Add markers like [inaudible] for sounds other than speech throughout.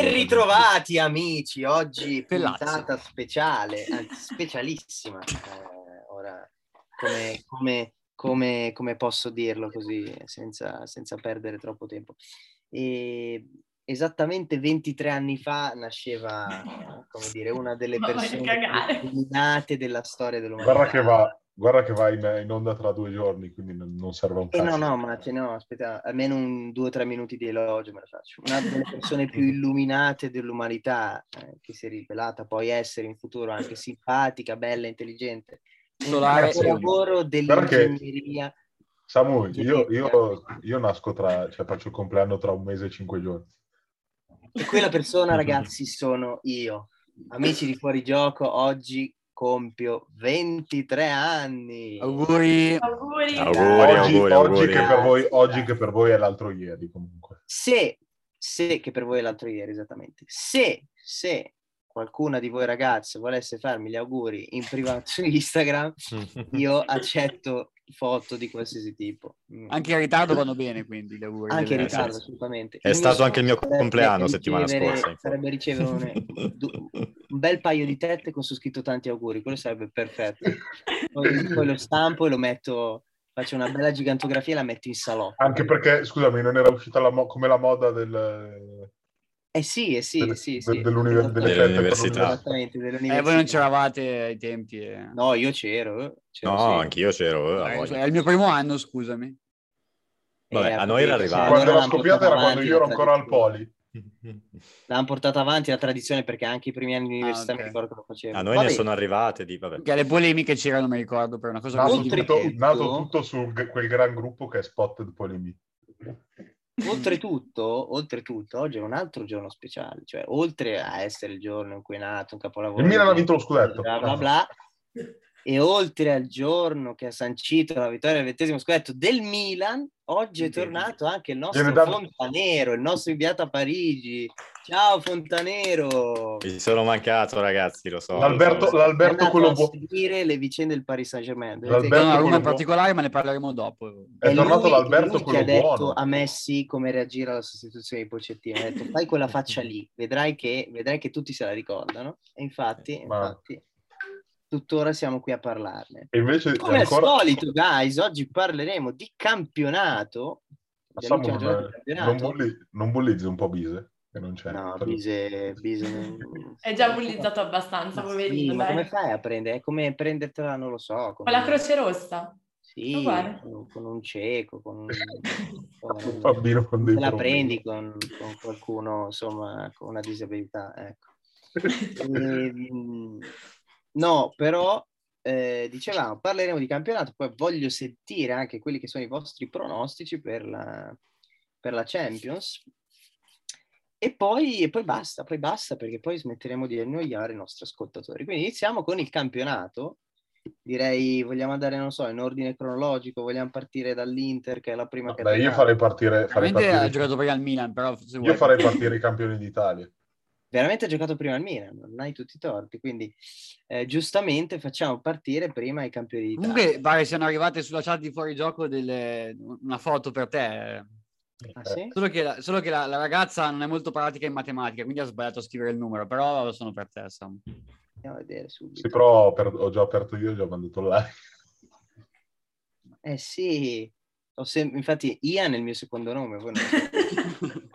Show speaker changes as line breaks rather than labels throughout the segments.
ritrovati amici, oggi
Pellazzi.
puntata speciale, anzi specialissima. Eh, ora, come, come- come- come posso dirlo così, senza, senza perdere troppo tempo. E esattamente 23 anni fa nasceva, eh, come dire, una delle
Ma voglio
persone
cagare.
più illuminate della storia dell'umanità.
Guarda che va, guarda che va in, in onda tra due giorni, quindi non non serve un
Eh no,
cazzo.
no, ma cioè, no, aspetta, almeno un due o tre minuti di elogio me la faccio. Una delle persone più illuminate dell'umanità, eh, che si è rivelata poi essere in futuro anche simpatica, bella, intelligente. Un
Solare.
lavoro dell'ingegneria.
Samu, io, io- io nasco tra, cioè faccio il compleanno tra un mese e cinque giorni.
E quella persona, ragazzi, sono io. Amici di Fuori Gioco, oggi compio 23 anni.
Auguri.
Auguri.
Auguri,
oggi,
auguri,
oggi
auguri.
Che per voi, oggi che per voi è l'altro ieri, comunque.
se, se, che per voi è l'altro ieri esattamente, se, se qualcuna di voi ragazze volesse farmi gli auguri in privato su
[laughs]
Instagram, io accetto foto di qualsiasi tipo. Mm.
Anche in ritardo vanno bene, quindi gli auguri.
Anche in
Deve-
ritardo,
sì, sì.
assolutamente.
È
Il
stato
mio
anche il mio
sarebbe
compleanno settimana
ricevere-
scorsa, infatti.
Sarebbe ricevere un, du- un bel paio di tette con su scritto tanti auguri, quello sarebbe perfetto. Poi, poi lo stampo e lo metto, faccio una bella gigantografia e la metto in salotto.
Anche perché, scusami, non era uscita la mo- come la moda del...
Eh sì, eh sì,
Delle-
sì, sì.
del- dell'uni- delle
Esattamente.
feste Dell'università. per l'università.
Esattamente,
Eh,
dell'università.
voi non c'eravate ai tempi. eh.
No, io c'ero. eh, c'ero
No,
sì.
anch'io c'ero. eh, la
Eh,
voglia.
è il mio primo anno, scusami.
Vabbè,
Eh,
a noi era
sì,
arrivato.
allora
quando era
l'hanno
scoppiata era
portata
quando
avanti
io ero
la
ancora al
tradizione.
poli.
L'hanno portata avanti la tradizione perché anche i primi anni di università
Ah, ok.
mi ricordo che lo facevo.
[laughs] A noi
Vabbè,
ne sono arrivate di... Vabbè.
Perché le polemiche c'erano, mi ricordo, per una cosa
Nato
così.
Oltre-
tutto,
Oltretutto-
nato tutto su g- quel gran gruppo che è Spotted Polemi.
Oltretutto, oltretutto, oggi è un altro giorno speciale, cioè oltre a essere il giorno in cui è nato un capolavoro.
Il Milan ha
bla,
vinto lo scudetto.
Bla bla bla. E oltre al giorno che ha sancito la vittoria del ventesimo scudetto del Milan, oggi è tornato anche il nostro
Viene dato-
Fontanero, il nostro inviato a Parigi. Ciao Fontanero!
Mi sono mancato, ragazzi, lo so.
L'Alberto,
lo so.
È andato
l'Alberto quello
a
buono.
seguire le vicende del Paris Saint Germain.
L'Alberto
No, no, uno
quello
in particolare, ma ne parleremo dopo.
È tornato l'Alberto
che ha
quello
detto
buono.
a Messi come reagire alla sostituzione di Pochettino. Ha detto fai quella faccia lì, vedrai che, vedrai che tutti se la ricordano. E infatti,
Ma-
infatti, tuttora siamo qui a parlarne.
E invece
Come
ancora...
al solito, guys, oggi parleremo di campionato.
Ma
dell'ultima
Samu,
giornata
non,
di
eh, non
campionato.
bulli- non bullizzi un po' Bise, che non c'è.
No,
Per-
Bise, Bise...
[laughs] È già bullizzato abbastanza,
Ma sì,
poverino.
ma
dai.
come fai a prendere? È come prendertela, non lo so.
Con
come-
la
[laughs]
Croce Rossa.
Sì,
Ma guarda.
con, con un cieco, con
[laughs]
un...
[laughs] Un
con-
bambino con dei
te la
problemi.
prendi con, con qualcuno, insomma, con una disabilità,
[laughs]
ecco. Ehm, no, però, eh, dicevamo, parleremo di campionato, poi voglio sentire anche quelli che sono i vostri pronostici per la, per la Champions. E poi, e poi basta, poi basta, perché poi smetteremo di annoiare i nostri ascoltatori. Quindi iniziamo con il campionato. Direi, vogliamo andare, non so, in ordine cronologico, vogliamo partire dall'Inter, che è la prima
Vabbè, io farei partire, farei
Veramente ha
partire,
giocato prima al Milan, però se vuoi-
io farei partire i campioni d'Italia.
veramente ha giocato prima il Milan, non hai tutti i torti, quindi eh, giustamente facciamo partire prima i campioni d'Italia.
Comunque pare siano arrivate sulla chat di fuori gioco delle... una foto per te. eh.
Ah, sì?
Solo che, la, solo che la, la ragazza non è molto pratica in matematica, quindi ha sbagliato a scrivere il numero, però lo sono per te, Sam.
Andiamo a vedere subito.
Sì, però ho, per- ho già aperto io, ho già mandato live.
Eh sì, Ho sem- infatti Ian è il mio secondo nome, voi non lo sapete.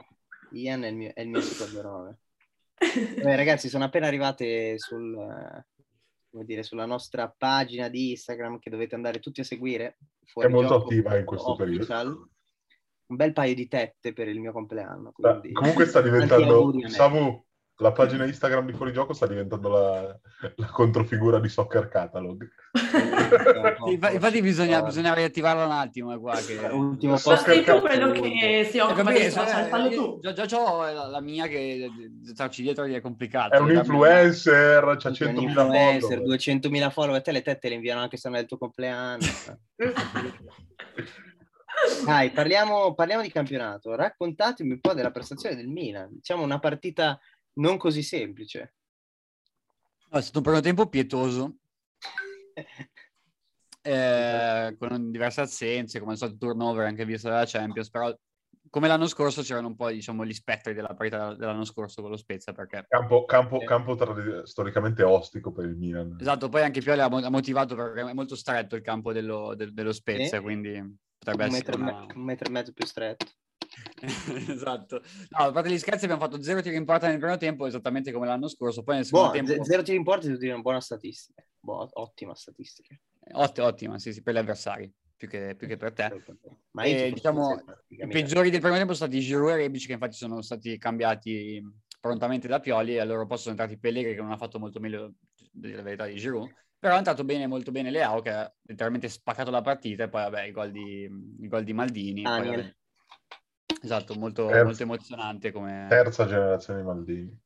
[laughs] Ian è il mio, è il mio secondo nome. Beh, ragazzi, sono appena arrivate sul, eh, come dire, sulla nostra pagina di Instagram che dovete andare tutti a seguire.
È molto
Fuorigioco
attiva in questo periodo.
Official. Un bel paio di tette per il mio compleanno.
Ma
[laughs] quindi-
Comunque sta
Tanti
diventando,
auguri a me.
Samu, la pagina Instagram di Fuorigioco sta diventando la, la controfigura di Soccer Catalog.
Sì, infa- infatti bisogna, bisogna riattivarla un attimo, eh, qua, che-
Ultimo
Ma
posto
sei tu
Soccer
quello che si
Eh,
occupa
vabbè,
dei social,
eh,
fallo
io-
tu.
Già, già c'ho la, la mia che starci dietro gli è complicato. cioè,
È un influencer, ha
C'è
100.000
influencer,
follower.
200.000 follower, te le tette le inviano anche se non è il tuo compleanno.
[laughs]
Dai, parliamo, parliamo di campionato. Raccontatemi un po' della prestazione del Milan. Diciamo una partita non così semplice.
No, è stato un primo tempo pietoso, eh, con diverse assenze, come al solito turnover anche visto dalla Champions, però come l'anno scorso c'erano un po' diciamo, gli spettri della parità dell'anno scorso con lo Spezia, perché
Campo, campo- campo tra- storicamente ostico per il Milan.
Esatto, poi anche Pioli ha mo- ha motivato perché è molto stretto il campo dello, del- dello Spezia,
Sì.
quindi potrebbe essere
Un metro, e me-
una...
un metro e mezzo più stretto.
[laughs] esatto. No, a parte gli scherzi abbiamo fatto zero tiri in porta nel primo tempo, esattamente come l'anno scorso, poi nel secondo
Buono, ze-
tempo...
zero tiri in porta devo dire una buona statistica. Buo- ottima statistica.
Otti- ottima, sì, sì, per gli avversari, più che, più che per te.
Ma
Eh,
tifo
diciamo,
senza statistica,
I
mica.
peggiori del primo tempo sono stati Giroud e Rebic, che infatti sono stati cambiati prontamente da Pioli, e al loro posto sono entrati Pellegrini, che non ha fatto molto meglio della verità di Giroud, però è entrato bene, molto bene Leao, che ha letteralmente spaccato la partita, e poi vabbè, i gol di, i gol di Maldini. poi,
Daniel.
vabbè. Esatto, molto,
Terzo.
molto emozionante come...
Terza generazione di Maldini.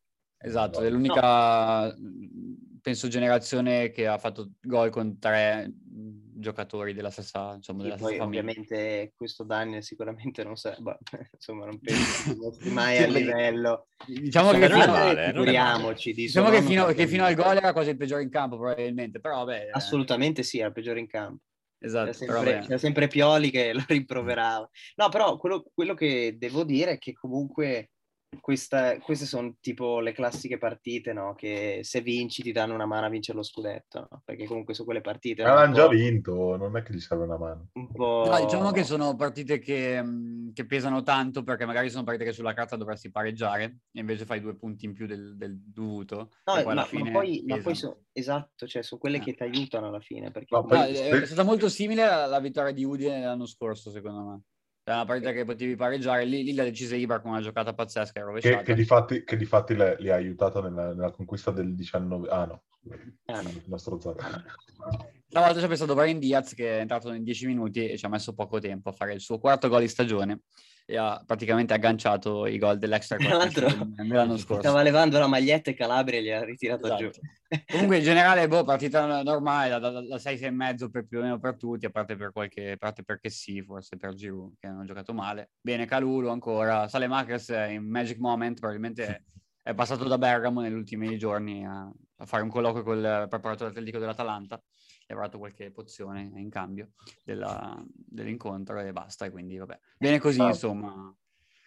Esatto,
No.
è l'unica, mhmm, penso, generazione che ha fatto gol con tre mh, giocatori della stessa, insomma,
Sì,
della
poi,
stessa famiglia.
ovviamente questo Daniel sicuramente non sa, boh, [laughs]
[laughs]
insomma non penso che mai
Sì,
a
beh,
livello. Cioè,
Diciamo
Non è
che fino,
male, eh, non è
figuriamoci, di
diciamo
suo
che
nonno
fino-
non
che fino al
capito.
gol era quasi il peggiore in campo, probabilmente, però vabbè. eh,
[laughs] Assolutamente sì, era il peggiore in campo. C'era
Esatto, però
sempre,
vabbè. Mm.
c'era sempre Pioli che lo rimproverava. No, però quello, quello che devo dire è che comunque questa- queste sono tipo le classiche partite, no? Che se vinci ti danno una mano a vincere lo scudetto, no? Perché comunque sono quelle partite...
Ma l'hanno
un
già
po'-
vinto, non è che gli serve una mano.
un po'-
No, diciamo che sono partite che, mh, che pesano tanto perché magari sono partite che sulla carta dovresti pareggiare e invece fai due punti in più del, del dovuto.
No, eh,
e
ma,
poi alla
ma
fine
poi, ma poi
pesano.
sono, esatto, cioè sono quelle
Eh.
che ti aiutano alla fine. Perché
Ma
comunque-
poi-
No,
se-
è stata molto simile alla vittoria di Udine l'anno scorso, secondo me. Era una partita che potevi pareggiare, lì, lì la decise Ibar con una giocata pazzesca e
Che,
rovesciata.
che di fatti, che di fatti le- li ha aiutato nella, nella conquista del 19... Ah no,
Ah, no.
una strozzata.
Tra l'altro c'è pensato Brian Diaz che è entrato in 10 minuti e ci ha messo poco tempo a fare il suo quarto gol di stagione e ha praticamente agganciato i gol dell'extra
Tra
quartista
l'altro,
del- dell'anno scorso.
Stava levando la maglietta e Calabria e gliel'ha ritirata
Esatto.
giù. [laughs]
Comunque in generale, boh, partita normale, da, da, da 6, 6 e mezzo per più o meno per tutti, a parte per qualche, a parte perché sì, forse per Giroud che hanno giocato male. Bene, Calulo ancora, Salemakers è in magic moment,
[laughs]
probabilmente è passato da Bergamo negli ultimi giorni a, a fare un colloquio col eh, preparatore atletico dell'Atalanta e avrà dato qualche pozione in cambio della- dell'incontro e basta, e quindi vabbè. Bene così,
Ah.
insomma.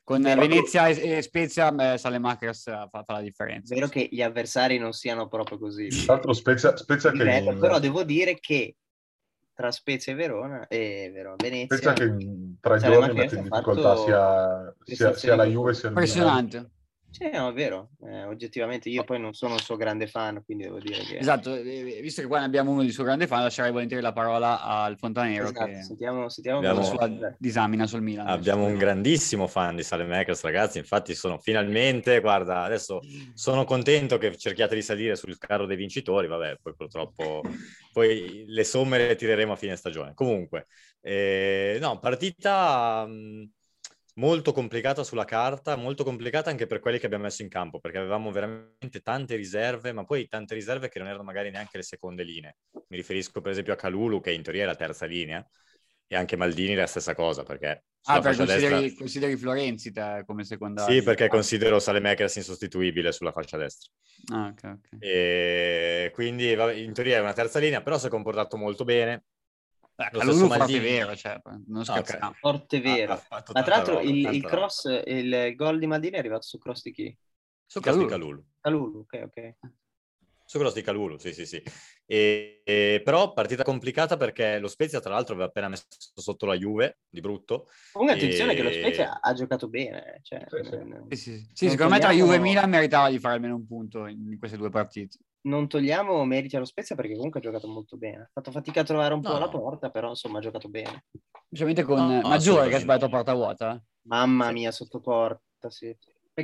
Con eh,
Vero.
Venezia e, e Spezia, beh, Salemakers eh, fa, fa la differenza.
Vero che gli avversari non siano proprio così.
Tra l'altro Spezia, Spezia che,
Livello,
in-
però devo dire che tra Spezia e Verona, e Verona, Venezia,
Spezia che in tre
Sale
giorni
Marquez
mette in
ha fatto
difficoltà sia, sia, sia la Juve sia il Milan.
Impressionante.
Sì, no, è vero, eh, oggettivamente io poi non sono un suo grande fan, quindi devo dire che...
Esatto, eh, visto che qua ne abbiamo uno di suo grande fan, lascerei volentieri la parola al Fontanero
Esatto,
che
sentiamo, sentiamo
la
Abbiamo-
cosa-
Esatto.
sua disamina sul Milan.
Abbiamo un grandissimo fan di Salemakers, ragazzi. Infatti, sono finalmente, guarda, adesso sono contento che cerchiate di salire sul carro dei vincitori. Vabbè, poi purtroppo poi le somme le tireremo a fine stagione. Comunque, eh, no, partita mh, molto complicata sulla carta, molto complicata anche per quelli che abbiamo messo in campo, perché avevamo veramente tante riserve, ma poi tante riserve che non erano magari neanche le seconde linee. Mi riferisco per esempio a Calulu, che in teoria è la terza linea, e anche Maldini la stessa cosa, perché...
Ah,
sulla
perché
fascia destra-
consideri, consideri Florenzi te come Ah, seconda.
Sì, perché considero Salemakers insostituibile sulla fascia destra.
Ah, ok,
Eh,
ok.
E quindi vabbè, in teoria è una terza linea, però si è comportato molto bene.
Beh,
lo
Calulu
stesso
forte
Maldini. Ah,
vero, cioè, non scherziamo.
forte vero.
Ha- ha fatto
Ma tra
Ah, tanta
l'altro
roba,
il,
tanta
il
roba.
cross, il gol di Maldini è arrivato su cross di chi?
Su
Su cross di
Calulu.
Calulu,
Calulu.
ok, ok.
Su cross di Calulu, sì, sì, sì. E- e- però partita complicata perché lo Spezia, tra l'altro, aveva appena messo sotto la Juve, di brutto.
Comunque attenzione che lo
E-
Spezia ha giocato bene, cioè,
Sì, sì.
non-
Sì, sì, sì. Sì,
Non
secondo me tra Juve e
togliamo-
Milan meritava di fare almeno un punto in in queste due partite.
non togliamo meriti allo Spezia perché comunque ha giocato molto bene. Ha fatto fatica a trovare un po'
No.
la porta, però insomma ha giocato bene.
Specialmente con
No,
eh,
no,
Maggiore che ha
assolutamente.
sbagliato a porta vuota. eh.
Mamma
Sì.
mia, sotto porta, sì.
Nel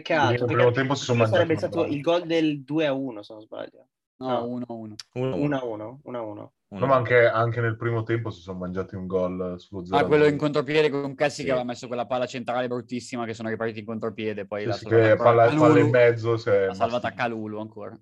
Peccato.
primo
Esatto, perché
tempo si sono
quello sarebbe
mangiati
stato
una
il gol del 2 a 1, se non sbaglio.
No, Ah,
No.
1-1.
1
1 a 1, 1 a 1.
No, ma anche, anche nel primo tempo si sono mangiati un gol sullo 0.
Ah, quello in contropiede con Cassi
Sì.
che aveva messo quella palla centrale bruttissima che sono ripartiti in contropiede, poi la
che palla, palla in mezzo. si è
ha salvata
mastic-
Calulu ancora.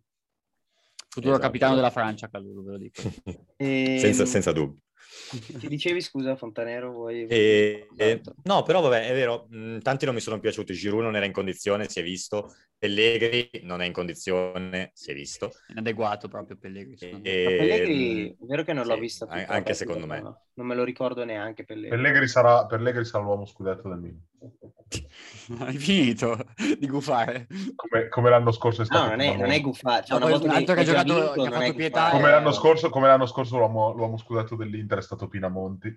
Futuro
Esatto.
capitano della Francia, Calulu, ve lo dico. Ehm,
E, mm,
senza, senza dubbio.
Ti dicevi scusa Fontanero, vuoi...
E- e-
Esatto.
no, però vabbè, è vero, mh, tanti non mi sono piaciuti. Giroud non era in condizione, si è visto. Pellegri non è in condizione, si è visto.
Inadeguato proprio
Eh,
Pellegrini. secondo me.
E- ehm,
Ma Pellegrini, è vero che non l'ho
sì,
vista
an-
tutta la
anche
partita,
secondo me.
no? Non me lo ricordo neanche Pellegrini.
Pellegri sarà, Pellegri sarà l'uomo scudetto del Milan.
[laughs] Hai finito [laughs] di gufare.
Come, come l'anno scorso è
No,
stato.
non è, non è guffa. Cioè,
Ma
una
poi
volta
un altro che ha
hai già
giocato-
vinto,
che ha
non è
fatto
guffa.
pietà
Come l'anno scorso, come l'anno scorso l'uomo, l'uomo scudato dell'Inter è stato Pinamonti.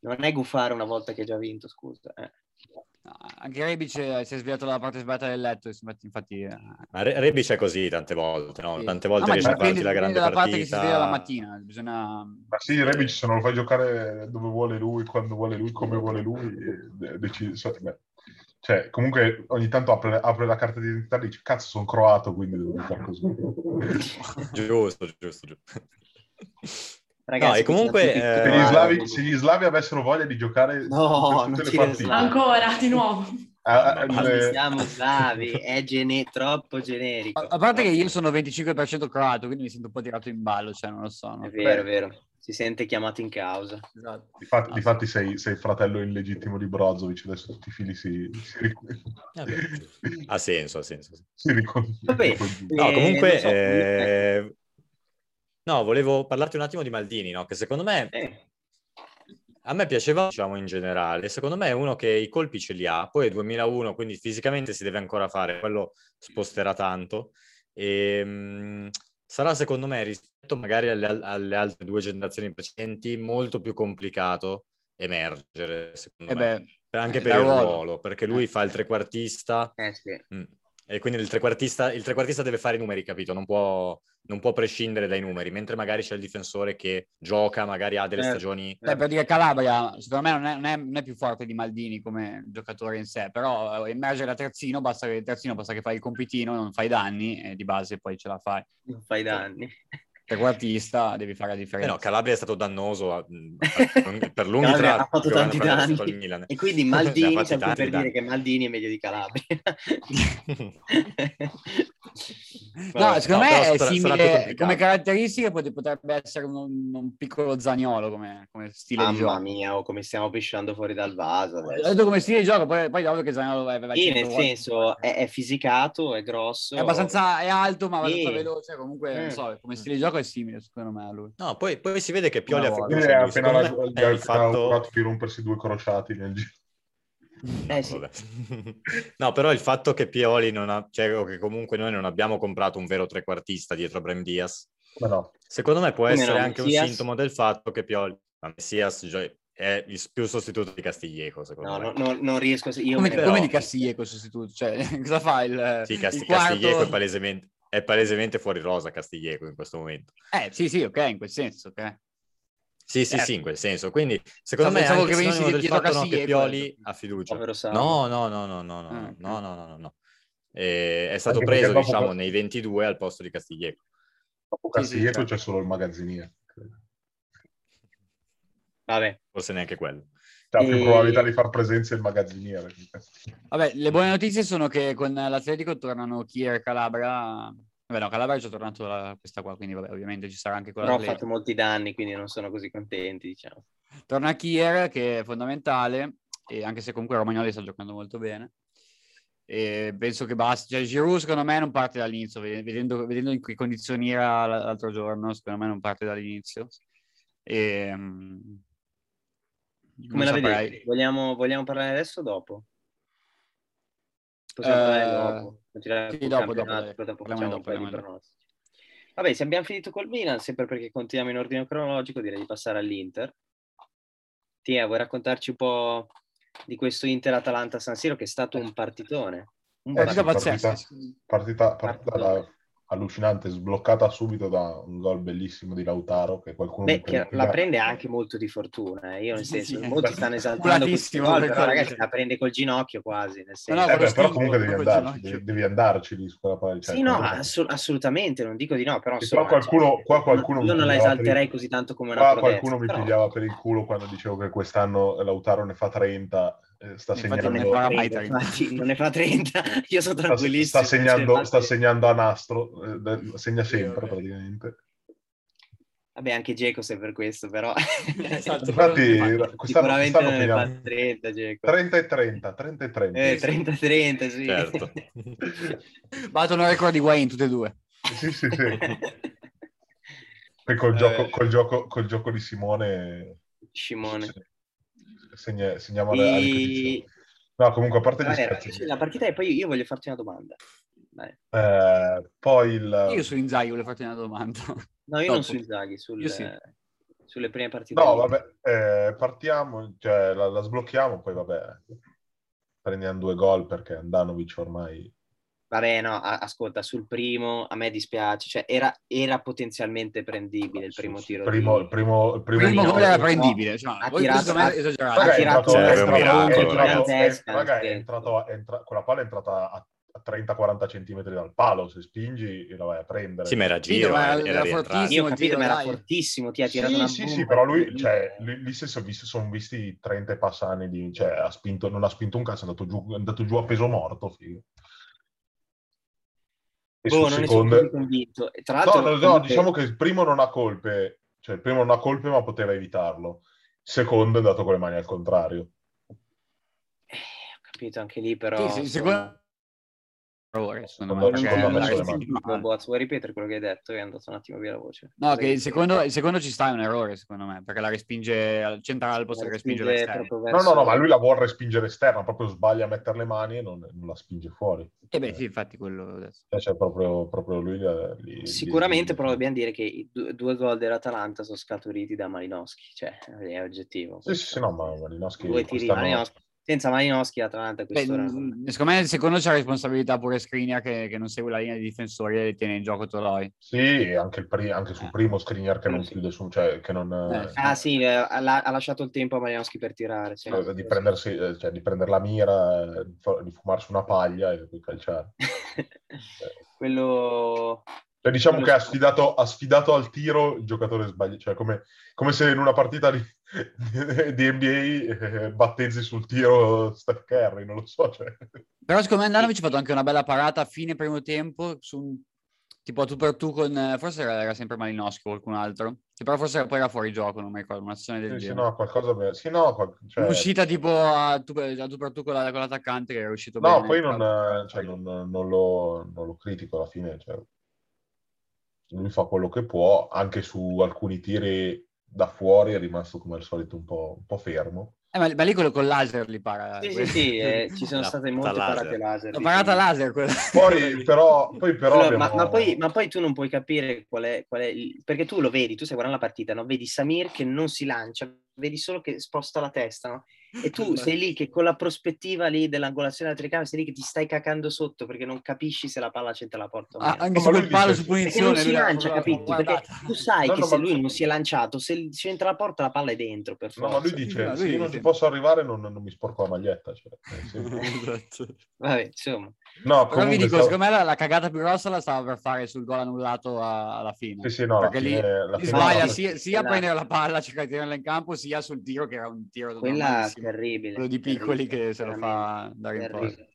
Non è guffare una volta che hai già vinto, scusa.
[laughs]
eh.
No, anche Rebic eh, si è svegliato dalla parte sbagliata del letto, infatti, infatti eh,
Ma Re- Rebic è così tante volte, no?
sì.
Tante volte
No, ma
riesce a
dipende-
farti la
dipende
grande
dalla
partita.
parte che si sveglia la mattina, bisogna...
Ma sì, Rebic se non lo fai giocare dove vuole lui, quando vuole lui, come vuole lui, eh, decide. so- beh. Cioè, comunque ogni tanto apre, apre la carta di identità e dice cazzo sono croato, quindi devo giocare
Eh,
così.
Giusto, giusto, giusto. [laughs]
Ragazzi,
No, e comunque,
tutti-
eh,
Se
Per
gli,
Ah,
slavi, se gli slavi avessero voglia di giocare
No,
tutte
non
le
dire
partite,
slavi.
Ancora, di nuovo.
[laughs]
ah, ah,
Non
le-
Non siamo slavi, è gene- troppo generico.
A, a parte che io sono 25% croato, quindi mi sento un po' tirato in ballo, cioè non lo so. no?
È vero, è vero. Si sente chiamato in causa.
Esatto.
Difatti, difatti sei, sei il fratello illegittimo di Brozovic, adesso tutti i fili si, si, ric-
Vabbè, giusto. Ha senso, ha senso. sì.
[laughs] si ricon-
Vabbè,
ricongiungono.
No,
Eh,
comunque,
non so,
eh, no, volevo parlarti un attimo di Maldini, no? Che secondo me
Eh,
A me piaceva, diciamo, in generale. Secondo me è uno che i colpi ce li ha, poi è 2001, quindi fisicamente si deve ancora fare, quello sposterà tanto. E, mh, sarà, secondo me, rispetto magari alle, al- alle altre due generazioni precedenti, molto più complicato emergere, secondo
E
me,
beh,
Per- anche
eh,
per
da
il
ruolo. Eh.
ruolo, perché lui fa il trequartista.
eh, sì.
Mm. E quindi il trequartista, il trequartista deve fare i numeri, capito? Non può, non può prescindere dai numeri, mentre magari c'è il difensore che gioca, magari ha delle
Certo.
stagioni Eh,
beh, Eh, per dire Calabria, secondo me non è, non è- non è più forte di Maldini come giocatore in sé, però eh, emerge da terzino, basta che terzino basta che fai il compitino, non fai danni e di base poi ce la fai.
non fai danni. [laughs]
Trequartista devi fare la
Eh
differenza.
no, Calabria è stato dannoso a-
[laughs]
a- per lunghi
Calabria
tratti,
ha fatto
giocando
tanti
per adesso
danni.
col Milan.
E quindi
Ne
Maldini,
ha fatti
sempre per
tanti
dire che Maldini è meglio
[laughs]
di Calabria.
No,
Vabbè,
secondo
no,
me
però
è
sarà-
simile
sarà più complicato.
come caratteristiche, pot- potrebbe essere un, un piccolo zagnolo come, come stile di
Mamma
gioco.
mia, oh, come stiamo pesciando fuori dal vaso
Ho
adesso.
detto come stile di gioco, poi, poi dopo che Zagnolo aveva
Sì,
100
nel
volte.
senso, è, è fisicato, è grosso.
è abbastanza è alto, ma abbastanza
Sì.
veloce. Comunque, non
Eh.
so, come stile di gioco è simile, secondo me, a lui.
No, poi, poi si vede che Pioli
Una
ha
volta.
Quindi
Eh,
fiducia
ha
in lui.
appena,
Secondo me
ha
è
appena
il fatto... [laughs]
giurato di rompersi due crociati nel giro.
Eh, sì.
Vabbè. No, però il fatto che Pioli non ha, cioè o che comunque noi non abbiamo comprato un vero trequartista dietro a Brem Diaz,
Ma no,
secondo me può
Come
essere
no,
anche
Messias?
un sintomo del fatto che Pioli, ma Messias cioè, è il più sostituto di Castiglieco, secondo
No,
me.
no, no, non riesco a... Io
Come,
me ne
però-
come
vado.
di Castiglieco sostituto? Cioè, [laughs] cosa fa il,
Sì, Casti-
il quarto?
Castiglieco è palesemente, è palesemente fuori rosa Castiglieco in questo momento.
Eh, sì, sì, ok, in quel senso. ok.
Sì, sì,
Certo.
sì, in quel senso. Quindi, secondo me,
Pensavo
anche
che venissi
sinonimo del
dietro a
fatto no, che
Castiglieco,
Pioli
detto.
ha fiducia.
Povero Sarri.
No, no, no, no, no, no,
Ah,
no,
ok.
no, no, no, no. Eh, è stato
Anche perché
preso,
dopo-
diciamo, nei 22 al posto di Castiglieco.
dopo
Sì, sì,
Castiglieco
cioè.
certo.
c'è solo il magazziniere.
Vabbè,
Forse neanche quello.
C'ha più
E-
probabilità di far presenza il magazziniere.
Vabbè, le buone notizie sono che con l'Atletico tornano Kier e Calabra. Vabbè, no, Calabra è già tornato la- questa qua, quindi vabbè, ovviamente ci sarà anche quella
però ho fatto molti danni, quindi non sono così contenti, diciamo.
Torna Kier, che è fondamentale, e anche se comunque Romagnoli sta giocando molto bene. E penso che basta. Cioè, Giroud, secondo me, non parte dall'inizio. ved- Vedendo, vedendo in che condizioni era l- l'altro giorno, secondo me non parte dall'inizio. E, mm, non
Come la
saprei.
vedete? Vogliamo, vogliamo parlare adesso o dopo?
Eh,
Possiamo parlare dopo. Continuare
sì,
col
dopo, dopo,
campionato,
dai.
poi dopo
Parliamo
facciamo
dopo,
un po' di
parliamo
pronostici. Vabbè, se abbiamo finito col Milan, sempre perché continuiamo in ordine cronologico, direi di passare all'Inter. Tia, vuoi raccontarci un po' di questo Inter-Atalanta-San Siro che è stato un partitone? Un
Eh,
Partita
sì,
partitone.
pazzesca.
Partita, partita
ecco.
da- allucinante, sbloccata subito da un gol bellissimo di Lautaro che qualcuno... Eh
Beh,
mi
che
prende-
la prende anche molto di fortuna, eh. io nel senso,
Sì,
molti
sì.
stanno esaltando questo
Culatissimo,
gol,
per
però
quello.
ragazzi la prende col ginocchio quasi, nel senso.
No, no,
Eh beh, però
stinco,
comunque devi
proprio
andarci,
ginocchio.
devi, devi andarci lì su quella palla, cioè,
Sì, no,
comunque-
assu- assolutamente, non dico di no, però
Che
insomma,
qua qualcuno-
cioè,
qua qualcuno
io
mi
non la
pigliava per
esalterei
il-
così tanto come una
Qua
prodezza,
qualcuno mi
però-
pigliava per il culo quando dicevo che quest'anno Lautaro ne fa 30, eh, sta
Infatti non ne
segnando...
[laughs]
farà mai
Trenta,
30.
infatti, non ne fa 30, [laughs] io sono
Sta,
tranquillissimo.
sta segnando,
Cioè,
sta
infatti-
segnando a nastro, eh, da- segna
Sì,
sempre
vabbè.
praticamente.
Vabbè, anche Geco se per questo, però... [laughs]
Esatto.
Infatti,
Infatti,
Sicuramente
quest'anno, quest'anno
non ne
segniamo
fa 30, Dzeko.
30 e 30, 30 e 30.
Eh, 30-30, sì.
[laughs]
[laughs]
Certo.
Battono il record di Wayne tutte e due.
Sì, sì, sì. Poi col,
Eh.
gioco, col, gioco, col gioco di Simone...
Scimone.
se- segna- segniamo alla- alla ripetizione.
E...
No, comunque, a parte gli
Vabbè,
scherzi,
la partita e poi io voglio farti una domanda. Vai.
eh, poi il...
Io su Inzaghi volevo farti una domanda.
No, io
Dopo.
non sui Zaghi, sul-
Io sì.
sulle prime partite.
No, vabbè, eh, partiamo, cioè, la, la sblocchiamo, poi vabbè, prendiamo due gol perché Andanovic ormai...
Vabbè, no, a- ascolta, sul primo a me dispiace, cioè era, era potenzialmente prendibile il primo tiro.
Primo,
di-
il primo, il primo
Il primo
no,
gol era
no.
prendibile, cioè,
Ha
voi
tirato-
questo me
ha-
esagerate.
Raga,
ha
è
tirato
entrato-
un
è entrato-
miracolo,
è entrato-
ragazzi.
è- raga, è entrato- è entra- quella palla è entrata a, a 30-40 cm dal palo, se spingi la vai a prendere.
Sì, ma era giro, eh,
ma era-
era,
era
rientrato.
fortissimo.
Io ho capito,
tiro,
ma era
dai.
fortissimo, ti ha tirato
sì,
una
sì,
bomba
sì, però lui,
incredibile.
cioè, lui- lì si sono visti, son visti 30 e passani, di, cioè, ha spinto, non ha spinto un cazzo, è andato giù, è andato giù a peso morto, figo. E
Boh,
sul
non ne sono
secondo-
così convinto. E tra l'altro,
No, no, no,
comunque,
diciamo che il primo non ha colpe, cioè il primo non ha colpe ma poteva evitarlo. Il secondo è andato con le mani al contrario.
eh, ho capito anche lì, però.
Sì, sì,
insomma,
secondo- errore, secondo me,
Non
perché
secondo me,
l'hai
secondo me.
sentito
Boh,
male.
Boaz, vuoi ripetere quello che hai detto? Che è andato un attimo via la voce.
No,
Cosa
che
hai
il
detto? Cioè,
secondo, il secondo ci sta è un errore, secondo me, perché la respinge al centrale al posto che respinge
Respinge
l'esterno.
proprio
No,
verso-
no, no, ma lui la vuole respingere esterna, proprio sbaglia a mettere le mani e non, non la spinge fuori.
E Eh
eh.
beh, sì, infatti quello adesso.
Cioè, cioè, proprio, proprio lui... eh, la- gli-
Sicuramente,
gli-
però, dobbiamo dire che i du- due gol dell'Atalanta sono scaturiti da Malinowski, cioè è oggettivo.
Sì, sì, sì, no, ma Malinowski...
Due tiri di
quest'anno-
Malinowski. Senza Malinowski, l'Atalanta
Beh,
quest'ora. non-
mh, secondo me, secondo c'è responsabilità pure Skriniar che, che non segue la linea di difensori e tiene in gioco Toloi.
Sì, anche, il pri- anche sul primo Skriniar che non
Eh, sì.
chiude su... Cioè, che non...
Eh,
Ah, sì, eh, ha, ha lasciato il tempo a Malinowski per tirare. sì.
eh, Di, prendersi, eh, cioè, di prendere la mira, eh, di fa- di fumarsi una paglia e cioè, poi calciare.
[laughs] Quello.
Cioè, diciamo
Quello
che ha
sì.
sfidato, ha sfidato al tiro il giocatore sbagliato, cioè come, come se in una partita di, [laughs] di NBA eh, battezzi sul tiro Steph Curry, non lo so. Cioè.
Però secondo me Andanovic ha fatto anche una bella parata a fine primo tempo, su un, tipo a tu per tu con, eh, forse era, era sempre Malinowski o qualcun altro, che però forse poi era fuori gioco, non mi ricordo, un'azione del
Sì, sì,
genere.
no, qualcosa be- sì, no, qual- cioè-
Un'uscita tipo a tu per, a tu, per tu con, la- con l'attaccante che era uscito
no,
bene.
poi non, eh, cioè, non- non lo, non lo critico alla fine. cioè. Lui fa quello che può, anche su alcuni tiri da fuori è rimasto come al solito un po', un po' fermo.
Eh, ma, ma lì quello con laser li para.
Sì, sì,
[laughs]
sì, eh, ci sono
La
state molte
parata
parate laser.
La parata
diciamo.
laser quella. [laughs]
Poi, però, poi però
Allora, ma,
abbiamo-
ma poi, ma poi tu non puoi capire qual è, qual è il- perché tu lo vedi, tu stai guardando la partita, no? vedi Samir che non si lancia, vedi solo che sposta la testa no? e
Esatto.
tu sei lì che con la prospettiva lì dell'angolazione della telecamera sei lì che ti stai cacando sotto perché non capisci se la palla c'entra la porta o
Ah,
meno.
anche
No,
se
ma lui
quel palo
dice-
su
perché
punizione
non si
lui l'ha-
lancia,
l'ha-
capito? Perché
guardata.
tu sai
No,
che
no,
se
ma-
lui non si è lanciato, se se entra la porta la palla è dentro per
No,
forza.
ma lui
Sì,
dice,
no, lui
se io non
dice.
ci posso arrivare non, non mi sporco la maglietta. Cioè, eh, sì.
[laughs]
[laughs] Esatto.
Vabbè, insomma.
Però
No,
vi
comunque...
dico,
stavo-
secondo me la, la cagata più grossa la stava per fare sul gol annullato a- alla fine.
Sì, sì, no, alla
perché lì
fine, alla
Si
fine-
sbaglia
no,
Esatto.
sia, sia a prendere la palla, cercare di tenerla in campo, sia sul tiro che era un tiro
Quella
normalissimo.
terribile.
quello di piccoli che se lo fa
veramente,
andare in
terribile.
porta.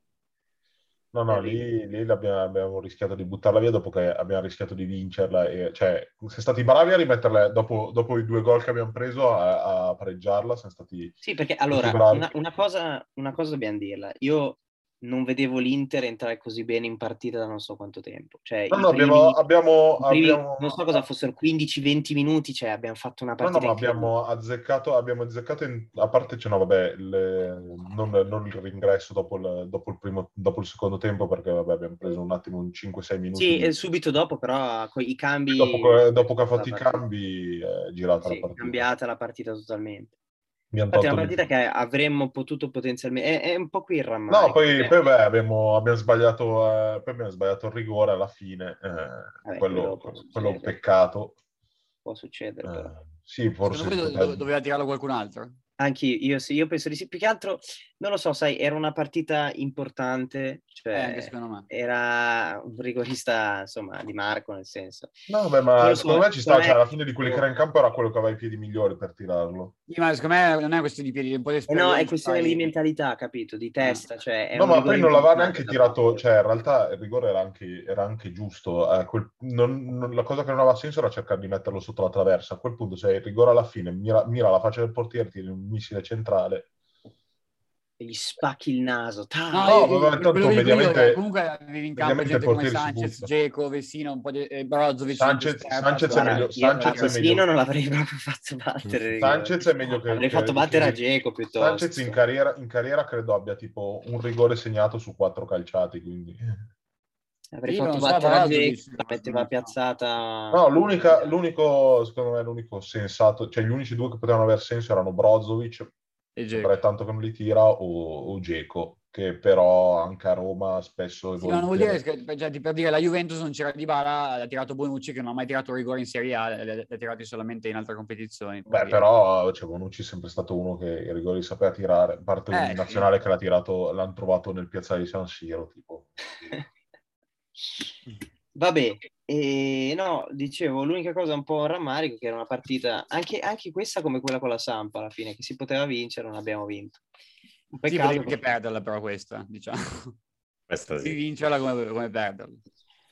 No, no,
Eh,
lì, lì l'abbiamo- abbiamo rischiato di buttarla via dopo che abbiamo rischiato di vincerla. E, cioè, siamo stati bravi a rimetterla dopo, dopo i due gol che abbiamo preso a, a pareggiarla. Siamo stati...
Sì, perché allora
bravi.
una, una cosa, una cosa dobbiamo dirla. Io non vedevo l'Inter entrare così bene in partita da non so quanto tempo. Cioè,
No,
i
no,
primi-
abbiamo... abbiamo,
i primi-
abbiamo-
Non so cosa fossero 15-20 minuti, cioè abbiamo fatto una
No,
partita.
no, ma
incredibile.
abbiamo azzeccato, abbiamo azzeccato in- a parte, cioè, no, vabbè, le- non, non il ringresso dopo il, dopo il primo, dopo il secondo tempo, perché vabbè, abbiamo preso un attimo un 5-6 minuti.
Sì,
di-
e subito dopo, però, con i cambi.
dopo, che- dopo che ha fatto i
la partita.
cambi, eh, è girata
Sì,
la partita.
cambiata la partita totalmente.
Abbiamo
Infatti, è
tolto
una partita
di-
che avremmo potuto potenzialmente. È, è un po' qui il rammarico.
No, poi,
perché-
poi, beh, abbiamo, abbiamo sbagliato, eh, poi abbiamo sbagliato il rigore alla fine, eh, quello,
quello può succedere.
quello è un peccato.
può succedere. però.
Eh, sì, forse...
Secondo voi do- do- doveva tirarlo qualcun altro?
Anche io, sì, io penso di sì. Più che altro, non lo so, sai, era una partita importante,
Eh,
cioè
anche secondo me.
era un rigorista, insomma, di Marco, nel senso.
No, beh,
Non
ma
lo so,
secondo me ci sta,
secondo
cioè,
me-
alla fine di quelli che era in campo era quello che aveva i piedi migliori per tirarlo.
Sì, ma secondo me non è questione di piedi, è un po' di
Eh
esperienza.
no, è questione
sai.
di mentalità, capito? Di testa, cioè... è
Mm. No,
un
ma
rigore
poi non l'aveva
importante
neanche
da
tirato,
parte.
cioè in realtà il rigore era anche, era anche giusto. eh, quel- non- non- la cosa che non aveva senso era cercare di metterlo sotto la traversa. A quel punto, se il rigore alla fine mira, mira la faccia del portiere, tira un missile centrale.
e gli spacchi il naso.
No,
Ta-
No,
Ah, io-
vabbè,
io-
tanto
quello che dico io,
mediamente-
comunque avevi in campo
mediamente
gente
il
come
portiere si
Sanchez,
butta.
Dzeko, Vesino, un po' di eh, Brozovic.
Sanchez-
Sterpa,
Sanchez è
Suarez.
Guarda,
meglio-
io
Sanchez è
Marcosino
meglio. Mm.
non l'avrei proprio fatto battere.
Sanchez è meglio che...
Avrei fatto
che-
battere a
che-
Dzeko piuttosto.
Sanchez in carriera, in carriera credo abbia tipo un rigore segnato su quattro calciati, quindi...
Avrei
Io
fatto
non so,
battere a
Brozovic,
Dzeko, la metteva
no.
piazzata...
No, l'unica, l'unico, secondo me, l'unico sensato, cioè gli unici due che potevano aver senso erano Brozovic,
E Dzeko.
per tanto che non li tira, o, o Dzeko, che però anche a Roma spesso... e
Sì, ma non vuol dire
volentieri-
che, cioè, di- per dire la Juventus non c'era Di Bara, l'ha tirato Bonucci che non ha mai tirato rigore in Serie A, l'ha- l'ha l'ha tirati solamente in altre competizioni. per
Beh,
dire.
però cioè, Bonucci è sempre stato uno che i rigori li sapeva tirare, a parte
Eh,
un
sì.
nazionale che l'ha tirato, l'hanno trovato nel piazzale di San Siro, tipo.
[laughs] Vabbè, e no, dicevo, l'unica cosa un po' un rammarico che era una partita, anche, anche questa come quella con la Sampa alla fine, che si poteva vincere, non abbiamo vinto. Un
Sì,
peccato.
potevi anche perderla però questa, diciamo. [laughs]
Questa
Sì,
sì.
vincerla come, come perderla.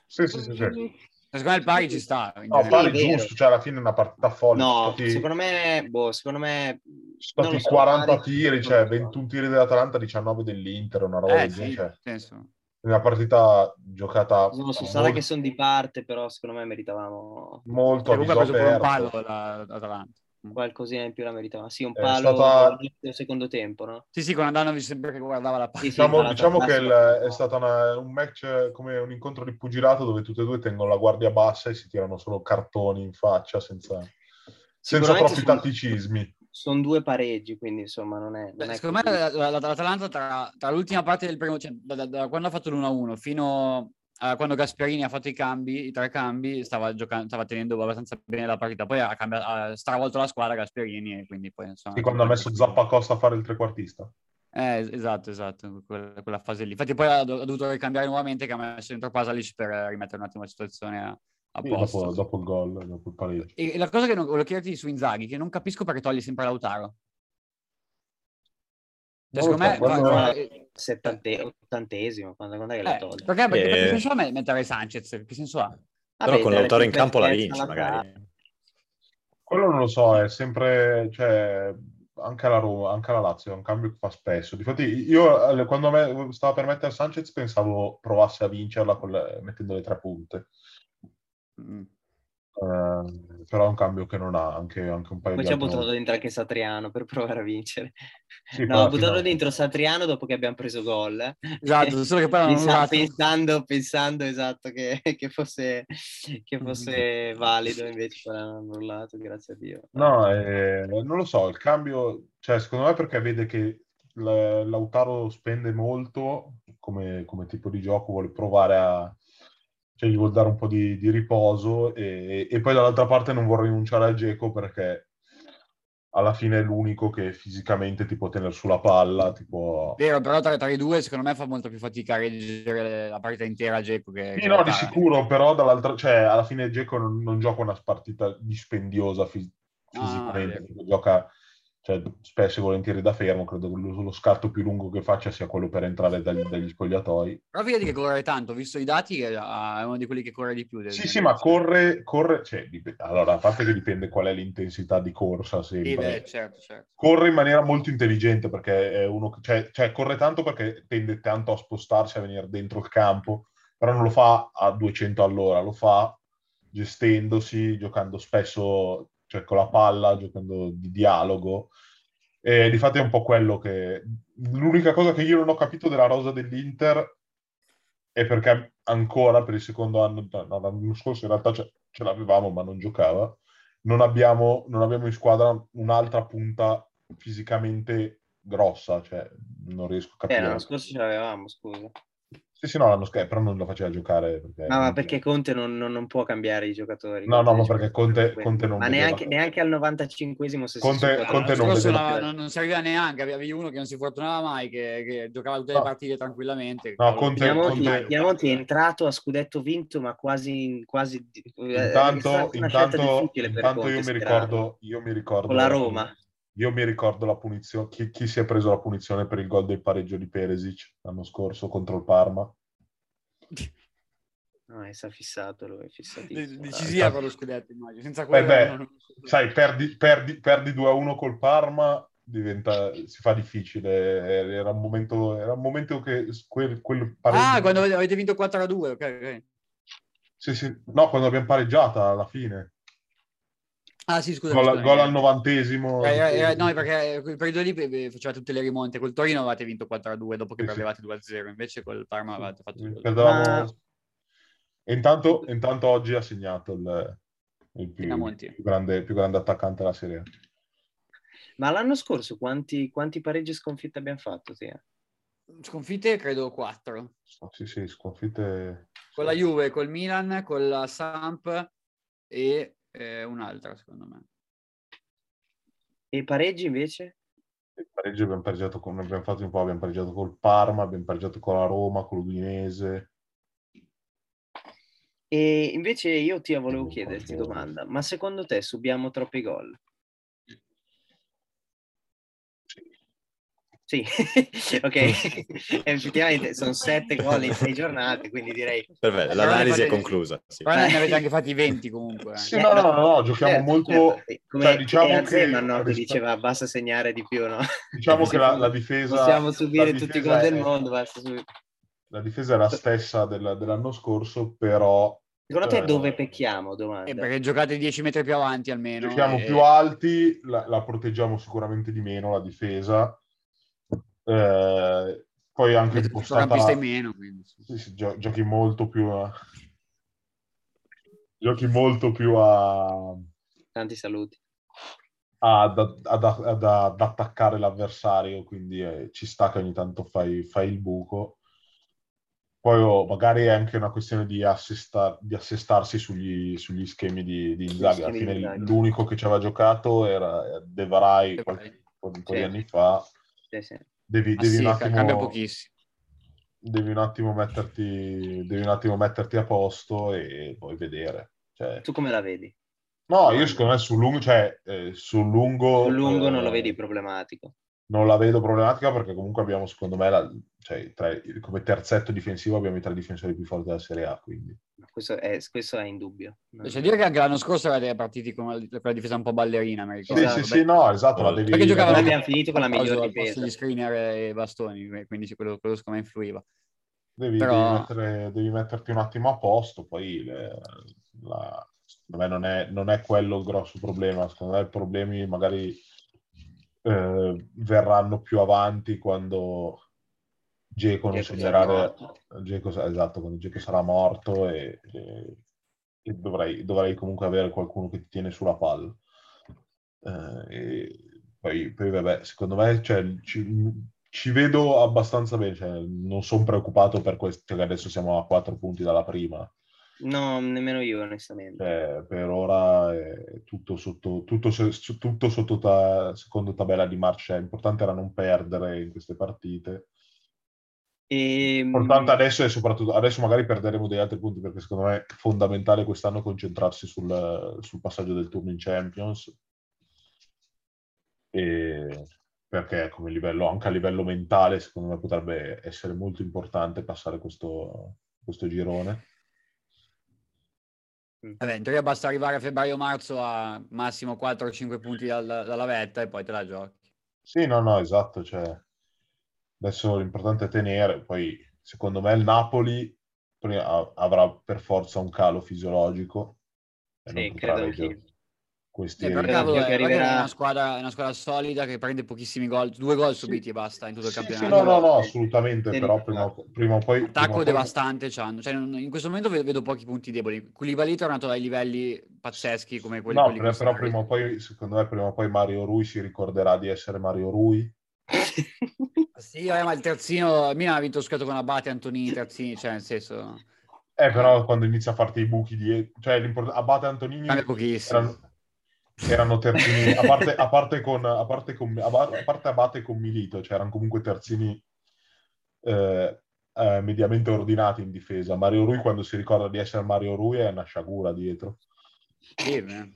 Sì, sì, sì, sì.
Secondo me il pari ci sta. in
No,
Sì,
generale.
pari
è vero.
giusto, cioè alla fine è una partita folle.
No,
sono stati,
secondo me, boh, secondo me...
sono
non lo
stati
so,
40
pari-
tiri, cioè 21 tiri dell'Atalanta, 19 dell'Inter, una roba
Eh,
del
sì,
genere,
nel
cioè,
senso.
una partita giocata
Sono, sono stata
molto,
che sono di parte, però secondo me meritavamo
molto a cioè.
Comunque ha
viso
preso pure un palo
aperto.
eh, da- da Atalanta.
qualcosina in più, la meritavamo. Sì, un
È
palo
stata-
nel secondo tempo, no?
Sì, sì, con Andanovic sempre che guardava la palla.
Sì, sì,
Diciamo,
tra l'altro,
diciamo che il-
classico.
è stato una- un match eh, come un incontro di pugilato dove tutte e due tengono la guardia bassa e si tirano solo cartoni in faccia senza, senza
Sicuramente
troppi
sono-
tatticismi.
Sono due pareggi, quindi insomma non è... non
Beh,
è
secondo me
così.
la- la- la- l'Atalanta tra, tra l'ultima parte del primo, cioè da, da- da quando ha fatto l'1-1 fino a quando Gasperini ha fatto i cambi, i tre cambi, stava, giocando, stava tenendo abbastanza bene la partita. Poi ha, cambiato, ha stravolto la squadra Gasperini e quindi poi insomma...
E quando ha messo Zappa Costa a fare il trequartista.
Eh, es- esatto, esatto, quella, quella fase lì. Infatti poi ha, do- ha dovuto ricambiare nuovamente che ha messo dentro Pasalic per eh, rimettere un attimo la situazione a, a
Sì,
posto.
dopo, dopo il gol, dopo il pareggio.
E e la cosa che non, volevo chiederti su Inzaghi, che non capisco perché toglie sempre Lautaro. Cioè,
Non
secondo
lo so,
me... eh,
quando-
fa- fa-
Eh.
settante- ottantesimo, quando, quando è che l'ha
Eh,
tolto?
perché perché,
Eh.
perché senso ha me- mettere Sanchez? Che senso ha?
Vabbè,
Però con
dai,
l'autore in
più
campo la
freschezza
vinci
alla
magari.
Quello non lo so, è sempre, cioè, anche alla Roma, anche alla Lazio, è un cambio che fa spesso. Difatti, io eh, quando a me stava per mettere Sanchez pensavo provasse a vincerla col- mettendo le tre punte.
Mm.
Eh, però è un cambio che non ha anche, anche un paio
Poi
di
ci ha
altre
buttato
volte.
dentro anche Satriano per provare a
[laughs]
vincere.
Sì,
No, ha
però
buttato
fino-
dentro Satriano dopo che abbiamo preso gol. [laughs]
Esatto, solo che poi hanno
Pensa-
annullato.
pensando, pensando, esatto, che, che fosse, che
Mm-hmm.
fosse valido, invece poi l'hanno annullato, grazie a Dio.
No, eh, non lo so, il cambio, cioè, secondo me perché vede che l- Lautaro spende molto come, come tipo di gioco, vuole provare a, cioè, gli vuol dare un po' di, di riposo e, e poi dall'altra parte non vuole rinunciare a Dzeko perché alla fine è l'unico che fisicamente ti può tenere sulla palla, ti può...
Vero, però tra, tra i due secondo me fa molto più fatica a reggere la partita intera a Dzeko che...
Sì,
che
no, di
Lautaro.
sicuro, però dall'altra, cioè, alla fine Dzeko non, non gioca una partita dispendiosa fis-
No, no,
fisicamente,
è Ah, vero.
perché gioca cioè, spesso e volentieri da fermo, credo che lo, lo scatto più lungo che faccia sia quello per entrare dagli, dagli spogliatoi.
Però vedi che corre tanto, ho visto i dati che ah, è uno di quelli che corre di più. del-
Sì,
del-
sì, ma corre, corre cioè, dip- allora, a parte che dipende qual è l'intensità di corsa,
Sì,
sempre.
beh, certo, certo.
Corre in maniera molto intelligente perché è uno che- cioè, cioè, corre tanto perché tende tanto a spostarsi, a venire dentro il campo, però non lo fa a 200 all'ora, lo fa gestendosi, giocando spesso cioè, con la palla, giocando di dialogo. E di fatto è un po' quello che... L'unica cosa che io non ho capito della rosa dell'Inter è perché ancora per il secondo anno, no, no, l'anno scorso in realtà ce, ce l'avevamo ma non giocava, non abbiamo, non abbiamo in squadra un'altra punta fisicamente grossa, cioè non riesco a
Eh,
capire.
l'anno scorso ce l'avevamo, scusa.
Sì, sì, no, l'anno scorso, eh, però non la faceva giocare. Perché...
No, ma perché Conte non, non- non può cambiare i giocatori.
Eh, No, no, ma
dice-
perché Conte- Conte non
Ma
vedeva.
neanche, neanche al 95esimo se
Conte-
Ah,
Conte
l'anno
non
scorso
vedeva-
no- non, non serviva neanche, avevi uno che non si fortunava mai, che, che giocava tutte le
No.
partite tranquillamente.
No, Conte-
Pinamonti,
Conte-
Pinamonti è entrato a scudetto vinto, ma quasi, quasi eh, è
Intanto,
stata una scelta
intanto,
difficile per
intanto io,
Conte,
mi
sperarlo.
ricordo, io mi ricordo
con la Roma.
Io mi ricordo la punizione, chi, chi si è preso la punizione per il gol del pareggio di Peresic l'anno scorso contro il Parma?
No, è sta fissato lui, è
De-
fissatissimo.
decisiva con lo scudetto, immagino. Senza
Beh,
quello
beh,
non-
Sai, perdi, perdi- perdi 2-1 col Parma diventa, si fa difficile. Eh, Era un momento, era un momento che quel, quel
Ah,
pareggio-
quando avete- avete vinto 4 a 2, ok, ok.
Sì, sì. No, quando abbiamo pareggiata alla fine.
Ah, sì, scusa.
Gol,
scusa.
gol al novantesimo.
Eh, eh, eh, no, perché quel periodo lì eh, faceva tutte le rimonte. Col Torino avevate vinto 4 a 2 dopo che
Sì, sì.
perdevate 2 a 0, invece col Parma avevate fatto due a due.
Perdevamo-
Ma-
E intanto, intanto oggi ha segnato il, il più,
Pinamonti.
il più grande, il più grande attaccante della serie. A.
Ma l'anno scorso quanti, quanti pareggi e sconfitte abbiamo fatto? Tia?
Sconfitte credo 4.
Sì, sì, sconfitte.
Con la Juve, col Milan, con la Samp e eh, un'altra, secondo me.
E pareggi invece?
Il pareggio abbiamo pareggiato con, abbiamo fatto un po', abbiamo pareggiato col Parma, abbiamo pareggiato con la Roma, con l'Udinese.
E invece io ti volevo
Non mi
chiederti
ricordo.
domanda, ma secondo te subiamo troppi gol? Sì, [laughs] ok, [laughs] effettivamente sono sette gol in sei giornate, quindi direi
Perfetto,
Allora,
l'analisi è
infatti-
conclusa. sì.
Però ne avete anche fatti 20 comunque. eh.
Sì, no, no, no, no, giochiamo
Certo,
molto.
certo. come
cioè, diciamo
era
che-
Zeman, no, che
rispetto-
diceva basta segnare di più, no?
Diciamo che la, la difesa.
Possiamo
la
subire tutti i gol
difesa
del
è-
mondo, basta subire.
La difesa è la stessa della- dell'anno scorso, però
Secondo te
Eh,
dove pecchiamo? Domanda.
Eh, perché giocate 10 metri più avanti almeno.
giochiamo
e-
più alti, la, la proteggiamo sicuramente di meno la difesa. Eh, poi anche
Avete un
impostata-
centrocampista in meno. quindi, sì.
sì, sì, gio- giochi molto più a... giochi molto più a,
Tanti saluti.
a- ad, ad- ad- ad attaccare l'avversario, quindi eh, ci sta che ogni tanto fai, fai il buco. Poi oh, magari è anche una questione di, assesta- di assestarsi sugli, sugli schemi di, di Inzaghi. Alla
schemi di
fine
Inzaghi.
l'unico che ci aveva giocato era eh, De Varai qualche- un po' di
Sì.
anni fa.
Sì, sì.
Devi,
Ma
devi
Ah, sì,
un
ca-
attimo
cambia pochissimo.
devi un attimo metterti, devi un attimo metterti a posto e poi vedere. Cioè,
Tu come la vedi?
no, io secondo me sul lungo, cioè, eh, sul lungo,
Sul lungo
eh,
non lo vedi problematico.
non la vedo problematica perché comunque abbiamo, secondo me, la- cioè, tra- come terzetto difensivo abbiamo i tre difensori più forti della Serie A, quindi.
Ma Questo è, questo è in dubbio. Non-
C'è Cioè, dire che anche l'anno scorso eravate partiti con la- quella difesa un po' ballerina, mi
Sì,
ricordo.
sì,
Esatto,
sì, no, esatto, la
Perché
devi...
Perché giocavano
Noi
la devi-
abbiamo finito con la miglior
al posto
difesa.
di screener e bastoni, quindi sì, quello, quello secondo me influiva.
Devi,
Però-
devi mettere- devi metterti un attimo a posto, poi le- la- secondo me non è, non è quello il grosso problema, secondo me i problemi magari eh, verranno più avanti quando Geco non
Dzeko
segnerà,
sarà morto.
Dzeko sa- esatto, quando Dzeko sarà morto e, e- e dovrai, dovrai comunque avere qualcuno che ti tiene sulla palla. Eh, e poi, poi, vabbè, secondo me cioè, ci, ci vedo abbastanza bene, cioè, non sono preoccupato per questo, che adesso siamo a quattro punti dalla prima,
No, nemmeno io, onestamente.
Cioè, per ora è tutto sotto, tutto, se- su- tutto sotto ta- secondo tabella di marcia, l'importante era non perdere in queste partite.
E, [laughs]
L'importante adesso è soprattutto, adesso magari perderemo degli altri punti perché secondo me è fondamentale quest'anno concentrarsi sul, sul passaggio del turno in Champions. E- perché come livello, anche a livello mentale secondo me potrebbe essere molto importante passare questo, questo girone.
Vabbè, in teoria basta arrivare a febbraio-marzo a massimo 4 o 5 punti dal- dalla vetta e poi te la giochi.
Sì, no, no, esatto. Cioè, adesso l'importante è tenere. Poi, secondo me, il Napoli prima- av- avrà per forza un calo fisiologico. E
Sì,
non potrà
credo
reggere
anch'io.
questi
E per
credo
cavolo,
anch'io che
eh, guarda che è
arriverà-
una squadra, è una squadra solida che prende pochissimi gol, due gol subiti e basta in tutto il
Sì, sì,
campionato.
no, no, no, assolutamente.
Sì,
Però
sì.
prima, o- prima o poi... prima o
Attacco
poi-
devastante c'hanno. Cioè, non- in questo momento ve- vedo pochi punti deboli. Koulibaly è tornato dai livelli pazzeschi come quelli
No,
quelli
però, però
quest'anno.
prima o poi, secondo me, prima o poi Mario Rui si ricorderà di essere Mario Rui.
Sì, eh, ma il terzino, il Milan ha vinto scatto con Abate, Antonini, terzini, cioè nel senso,
Eh, però quando inizia a farti i buchi dietro... Cioè, l'importante... Abate Antonini...
cambia pochissimo.
erano, erano terzini a parte, a parte con, a parte con- a par- a parte Abate con Milito cioè erano comunque terzini eh, eh, mediamente ordinati in difesa Mario Rui quando si ricorda di essere Mario Rui è una sciagura dietro
Sì, eh.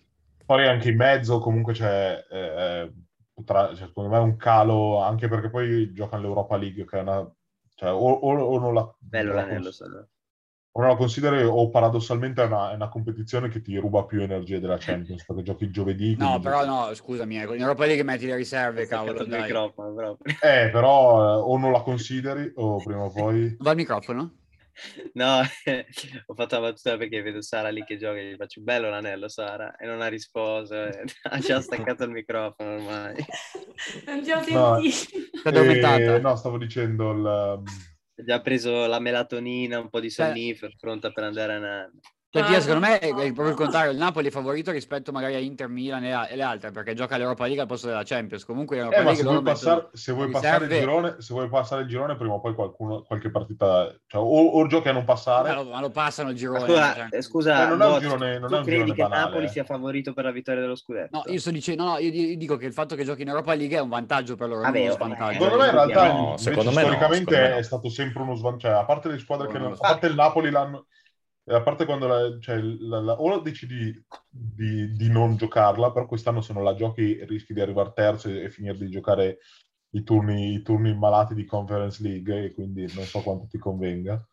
poi anche in mezzo comunque c'è eh, potrà- cioè, secondo me un calo anche perché poi giocano l'Europa League che è una cioè, o, o- o non la
Bello
non la
l'anello
cons-
solo.
Però la considero o paradossalmente è una, è una competizione che ti ruba più energie della Champions perché giochi giovedì.
No,
quindi-
però no, scusami, ecco, in Europa League metti le riserve, Eh, cavolo,
il
dai.
microfono proprio.
Eh, però eh, o non la consideri o prima o poi...
Va il microfono?
No, [laughs] ho fatto la battuta perché vedo Sara lì che gioca e gli faccio bello l'anello Sara e non ha risposto, eh. [laughs] ha già staccato il microfono ormai.
Non ti ho
No.
sentito.
Ti addormentata?
Eh, no, stavo dicendo il... eh,
Ha già preso la melatonina, un po' di sonnifero, pronta per andare a nanna.
Perché io, Cioè, secondo me è è proprio il contrario, il Napoli è favorito rispetto magari a Inter, Milan e, a- e le altre, perché gioca l'Europa League al posto della Champions. Comunque in Europa
Eh, ma
League
se vuoi,
loro mettono-
passare, se vuoi passare il
riserve.
girone, se vuoi passare il girone, prima o poi qualcuno, qualche partita... Cioè, o, o giochi a non
ma,
passare...
lo, ma lo passano il girone.
Scusa,
cioè.
eh, scusa
Eh, non è un
Boz,
girone- non è
tu
un
credi
girone
che
banale,
Napoli
eh.
sia favorito per la vittoria dello scudetto?
No, io sto dicendo, no, io, di- dico che il fatto che giochi in Europa League è un vantaggio per loro, non
Ah, Vabbè,
uno
vabbè.
Ah,
svantaggio.
Secondo me in realtà
No,
invece,
secondo me no,
storicamente
secondo me no.
è stato sempre uno svantaggio, cioè, a parte le squadre che
Non lo
non- a
so.
parte il Napoli l'hanno a parte quando la, cioè, la- la- o la decidi di, di non giocarla, però quest'anno se non la giochi rischi di arrivare terzo e, e finire di giocare i turni, i turni malati di Conference League e quindi non so quanto ti convenga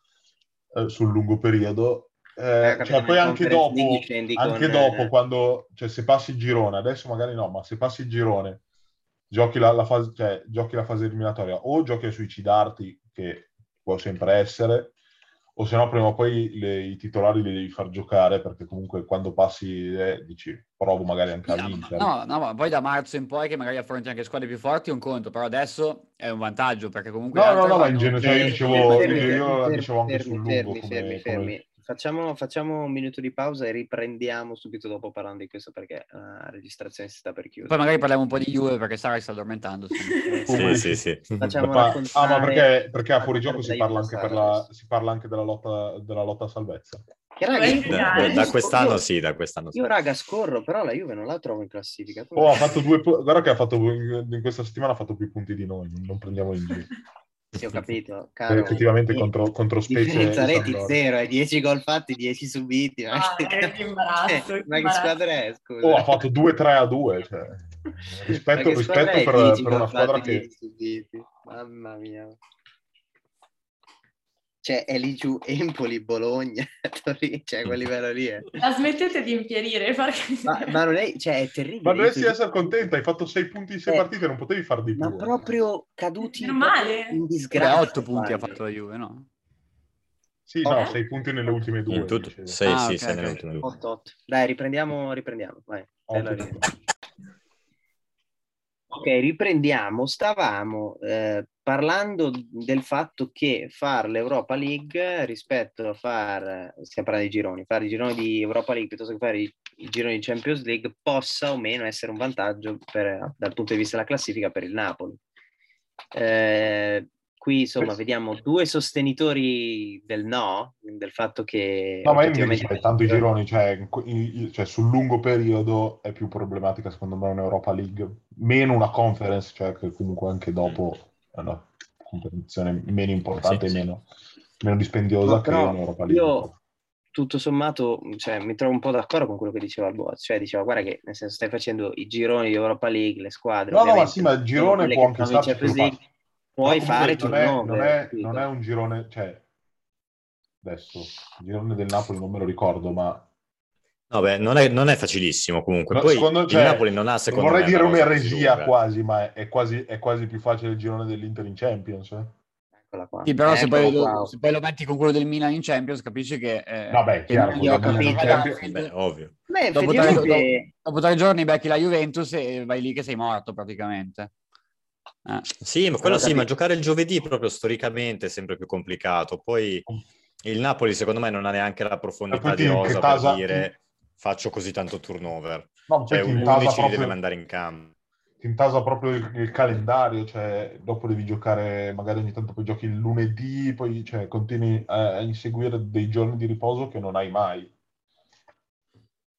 eh, sul lungo periodo. Eh,
Eh, capito,
cioè, poi
nel
anche
Conference
dopo,
League scendi
anche
con,
dopo
eh,
quando cioè, se passi il girone, adesso magari no, ma se passi il girone, giochi la, la fase, cioè, giochi la fase eliminatoria o giochi a suicidarti, che può sempre essere, o se no prima o poi le- i titolari li devi far giocare perché comunque quando passi eh, dici provo magari anche a
Sì, ah, ma-
vincere.
No, no, ma poi da marzo in poi che magari affronti anche squadre più forti è un conto, però adesso è un vantaggio perché comunque...
No,
le altre
no, no, ma in
vanno-
genere- cioè, io
Eh,
dicevo-
fermi,
io la
fermi,
dicevo anche sul lungo
fermi,
come-
fermi,
come-
fermi. Facciamo, facciamo un minuto di pausa e riprendiamo subito dopo parlando di questo perché eh, la registrazione si sta per
Poi
chiudere.
magari parliamo un po' di Juve perché Sara sta addormentando.
[laughs]
sì.
Sì, sì, sì.
Facciamo
Ma- ah,
raccontare-
ma perché, perché a fuorigioco
raccontare
si
della
parla, anche per
Juventus.
la, si parla anche della lotta, della lotta a salvezza.
Che raga,
eh,
io-
eh, Da,
Dai.
da quest'anno
io-
sì, da quest'anno sì.
Io raga scorro, però la Juve non la trovo in classifica. Tu
Oh,
la-
ha fatto due, pu- guarda che ha fatto in questa settimana ha fatto più punti di noi, non prendiamo in giro.
Sì, ho capito,
Perché
caro.
Eh, effettivamente
Di-
contro, contro Spezia e
Differenza reti
Sampdoria.
zero, eh, 10 gol fatti, 10 subiti. Ma
Ah,
che,
eh, che imbarazzo,
Eh,
che
[laughs] ma che
imbarazzo.
squadra è? Scusa.
Oh, ha fatto 2-3 a 2.
[laughs]
Cioè. Rispetto,
Ma che squadra
rispetto
è?
per,
10
per una
gol
squadra
fatti,
che
10 subiti. Mamma mia. Cioè, è lì giù Empoli, Bologna, [laughs] Torino, cioè quel livello lì è.
La smettete di impierire perché...
Ma, ma non è, cioè, è terribile.
Ma dovresti essere contenta, hai fatto 6 punti in 6
Eh,
partite, non potevi far di più.
Ma proprio caduti in-
[laughs] Normale.
in
Vabbè,
disgrazia.
8 punti ha
quasi.
fatto la Juve, no?
Sì, no,
Eh?
6 punti nelle ultime due.
In tutto,
dicevo.
sì,
Ah,
sì,
ok,
sei
ok.
nelle ultime due.
8, 8. Dai, riprendiamo, riprendiamo. vai.
Otto.
Eh, dai. Ok, riprendiamo. Stavamo eh, parlando del fatto che fare l'Europa League rispetto a far, stiamo parlando di gironi, fare i gironi di Europa League piuttosto che fare i, i gironi di Champions League possa o meno essere un vantaggio per- dal punto di vista della classifica per il Napoli. Eh, qui insomma vediamo due sostenitori del no, del fatto che...
No, ma io mi
effettivamente-
rispetto tanto i gironi, cioè, in que- in- cioè, sul lungo periodo è più problematica secondo me un'Europa League, meno una conference, cioè che comunque
Mm.
anche dopo è una competizione meno importante
Sì,
e
sì.
meno, meno dispendiosa
No,
che
però
un'Europa League.
io tutto sommato cioè, mi trovo un po' d'accordo con quello che diceva il boss, cioè diceva guarda che nel senso stai facendo i gironi di Europa League, le squadre.
No, no,
ovviamente,
ma sì, ma il girone
quelle
può
che
anche
fanno in
starci
Champions
per
League,
fare.
puoi
Però
fare
comunque non è,
turnover.
non, è,
capito?
non è un girone, cioè adesso il girone del Napoli non me lo ricordo, ma
No, beh, non è, non è facilissimo comunque.
No,
Poi
secondo-
il
cioè,
Napoli non ha, secondo
vorrei
me,
dire
una rosa così
un'eresia
lunga.
quasi, ma è quasi, è quasi più facile il girone dell'Inter in Champions. eh?
Eccola qua. Eh,
Sì, però se
Eccola
poi,
qua.
lo, se poi lo metti con quello del Milan in Champions, capisci che... eh,
Vabbè,
che
chiaro,
il
quello
Milan
del Milan in
gioca-
Champions,
Eh, Beh,
oh.
ovvio.
Beh,
Dopo
effettivamente
tre- Dopo tre giorni becchi la Juventus e vai lì che sei morto praticamente. Eh.
Sì, ma quello
Allora,
sì, ma
capito.
giocare il giovedì proprio storicamente è sempre più complicato. Poi il Napoli, secondo me, non ha neanche la
E
profondità
Cioè, poi
di
ti
rosa
inchetasa-
per dire faccio così tanto turnover.
No,
Cioè,
poi ti
un
intasa
11 li deve
proprio-
mandare in campo.
ti intasa proprio il, il calendario, cioè dopo devi giocare, magari ogni tanto poi giochi il lunedì, poi cioè, continui a, a inseguire dei giorni di riposo che non hai mai.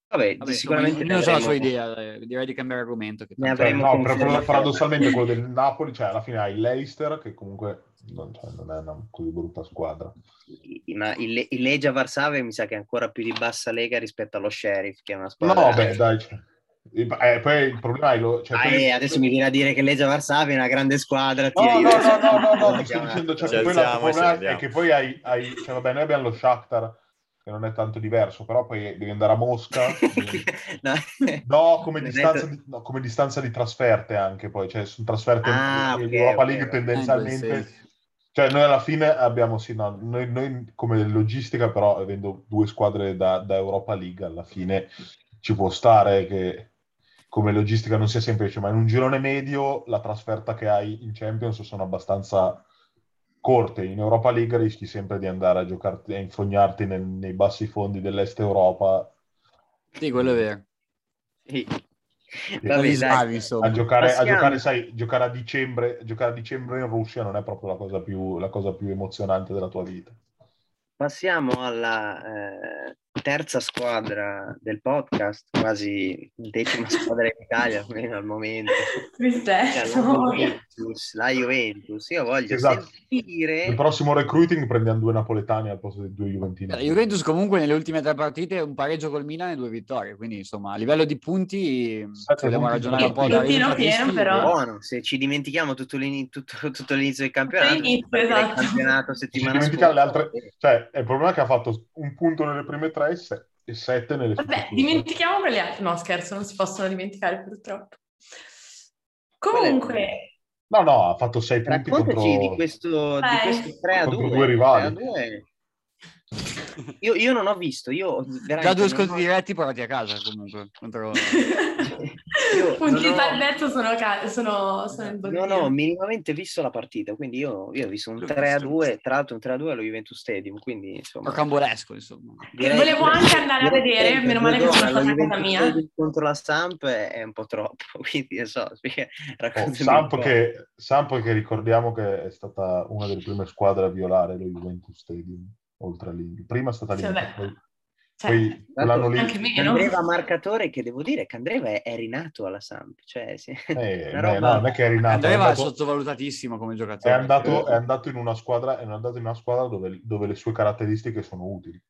Vabbè,
Vabbè,
sicuramente
non
ne
so la
avremo,
sua idea, eh, direi di cambiare argomento. Che
Ne
tanto- eh,
Cioè,
avremo
no, per-
confermato.
paradossalmente quello del Napoli, cioè alla fine hai l'Eister che comunque non, cioè, non è una così brutta squadra.
ma il, il Legia Varsavia mi sa che è ancora più di bassa lega rispetto allo Sheriff, che è una
No,
squadra
beh, dai, cioè, Eh, poi il problema è... Lo, cioè,
Ah,
poi-
eh, adesso mi viene a dire che Legia Varsavia è una grande squadra. ti
No, no,
aiuta.
no, no, no,
[laughs]
no, ti sto
Chiama-
dicendo, cioè,
Ci
che poi la
alziamo e
problema
se ne
è che poi hai, hai- cioè, vabbè, noi abbiamo lo Shakhtar, che non è tanto diverso, però poi devi andare
[laughs]
a Mosca,
No.
Esatto. no, come
Ho
distanza,
detto-
di, no, come distanza di trasferte anche poi, cioè, sono trasferte
Ah,
in
ok,
Europa
ok,
League
ok.
tendenzialmente,
Eh, beh, sì.
cioè, noi alla fine abbiamo, sì, no, noi, noi come logistica, però, avendo due squadre da, da Europa League, alla fine ci può stare che come logistica non sia semplice, ma in un girone medio la trasferta che hai in Champions sono abbastanza corte. In Europa League rischi sempre di andare a giocarti, a infognarti nel- nei bassi fondi dell'Est Europa,
Sì, quello è vero.
Sì.
Va
Non
Vabbè,
li
dai.
sbavi, insomma.
a giocare, a
Passiamo.
giocare, sai, giocare a dicembre, giocare a dicembre in Russia non è proprio la cosa più, la cosa più emozionante della tua vita.
Passiamo alla eh, terza squadra del podcast, quasi decima squadra in Italia, almeno al momento. Cioè, la
Tristezza.
Juventus, la Juventus. Io voglio
Esatto.
sentire...
Eh,
Il prossimo recruiting prendiamo due napoletani al posto dei due
La
Juventini.
Eh, Juventus comunque nelle ultime tre partite un pareggio col Milan e due vittorie, quindi insomma a livello di punti se vogliamo
punti
ragionare un po'
tranquilli.
da
Pieno,
risultatisti,
pieno, però.
Buono, se ci dimentichiamo tutto, l'ini- tutto- tutto l'inizio del campionato,
L'inizio,
perché il
esatto.
campionato
Ci
settimana
dimentichiamo le
scorsa-
altre... Cioè, il problema è che ha fatto un punto nelle prime tre e se- e sette nelle
Vabbè,
successive.
dimentichiamo quelle altre. No, scherzo, non si possono dimenticare purtroppo.
Quelle-
Comunque,
No, no, ha fatto sei punti
Raccontaci
contro...
di questo, di
Vai.
questo 3 a 2.
Contro due rivali.
Io, io non ho visto, io
Già
veramente
due
non
scontri
ho-
diretti portati a casa comunque. [laughs] Contro...
[laughs]
Io
punti
non ho-
salvezza sono, ca- sono, sono in
Non
bottino.
ho minimamente visto la partita, quindi io, io ho visto un
L'ho
3 a
visto,
2, tra l'altro un 3 a 2 allo Juventus Stadium, quindi insomma...
Rocambolesco, insomma.
direi-
Volevo anche andare a
direi
vedere,
che il
meno male che
3 a
sono
2 allo
stata a casa
Juventus
mia.
Stadium Contro la Samp è un po' troppo, [laughs] quindi non so, spiega-
Oh,
raccontami un
Samp,
po'.
che, Samp che ricordiamo che è stata una delle prime squadre a violare lo Juventus Stadium, oltre lì. Prima è stata lì.
Sì, vabbè.
poi,
Cioè,
poi quell'anno lì...
anche meno.
Candreva
[laughs]
marcatore che devo dire, Candreva è, è rinato alla Samp, cioè sì.
[laughs]
Eh,
Una
beh,
roba-
no, non è che è rinato, è
Andreva è
andato,
sottovalutatissimo come
è
giocatore.
andato- è andato in una squadra, è andato in una squadra dove, dove le sue caratteristiche sono utili.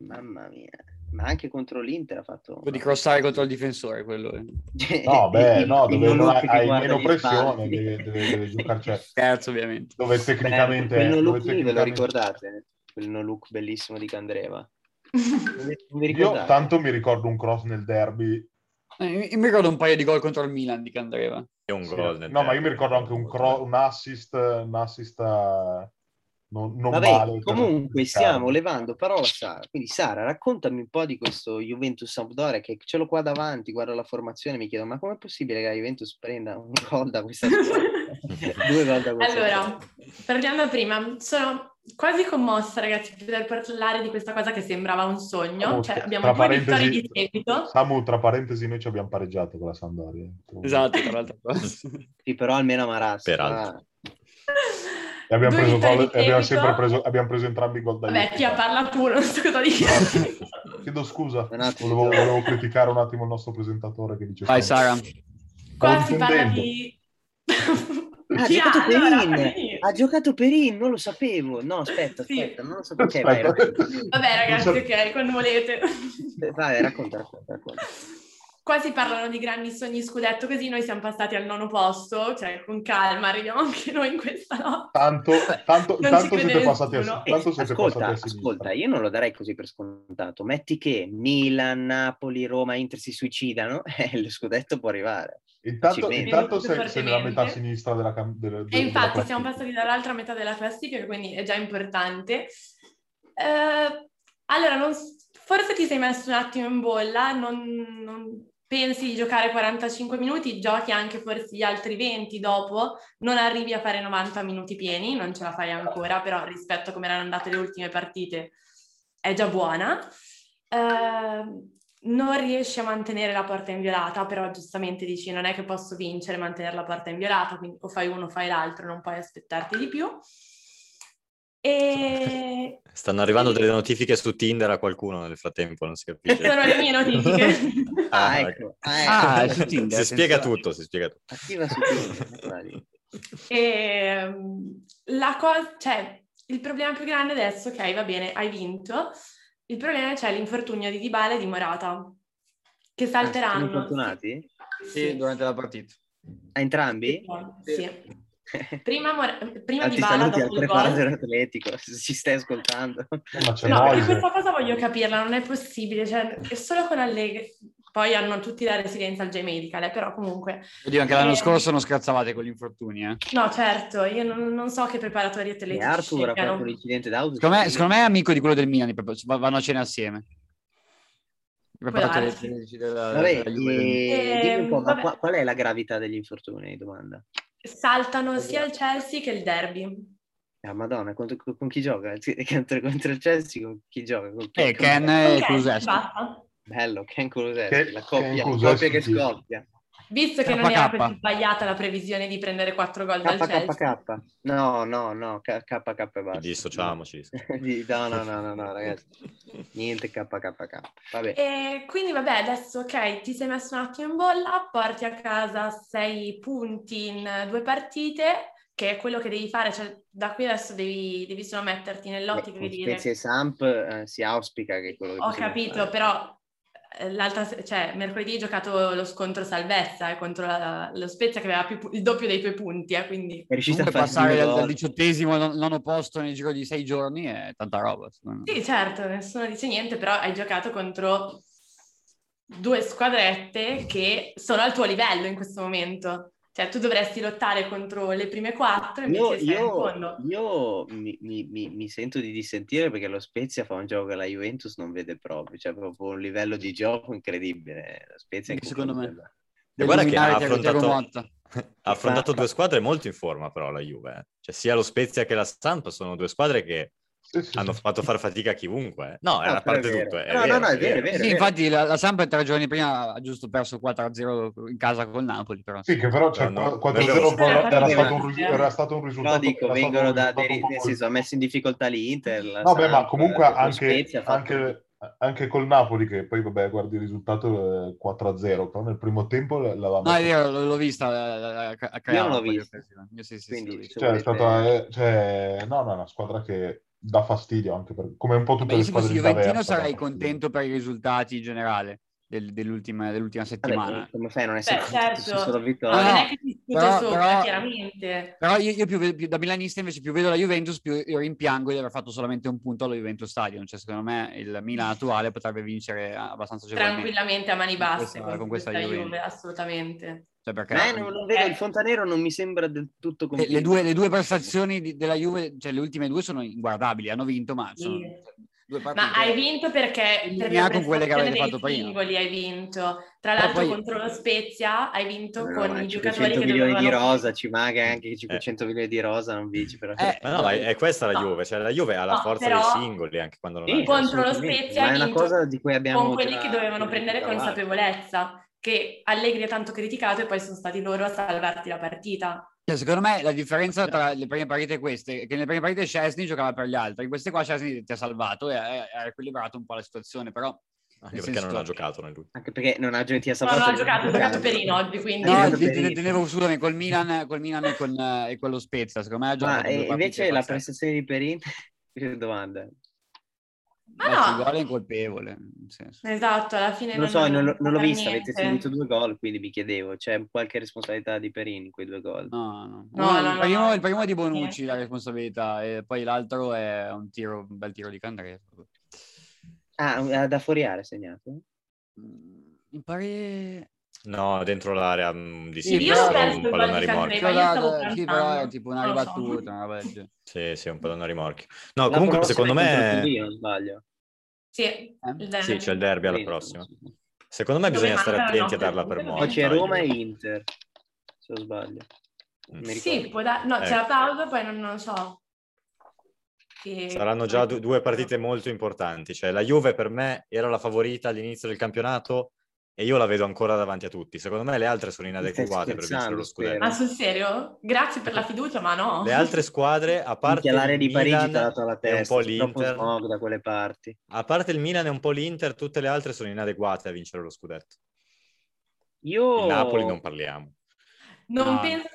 Mamma mia, ma anche contro l'Inter ha fatto...
Di crossare contro il difensore, quello. eh.
[laughs]
No, beh, no, dove
non
non hai, hai meno pressione, deve, deve-
[laughs]
deve giocare, cioè,
Eh,
Terzo, ovviamente.
dove
Tecnicamente,
tecnicamente...
Eh, quel no
dove
look lì ve lo
tecnicamente-
ricordate? Quel no look bellissimo di Candreva. Non vi- non vi
Io
ricordate?
tanto mi ricordo un cross nel derby.
Eh, mi- mi ricordo un paio di gol contro il Milan di Candreva.
È un gol nel
no, ma io mi
derby.
ricordo anche un, cro- un assist, un assist eh, non, cioè, non
Vabbè,
male. per-
comunque
per
stiamo
Icardi.
levando parola a Sara. Quindi Sara, raccontami un po' di questo Juventus Sampdoria che ce l'ho qua davanti, guardo la formazione e mi chiedo ma com'è possibile che la Juventus prenda un gol da [laughs] questa squadra? Due gol da questa
Allora,
squadra.
parliamo da prima. Sono quasi commossa, ragazzi, di poter parlare di questa cosa che sembrava un sogno.
Oh,
Cioè,
tra
abbiamo due vittorie
parentesi-
di seguito.
Samu, tra parentesi, noi ci abbiamo pareggiato con la Sampdoria.
Esatto, tra
[laughs]
l'altro.
Sì, però almeno Amarazzi.
Peraltro.
E abbiamo,
Due
preso
vittorie
gol-
di
e abbiamo
seguito.
sempre preso, abbiamo preso entrambi i gol da
Vabbè,
Juve.
ti parla tu, non so cosa
[laughs]
dire.
Chiedo scusa,
Un attimo.
volevo, volevo criticare un attimo il nostro presentatore che dice...
Vai,
solo-
Sara.
Qua
Stavo
si parla
difendendo.
di...
Ah, ha
Chi
giocato
allora?
Perin! Ha giocato Perin, non lo sapevo. No, aspetta,
Sì.
aspetta, non lo
[laughs]
sapevo. Ok, vai,
Aspetta.
racconta.
[laughs] Vabbè, ragazzi,
Non so-
ok, quando volete.
Vai, racconta, racconta, racconta.
Qua si parlano di grandi sogni scudetto, così noi siamo passati al nono posto, cioè con calma arriviamo anche noi in questa notte.
Tanto, tanto,
Non ci
tanto
crede
siete passati a,
nessuno.
Eh,
tanto siete
ascolta,
passati a sinistra.
ascolta, io non lo darei così per scontato. Metti che Milan, Napoli, Roma, Inter si suicidano, [laughs] eh, lo scudetto può arrivare.
Intanto,
Facilmente.
intanto sei, sei nella
Fortemente.
metà sinistra della... cam- delle-
E
delle-
infatti
della
siamo
classifica.
passati dall'altra metà della classifica, quindi è già importante. Eh, allora, non s- forse ti sei messo un attimo in bolla, non, non pensi di giocare 45 minuti, giochi anche forse gli altri 20 dopo, non arrivi a fare 90 minuti pieni, non ce la fai ancora, però rispetto a come erano andate le ultime partite è già buona. Eh, non riesci a mantenere la porta inviolata, però giustamente dici non è che posso vincere e mantenere la porta inviolata, quindi o fai uno o fai l'altro, non puoi aspettarti di più. E
Stanno arrivando delle notifiche su Tinder a qualcuno nel frattempo, non si capisce.
sono le
[laughs]
mie notifiche.
Ah,
Ah,
ecco.
Ah,
Ah,
è
ecco.
su Tinder. esatto.
Si spiega
attenzione.
tutto, si spiega tutto.
Attiva su
[laughs]
Tinder, dai.
E, mm, la cosa, cioè, il problema più grande adesso, cioè, ok, va bene, hai vinto. Il problema c'è l'infortunio di Dybala e di Morata.
Ah,
che salteranno.
Sono infortunati?
Sì, durante la partita.
A entrambi?
Sì.
[laughs]
Prima, Mor- prima
Tanti
Dybala
saluti al
dopo il gol.
preparatore atletico, [laughs] se ci stai ascoltando.
Eh, Ma c'è
No, perché
Moise.
questa cosa voglio capirla, non è possibile, cioè, è solo con Allegri. Poi hanno tutti la residenza al J-Medical, eh, però comunque...
Oddio, anche l'anno
Eh.
scorso non scherzavate con gli infortuni, eh.
No, certo, io non, non so che preparatori atletici
E Arthur ha fatto
scegliano.
l'incidente d'auto.
Secondo me, secondo me è amico di quello del Milan, proprio, va- vanno a cena assieme. I preparatori
darsi.
atletici della-
Vabbè,
della Juve del Milan.
e- dimmi un po', ma
Ehm,
qua- qual è la gravità degli infortuni? Domanda.
Saltano sia il Chelsea che il derby.
Ah, Madonna, contro- con, con chi gioca? Sì, [laughs] Contro, contro il Chelsea, con chi gioca? Con chi-
Eh,
con-
Ken e
Ok,
Kulusevski.
basta.
Bello, Ken Kulusevski,
Ken-
la coppia,
Ken
la
Kulusevski,
coppia che
sì.
scoppia.
Visto che non era
KK.
così sbagliata la previsione di prendere 4 gol dal Chelsea.
KKK. No, no, no, K- KK e basta.
Dissociamoci.
[laughs] Di- No, no, no, no, no, ragazzi. Niente KKK. Vabbè.
E quindi vabbè, adesso ok, ti sei messo un attimo in bolla, porti a casa 6 punti in due partite, che è quello che devi fare, cioè da qui adesso devi, devi solo metterti nell'ottica
Con
di dire
Spezia e Samp eh, si auspica che quello che
ho
possiamo
capito,
fare.
però eh, l'altra, se- cioè mercoledì hai giocato lo scontro salvezza eh, contro la- lo Spezia che aveva più pu- il doppio dei tuoi punti, eh, quindi
È riuscito
Comunque
a fare
passare
due
dal, dal
gol.
diciottesimo al non- nono posto nel giro di sei giorni è tanta roba. secondo me.
sì certo, nessuno dice niente, però hai giocato contro due squadrette che sono al tuo livello in questo momento. Cioè, tu dovresti lottare contro le prime quattro e
Io,
invece sei in
io,
fondo.
io mi, mi- mi- mi sento di dissentire perché lo Spezia fa un gioco che la Juventus non vede proprio, cioè proprio un livello di gioco incredibile. Lo Spezia è
Anche secondo me.
incredibile.
E guarda che ha
Illuminare Thiago- Thiago
affrontato-
Motta.
ha affrontato
Esatto.
due squadre molto in forma, però, la Juve. eh. Cioè, sia lo Spezia che la Samp sono due squadre che
Sì, sì, sì.
hanno fatto far fatica a chiunque. eh. No,
No,
era a
però è
parte
vero.
tutto. È
No, no,
vero,
no, è vero, è vero.
Sì, infatti la, la Samp tre giorni prima ha giusto perso 4-0 in casa col Napoli, però.
Sì, che però cioè,
No, no,
4-0
noi abbiamo-
era, era
Sì,
stato
ma-
un, ris- era stato un risultato.
No, dico,
era stato
vengono
un
da
risultato
dei,
un po'
nel
così.
senso, ha messo in difficoltà l'Inter. la
No, beh, ma
Samp,
comunque
lo
anche,
Spezia ha fatto-
anche, anche col Napoli, che poi vabbè, guardi il risultato eh, 4-0, però nel primo tempo l- l'avevamo...
No, è vero, l- l'ho vista la- la- la- a Craiova,
l'ho
poi io
vista.
penso, no? Io sì, sì, sì,
Quindi,
l'ho vista.
se
Cioè, è
volete-
stata, eh, cioè, no, no, è una squadra che dà fastidio anche per, come un po' tutte
Vabbè, io
le
se fossi
squadre di
Juventino
Taverna.
sarei contento per i risultati in generale del- dell'ultima, dell'ultima
Vabbè,
settimana.
come fai a non
Beh,
essere
certo.
sono solo
Ma
vittorie?
Ah,
non
no,
è che si discute
però-
sopra,
però-
chiaramente.
Però io, io più, ve- più- da milanista invece più vedo la Juventus, più io rimpiango di aver fatto solamente un punto allo Juventus Stadium. Cioè, secondo me il Milan attuale potrebbe vincere abbastanza agevolmente.
Tranquillamente a mani
Con
basse
questa-
con,
con questa
questa, Juve,
Juve.
assolutamente.
Cioè, perché
Ma non, non
Eh.
vedo, il Fontanero non mi sembra del tutto
le,
convinto.
le due, le due prestazioni di- della Juve, cioè le ultime due sono inguardabili, hanno vinto, ma sono
Sì.
due partite.
Ma hai vinto perché
In
per
linea
la
con quelle che avete
prestazione dei
fatto prima.
singoli hai vinto. Tra
Però
l'altro
poi-
contro lo Spezia hai vinto
No,
con
ma 500
i giocatori che
milioni
dovevano... Eh.
di rosa, ci manca anche che 500 milioni di rosa, non vinci però.
Eh,
Ma no, ma è, è questa la
No.
Juve. Cioè, la Juve ha la
No,
forza
però-
dei singoli anche quando non
Sì,
ha
contro lo
assolutamente,
Spezia
ma è
ha
una
vinto
cosa di cui abbiamo
con quelli
già
che dovevano prendere
parlato.
consapevolezza, che Allegri ha tanto criticato e poi sono stati loro a salvarti la partita.
Cioè, secondo me la differenza tra le prime partite e queste è che nelle prime partite Chesney giocava per gli altri, in queste qua Chesney ti ha salvato e ha, ha equilibrato un po' la situazione, però
Anche
nel
perché
senso-
non ha giocato né lui.
Anche perché non ha giocato ti ha
No, non
salvato.
ha
il-
giocato, ha giocato Perin oggi, quindi...
Sì,
No,
sì,
ti-
sì.
ti- tenevo scusami col Milan, col Milan e, con, eh, e quello Spezia. Secondo me ha
Ma
giocato
eh,
due partite
invece la
pazzesche.
prestazione di Perin, [laughs] che
Eh,
domanda.
Ma il
Ah!
gol è incolpevole. nel senso.
Esatto, alla fine
Non lo so, non, l'ho- non l'ho
fa
vista, avete
niente.
seguito due gol, quindi mi chiedevo, c'è qualche responsabilità di Perin in quei due gol?
No, no.
No,
Uno-
no,
il,
no,
primo,
no.
il primo è di Bonucci la responsabilità, e poi l'altro è un tiro, un bel tiro di Candreva.
Ah, da Foriare segnato?
Mm, Mi pare.
No, dentro l'area mh, di
Sì,
sinistra.
io ho
un
perso il
pallone
gol
a
di
rimorchio.
Candreva. ma io stavo
sì,
pensando.
però è tipo una
Non lo so.
ribattuta. Una roba del genere.
Sì, sì, un pallone a rimorchio. No,
La
comunque,
prossima
secondo
è contro il
me...
Torino, non sbaglio.
Sì,
eh?
il derby.
Sì, c'è il derby alla
Torino,
prossima.
non so.
Secondo me
Dove
bisogna stare
mancano
attenti a
nostre
darla per
punte,
morta.
Poi
Oggi
c'è
la
Roma e
Juve.
Inter, se non sbaglio. Non mi
Sì,
ricordo.
può da- no,
Ecco.
c'è la pausa, poi non, non lo so. Che-
Saranno già du- due partite molto importanti. Cioè, la Juve per me era la favorita all'inizio del campionato e io la vedo ancora davanti a tutti. Secondo me le altre sono inadeguate per vincere
scherzando,
lo scudetto.
spero.
Ma Ah, sul serio? Grazie per la fiducia, ma Ah, no.
Le altre squadre, a parte
Minchia, l'area
il
di Parigi
Milan,
ti ha dato la
e un
testa,
po'
c'è troppo
l'Inter.
smog da quelle parti.
a parte il Milan e un po' l'Inter, tutte le altre sono inadeguate a vincere lo scudetto.
Io...
Il Napoli non parliamo.
Non
No.
penso...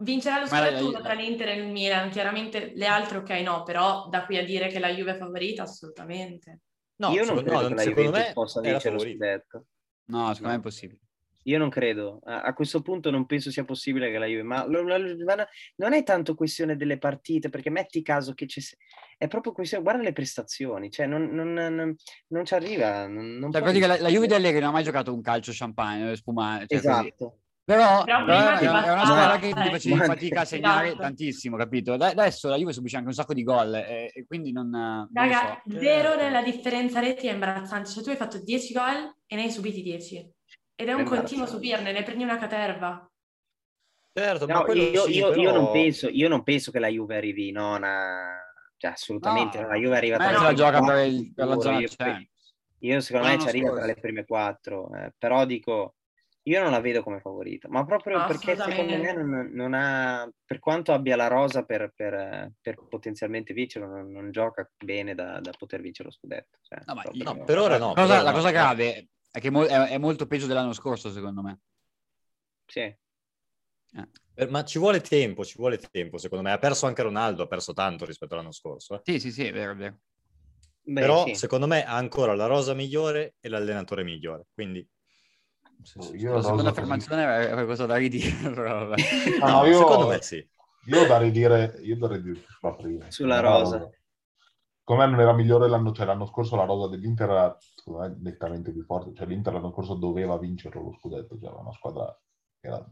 Vincerà lo
Ma la-
scudetto
la-
uno tra l'Inter e il Milan, chiaramente le altre ok no, però da qui a dire che la Juve è favorita assolutamente.
No,
Io non
secondo,
credo
no,
che la
secondo
Juventus
me
possa
è la
vincere lo
favorita.
scudetto.
No, secondo me è impossibile.
Io non credo, a, a questo punto non penso sia possibile che la Juve, ma lo- la Ludovana non è tanto questione delle partite, perché metti caso che c'è, è proprio questione, guarda le prestazioni, cioè non, non- non- non ci arriva. Non, non
Cioè,
puoi-
praticamente la, la Juve dell'Egri non ha mai giocato un calcio champagne, eh, spumante. Cioè, così.
Esatto,
Però, però
Però prima
era,
ti
era una
bastava,
squadra che ti
eh.
faceva
Esatto.
fatica a segnare
Esatto.
tantissimo, capito? Da- Adesso la Juve subisce anche un sacco di gol eh, e, quindi non... non lo
Raga,
so.
vero nella differenza reti è imbarazzante. Cioè, tu hai fatto 10 gol e ne hai subiti 10. Ed è un
Imbarazzante.
continuo subirne, ne prendi una caterva.
Certo,
No,
ma quello
io,
sì,
io-
però-
io non penso, io non penso che la Juve arrivi nona, cioè, assolutamente,
No.
no, la Juve arriva
Ma
tra
se
le
la
prime
gioca
quattro,
per, il- per la
sicuro,
zona cioè.
io pe-
Champions.
Io secondo me
L'anno
ci arriva tra
scorso.
le prime quattro, eh, però dico, io non la vedo come favorita, ma proprio
No,
perché secondo me
assolutamente.
non, non ha, per quanto abbia la rosa per, per- per potenzialmente vincerlo, non, non gioca bene da, da poter vincere lo scudetto. cioè,
No, ma
proprio-
No, per ora no.
La
per
cosa,
ora
la
no.
cosa grave è che mo- è, è molto peggio dell'anno scorso, secondo me.
Sì.
Eh.
Eh, Ma ci vuole tempo, ci vuole tempo, secondo me. Ha perso anche Ronaldo, ha perso tanto rispetto all'anno scorso. eh.
Sì, sì, sì, è vero, è vero.
Beh,
Però,
sì.
secondo me, ha ancora la rosa migliore e l'allenatore migliore. Quindi...
Sì,
Io
sì,
la
la seconda
cosa-
affermazione era era qualcosa da ridire, [laughs] però vabbè.
Ah, no,
No,
io-
Secondo me sì.
Io darei dire, io darei dire sulla prima.
Sulla
Secondo me la
rosa.
Secondo me non era migliore l'anno, cioè, l'anno scorso la rosa dell'Inter era secondo me, nettamente più forte, cioè l'Inter l'anno scorso doveva vincerlo lo scudetto, cioè era una squadra che era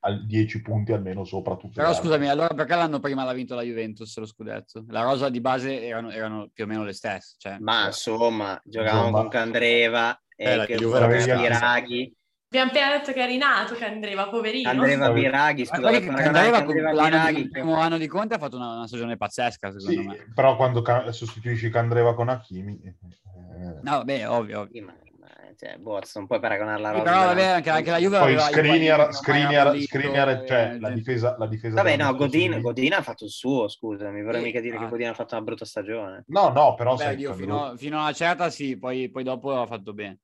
a 10 punti almeno sopra tutte le
Però
altre.
scusami, allora perché l'anno prima l'ha vinto la Juventus lo scudetto? La rosa di base erano, erano più o meno le stesse. Cioè,
Ma insomma, giocavamo
Insomma.
con Candreva,
Eh, la
Eker,
Juve era
cascata.
Biraghi,
Abbiamo appena detto che è rinato Candreva, poverino.
Candreva
[laughs]
Sì.
Biraghi,
Ma
scusate,
guarda che
paragonare
Candreva con
Candreva
l'anno
Biraghi,
di, il primo anno di Conte ha fatto una, una stagione pazzesca, secondo
Sì,
me.
però quando ca- sostituisci Candreva con Hakimi... eh, eh,
No, vabbè, ovvio, ovvio.
Sì, ma- ma, cioè, boh, non puoi paragonare la
Sì,
rosa.
però vabbè,
dell'anno
anche, anche la
scorso.
Juve
Poi
aveva-
Skriniar,
Higuain,
Skriniar,
Maia,
Skriniar,
Pablito,
cioè
eh,
la
gente.
difesa... La difesa
Vabbè,
dell'anno
no,
scorso
Godin,
di-
Godin ha fatto il suo, scusa, mi vorrei
Sì,
mica dire che
ah.
Godin ha fatto una brutta stagione.
No, no, però...
Beh,
sai,
Dio,
quando-
fino, fino a una certa sì, poi, poi dopo ha fatto bene.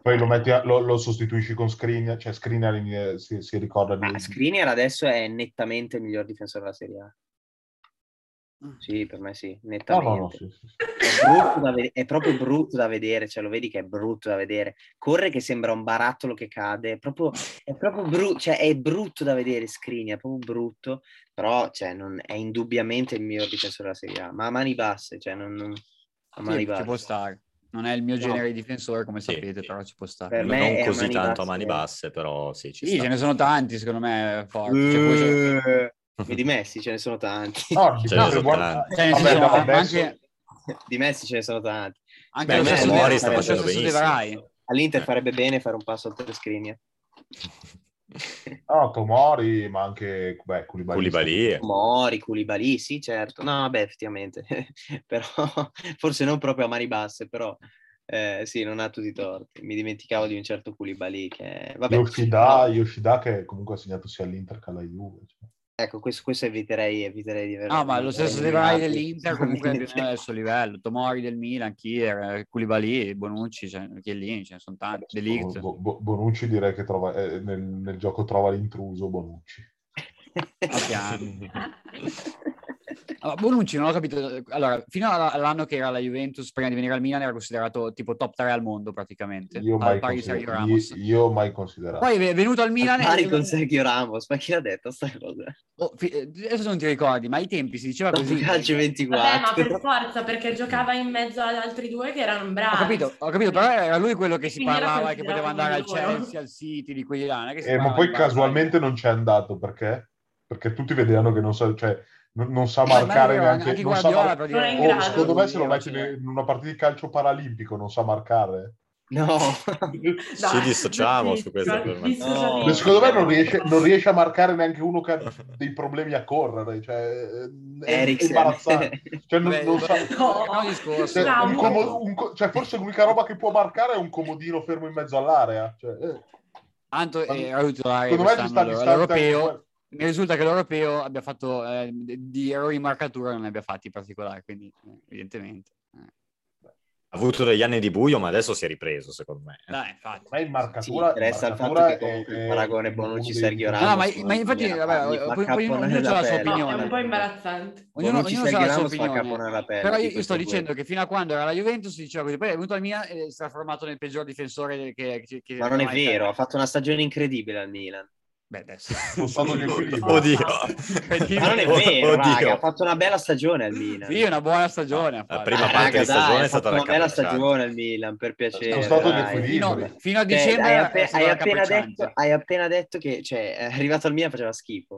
Poi lo, metti a- lo- lo sostituisci con Skriniar, cioè Skriniar eh, si, si ricorda di...
Ma Skriniar adesso è nettamente il miglior difensore della Serie A. Sì, per me sì,
No,
nettamente.
no, no, sì, sì, sì.
È, brutto da vede- è proprio brutto da vedere, cioè lo vedi che è brutto da vedere. Corre che sembra un barattolo che cade, è proprio, è proprio brutto, cioè è brutto da vedere Skriniar, è proprio brutto, però cioè, non- è indubbiamente il miglior difensore della Serie A, ma a mani basse, cioè non... non- a mani
Sì, ci
basse.
può stare. Non è il mio genere di difensore, come
Sì,
sapete,
sì.
però ci può stare.
Per me è eh.
non
a
così
mani
tanto a
basse.
mani basse, però sì, ci
Sì,
sta.
ce ne sono tanti, secondo me,
[laughs]
forti. Cioè, poi c'è-
Eh, Di Messi ce ne sono tanti. [laughs]
No,
Ce
di
ne
no,
sono
guarda-
tanti.
cioè, nel
Vabbè,
senso,
no,
ma- ma
adesso-
anche,
Di Messi ce ne sono tanti.
anche
Beh,
lo
Beh,
stesso
Mori
De-
sta
anche lo
facendo
stesso De
benissimo.
Vrij.
All'Inter
Eh.
farebbe bene fare un passo al eh. Skriniar.
No, Tomori, ma anche beh, Koulibaly.
[laughs] Koulibaly.
Mori, Koulibaly, sì, certo. No, vabbè, effettivamente. [laughs] però, forse non proprio a mani basse, però eh, sì, non ha tutti i torti. Mi dimenticavo di un certo Koulibaly che... Vabbè,
Yoshida,
no,
Yoshida che comunque ha segnato sia all'Inter che alla Juve. cioè.
ecco, questo, questo eviterei, eviterei di averlo
No, Ah, ma lo stesso De
nominato.
Esatto.
Vrij dell'Inter
[laughs]
comunque è più o
[laughs]
meno del suo livello. Tomori del Milan, Kier, eh, Koulibaly, Bonucci, cioè, Chiellini, ce ne sono tanti. De Ligt.
Bo- Bo- Bonucci direi che trova, eh, nel, nel gioco trova l'intruso Bonucci.
a
eh.
[laughs]
[laughs]
piano. Allora, Ah, Bonucci non ho capito. Allora, fino alla- all'anno che era la Juventus, prima di venire al Milan, era considerato tipo top 3 al mondo praticamente.
Io
al
mai,
pari di Sergio
considerato,
Ramos.
io, io mai considerato.
Poi è venuto al Milan.
Al pari
e-
con Sergio Ramos, ma chi l'ha detto sta cosa?
Oh, fi- adesso non ti ricordi, ma ai tempi si diceva
Dopo
così.
calcio
Vabbè, ma
24.
per forza, perché giocava in mezzo ad altri due che erano bravi.
Ho capito, ho capito, però era lui quello che si
Quindi era diciamo.
parlava che poteva andare al
considerato un
Chelsea, al City, di quelli là. non è che si
Eh, ma
parlava
poi
di Barclay.
casualmente non c'è andato perché? Perché tutti vedevano che non sa, cioè, non, non sa
Eh, ma è
marcare
vero,
neanche.
anche
non sa
Guardiola, eh,
mar-
per
Non è in
Oh,
dire-
grado.
secondo me se lo
Io,
metti
cioè,
in una partita di calcio paralimpico non sa marcare.
No,
Dai,
Ci dissociamo su questa
dai,
affermazione.
dissociamo.
No.
Ma secondo me non riesce, non riesce a marcare neanche uno che ha dei problemi a correre, cioè è- è, imbarazzante.
Eriksen.
Cioè, non,
Beh,
non sa-
No.
no, discorso.
cioè,
No,
un
no.
como- un co- cioè, forse l'unica roba che può marcare è un comodino fermo in mezzo all'area. Cioè, eh,
Tanto
Ma-
era titolare
secondo me ci sta
quest'anno, allora,
distante anche
l'europeo.
quello.
Mi risulta che l'europeo abbia fatto eh, di errori in marcatura non ne abbia fatti in particolare, quindi eh, evidentemente. eh.
avuto degli anni di buio, ma adesso si è ripreso, secondo me. eh.
Eh,
Dai, infatti.
Ma in
Sì,
marcatura...
interessa il fatto
marcatura
che comunque il paragone
è
Bonucci
uno
Sergio
dei-
Ramos.
No, ma- ma
non
infatti,
viene a
vabbè,
farli,
poi-
fa
poi-
capone
ognuno
nella
c'ha la sua
pelle.
No,
opinione.
è un po' imbarazzante.
Ognuno,
Bonucci,
ognuno
Sergio
ha la sua
Ramos fa
opinione.
capone alla pelle,
Però io,
dico
io sto
solo
dicendo che fino a quando era la Juventus si diceva così, poi è venuto al Milan e si è trasformato nel peggior difensore che... che, che
Ma non è
mai-
vero, ha fatto una stagione incredibile al Milan.
Beh, adesso...
[laughs]
Lo stato di
[laughs]
equilibrio.
Oddio.
Ah.
Oddio.
Ma non è vero,
[laughs] Oddio.
raga, ha fatto una bella stagione al Milan.
Sì, una buona stagione. ha
La
fatto.
prima
Ah,
parte di
raga,
stagione
dai,
è
ha
stata
fatto una bella
raccapricciante.
stagione al Milan, per piacere.
Sono stato
dai.
di equilibrio.
Fino, fino a
Cioè,
dicembre
hai,
era
appe-
stato
hai appena
raccapricciante.
detto, hai appena detto che cioè, è arrivato al Milan faceva schifo.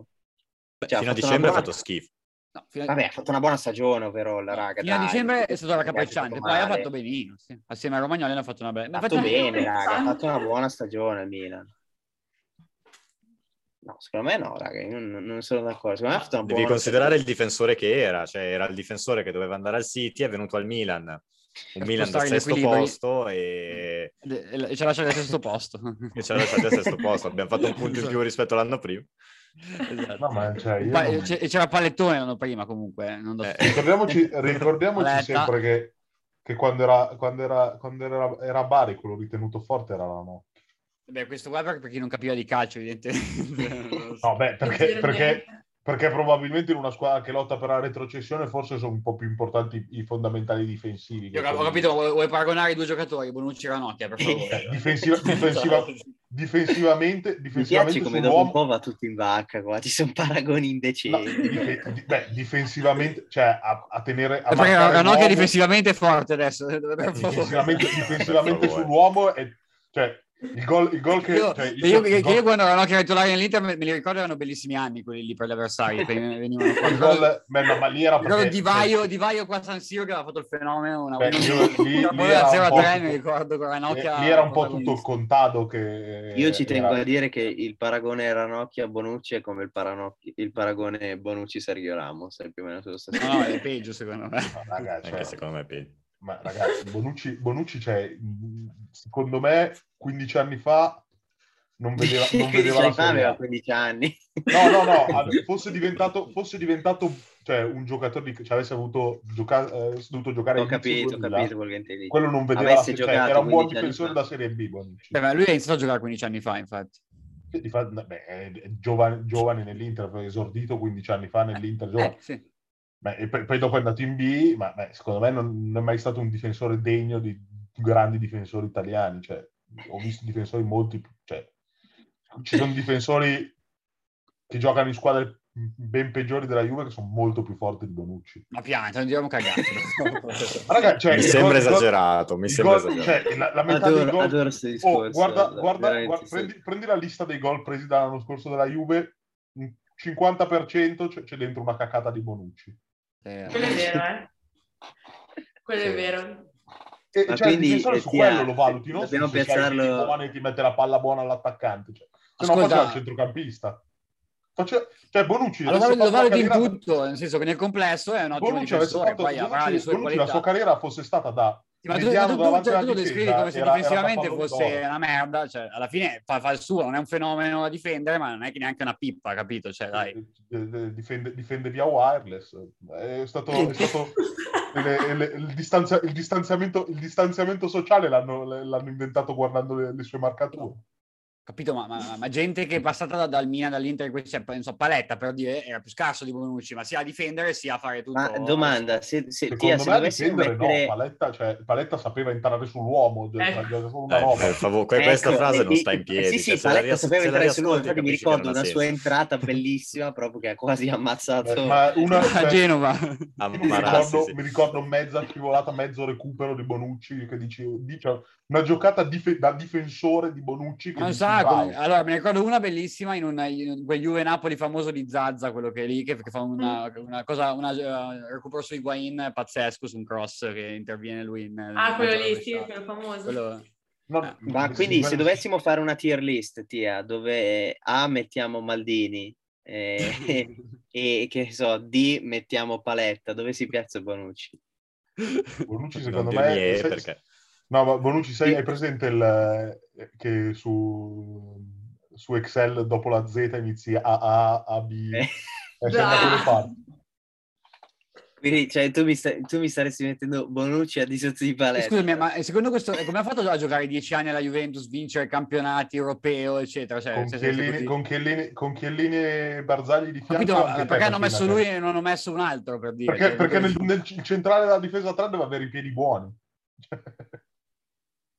Beh,
Cioè,
fino a
ha fatto
dicembre ha
una
fatto
buona-
schifo.
No, fino a-
Vabbè, ha fatto una buona stagione overall, raga.
fino a
dai.
dicembre è stato
Ragazzi,
raccapricciante, poi
male.
ha fatto benino. sì. Assieme a Romagnoli hanno fatto una bella...
Ha
Ma
fatto
infatti- [laughs]
bene, raga, ha fatto una buona stagione al Milan. No, secondo me no, raga, io non, non sono d'accordo. Secondo me ha fatto una
Devi
buona
considerare il difensore che era, cioè era il difensore che doveva andare al City, è venuto al Milan, un
Certo,
Per
Milan da
spostare gli
sesto
equilibri.
posto e...
E ci ha lasciato al sesto posto. [laughs]
e ci ha lasciato al sesto posto. Abbiamo fatto un punto in più rispetto all'anno prima.
Esatto.
No, ma cioè, io
Pa-
non-
c'è- c'era Pallettone l'anno prima comunque, eh, non da-
Eh,
Ricordiamoci, ricordiamoci
Aspetta.
sempre che, che quando, era, quando, era, quando era, era a Bari quello ritenuto forte eravamo.
Beh, questo qua per per chi non capiva di calcio,
Eh,
evidentemente. Non lo so.
No, beh, perché,
Non
perché,
niente.
perché probabilmente in una squadra che lotta per la retrocessione forse sono un po' più importanti i fondamentali difensivi.
Io cap- ho capito, vuoi, vuoi paragonare i due giocatori, Bonucci e Ranocchia, per favore. [laughs]
Eh, difensiva- difensiva- Difensivamente,
Mi piace
difensivamente
come dopo un po'
sull'uomo...
va tutto in vacca qua, ci sono [laughs] paragoni
no,
indecenti.
dif- di- beh, difensivamente, cioè a, a tenere... A
Eh, perché
marcare Eh,
Ranocchia è
l'uomo-
difensivamente forte adesso. [laughs] per favore.
[laughs]
difensivamente, difensivamente
Per favore.
sull'uomo è... Cioè, il gol, il gol che...
Io,
cioè, il
che io-
gol-
che-
il
che io
gol-
quando Ranocchia era titolare nell'Inter me, me li ricordo erano bellissimi anni quelli lì per gli avversari. che venivano qua.
il gol- beh, no, ma lì era
Ricordo
perché- cioè,
Di Vaio, Di Vaio qua a San Siro che aveva fatto il fenomeno, una,
Beh, io lì-
una
lì
bolla
era un
0-3
po'
mi ricordo con Ranocchia.
lì Eh, era un po' tutto il
protagonista.
contado che...
Io ci tengo
era-
a dire che il paragone Ranocchia-Bonucci è come il, paranocchi- il paragone Bonucci-Sergio Ramos, è più o meno sullo stesso [laughs]
No, eh, no, è peggio secondo me.
No, raga, cioè,
Anche secondo me è peggio.
ma ragazzi, Bonucci, Bonucci cioè, mh, secondo me 15 anni fa
[laughs]
non vedeva, non vedeva
Sai,
la serie
aveva
A.
15 anni. [laughs]
No, no, no, al- fosse diventato, fosse diventato cioè, un giocatore di, cioè, avesse avuto gioca- eh, dovuto giocare
Ho
all'inizio
capito, ho
2000,
capito quello che intendi.
quello non vedeva
Avesse
la serie cioè,
giocato
era un buon
15 anni
difensore
fa.
da Serie B Bonucci.
Beh, Cioè,
Cioè,
ma lui ha iniziato a giocare 15 anni fa, infatti.
Sì, di fatto, beh, è giovane, giovane nell'Inter, aveva esordito 15 anni fa nell'Inter, giovane.
Eh, sì.
Beh, e poi, poi dopo è andato in B, ma beh, secondo me non, non è mai stato un difensore degno di grandi difensori italiani. Cioè, ho visto difensori molti, più- cioè, ci sono difensori che giocano in squadre ben peggiori della Juve che sono molto più forti di Bonucci.
Ma pianta, non diciamo cagare.
[laughs] Ma raga, cioè,
mi
il
sembra
gol- il gol-
esagerato, mi
il
sembra
gol-
esagerato.
cioè, la, la metà dei
Adoro,
gol-
adoro questo
Oh,
discorso.
guarda,
guarda,
guarda-
veramente,
guarda-
sì.
prendi, prendi la lista dei gol presi dall'anno scorso della Juve, un 50% c'è, c'è dentro una cacata di Bonucci.
Quello è vero, eh. Quello è
Sì.
vero.
E,
Ma
cioè, il
quindi,
difensore
eh,
su
Tia,
quello lo valuti, non
dobbiamo
su se sei
piazzarlo-
giovane e ti mette la palla buona all'attaccante. Cioè. Se no
Ascolta-
faceva il centrocampista. Faceva- Cioè, Bonucci...
Allora,
avesse
lo,
fatto la
valuti in
carriera-
tutto, nel senso che nel complesso è un ottimo
Bonucci avesse
difensore,
fatto...
poi avrà le
Bonucci,
sue
Bonucci la sua
qualità.
carriera fosse stata da...
Sì, Ma tu,
mediano
tu- tu-
davanti
cioè,
alla
tu lo descrivi
difesa,
come se
era- era
difensivamente
tappato
fosse
d'oro.
una merda, cioè alla fine fa, fa il suo, non è un fenomeno da difendere, ma non è che neanche una pippa, capito? Cioè, dai.
Eh, eh, Difende, difende via wireless. eh, È stato...
[laughs]
È stato... le- le- il, distanzia- il distanziamento, il distanziamento sociale l'hanno, l'hanno inventato guardando le, le sue marcature.
Capito? Ma, ma- ma gente che è passata da- dal Milan, dall'Inter, que- cioè, non so, Paletta per dire, era più scarso di Bonucci, ma sia a difendere sia a fare tutto.
Ma domanda, se, se, Tia,
Secondo
se
me a
dovessimo
difendere
mettere...
no, Paletta, cioè, Paletta sapeva entrare sull'uomo, cioè,
Ecco.
era solo una
Dai,
roba.
per favore, que- questa
Ecco,
frase non
mi-
sta in piedi.
Sì, sì,
cioè, se la
Paletta
rias-
sapeva
se la
entrare solo,
riascolti,
infatti mi
capisci che non
ricordo
ha
una sua
senso.
entrata bellissima, proprio che ha quasi ammazzato...
Eh, ma una,
[laughs] a
cioè,
Genova.
io mi,
Ammarassi,
ricordo,
sì.
mi ricordo mezza scivolata, mezzo recupero di Bonucci che dice, dice una giocata dife- da difensore di Bonucci che
Non
dici,
sa,
"Wow".
come- ah, allora mi ricordo una bellissima in, un- in quel Juve Napoli famoso di Zazza, quello che è lì, che, che fa
Mm.
una, una cosa, una, eh, recupero su Higuain pazzesco, su un cross che interviene lui. In,
Ah,
in
quello
mezzo alla
lì, sì,
rovesciata.
quello famoso.
Esatto, Quello-
No,
Ah,
Ma
sì,
quindi se
quello-
dovessimo fare una tier list, Tia, dove eh, A mettiamo Maldini eh, [laughs] e che so, D mettiamo Paletta, dove si piazza Bonucci?
Bonucci
Non
secondo
dir
me...
niente,
se-
perché-
No, ma Bonucci, sei, hai presente il, eh, che su, su Excel dopo la Z inizi A, A, A, B?
Eh, [laughs]
Eh, sembra
Ah.
quello fatto.
Quindi cioè, tu, mi sta- tu mi staresti mettendo Bonucci a di sotto di palestra.
Scusami, ma eh, secondo questo, eh, come ha fatto a giocare dieci anni alla Juventus, vincere campionati europeo, eccetera? Cioè,
con,
se- se- se-
Chiellini,
così.
con Chiellini- con Chiellini e Barzagli di
Ho
fianco.
capito,
anche
eh,
te
perché hanno
continua,
messo
cioè.
lui e non ho messo un altro per dire?
Perché,
Cioè,
perché nel,
dico-
nel c- centrale della difesa 3 deve avere i piedi buoni.
Ah,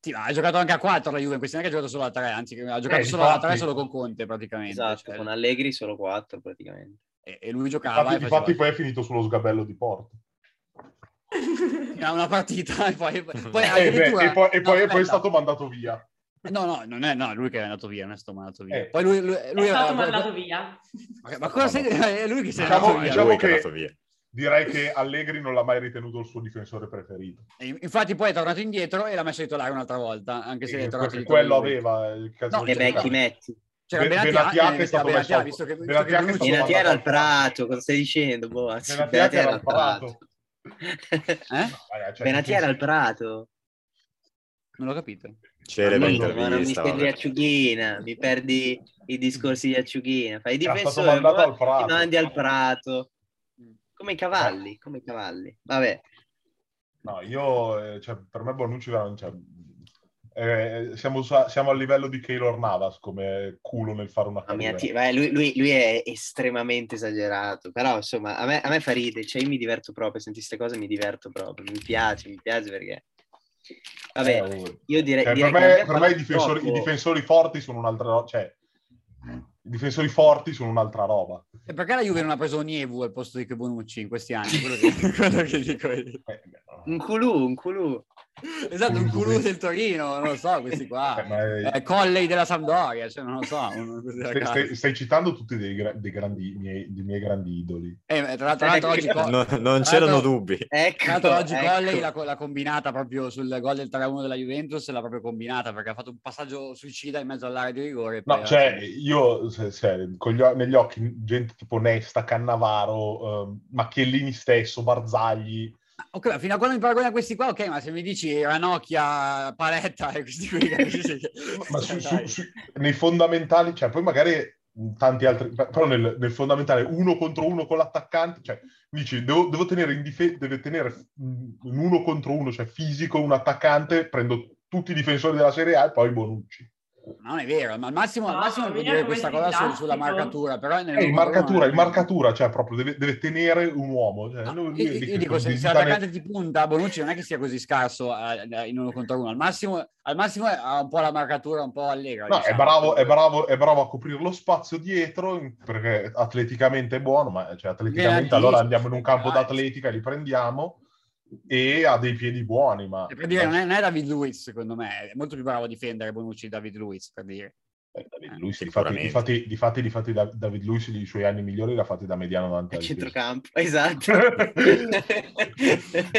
Sì, ma ha giocato anche a 4 la Juve, questa non è che ha giocato solo a 3, anzi che ha giocato
Eh,
solo a 3
infatti.
solo con Conte praticamente.
Esatto,
cioè,
con Allegri solo 4 praticamente.
e, e lui giocava
infatti,
e
infatti
faceva
poi è finito sullo sgabello di Porto.
fino a una partita e poi, poi
Eh,
Eh, beh,
addirittura...
e poi, e
no,
poi- e poi
aspetta.
è stato mandato via.
No, no, non è no, lui che è andato via, non è stato mandato via.
Eh.
Poi lui, lui, lui
è stato
aveva-
mandato via.
Ma, ma cosa sei... È lui che si è
Diciamo-
andato via.
diciamo
lui che
che-
è andato via.
Direi che Allegri non l'ha mai ritenuto il suo difensore preferito.
E Infatti poi è tornato indietro e l'ha messo a titolare un'altra volta, anche se
Eh,
è tornato
perché
di
quello
titolare.
aveva il caso
No,
di
E beh, chi
giocare.
metti?
C'era
Be-
Benatia,
Benatia
eh,
che è stato
Benatia,
messo a-
visto che, visto
Benatia
che
che è
Bonucci-
stato
Benatia era al
mandato a
Prato, cosa stai dicendo? Boh, anzi,
Benatia che era al Prato.
Eh?
[laughs]
Vabbè, cioè,
Benatia era al
difensi-
Prato.
Non l'ho capito.
Celebra
Amico,
Ma non mi
intervista.
spendi
vabbè.
acciughina, mi perdi i discorsi di acciughina. Fai
Era stato
difensore,
mandato al
ma ti
Prato.
mandi al Prato. Come i cavalli, come i cavalli. Vabbè,
No, io, eh, cioè, per me Bonucci era- cioè, eh, siamo, sa- siamo al livello di Keylor Navas come culo nel fare una
mamma mia,
carriera.
ti- vabbè, lui, lui- lui è estremamente esagerato, però insomma, a me, a me fa ridere, cioè io mi diverto proprio, senti queste cose mi diverto proprio, mi piace, mi piace perché... Vabbè,
Eh, oh.
io direi...
Cioè,
direi
per
che
me,
abbiamo
per me i,
parlato
difensori, i
troppo.
difensori forti sono un'altra cioè, i difensori forti sono un'altra roba.
E perché la Juve non ha preso Nievu al posto di che Bonucci in questi anni? Quello che, quello
[laughs]
che dico io.
Eh,
Un culù, un culù.
Esatto, un culo del Torino, non lo so, questi
eh,
qua.
ma è-
Eh, Colley della Sampdoria, cioè non lo so. uno così da
stai,
caso.
stai- stai citando tutti dei, gra- dei grandi, miei, dei miei grandi idoli.
Eh, ma tra, tra l'altro oggi, Co-
No- non
Tra l'altro-
c'erano dubbi.
Ecco,
tra l'altro oggi
ecco.
Colley l'ha, co- l'ha combinata proprio sul gol del 3-1 della Juventus, l'ha proprio combinata perché ha fatto un passaggio suicida in mezzo all'area di rigore. e poi
No,
alla
cioè,
fine-
io se- se- con gli o- negli occhi gente tipo Nesta, Cannavaro, ehm, Macchiellini stesso, Barzagli,
Ok, ma fino a quando mi paragoni a questi qua, ok, ma se mi dici Ranocchia, Paletta e questi qui...
[laughs] ma su- su-
Cioè, Dai.
su- nei fondamentali, cioè poi magari tanti altri, però nel, nel fondamentale uno contro uno con l'attaccante, cioè dici devo, devo tenere in difesa, deve tenere mm, un uno contro uno, cioè fisico un attaccante, prendo tutti i difensori della Serie A e poi Bonucci.
Ma non è vero, ma al massimo, al
No,
massimo
mira
puoi dire
come
questa
si
cosa sul-
didattico.
sulla marcatura, però... nel-
Eh, in marcatura, in
no,
marcatura, cioè proprio deve, deve tenere un uomo. Cioè,
no,
lui- lui
Ah, io,
è lì
io
che
dico, se, se
visita
l'attaccante ti punta, Bonucci non è che sia così scarso eh, in uno contro uno, al massimo, al massimo ha un po' la marcatura un po' allegra.
No,
diciamo.
è bravo, è, bravo, è bravo a coprire lo spazio dietro in- perché atleticamente è buono, ma cioè, atleticamente
Grandissimo,
allora andiamo in un campo
dai.
d'atletica, li prendiamo e ha dei piedi buoni, ma
E Cioè, Per dire, non è, non è David Luiz, secondo me, è molto più bravo a difendere Bonucci di David Luiz, per dire.
Eh, David Luiz, difatti,
Eh, sicuramente.
difatti, difatti, difatti da- David Luiz i suoi anni migliori l'ha fatti da mediano davanti
a
al
centrocampo,
[laughs]
esatto.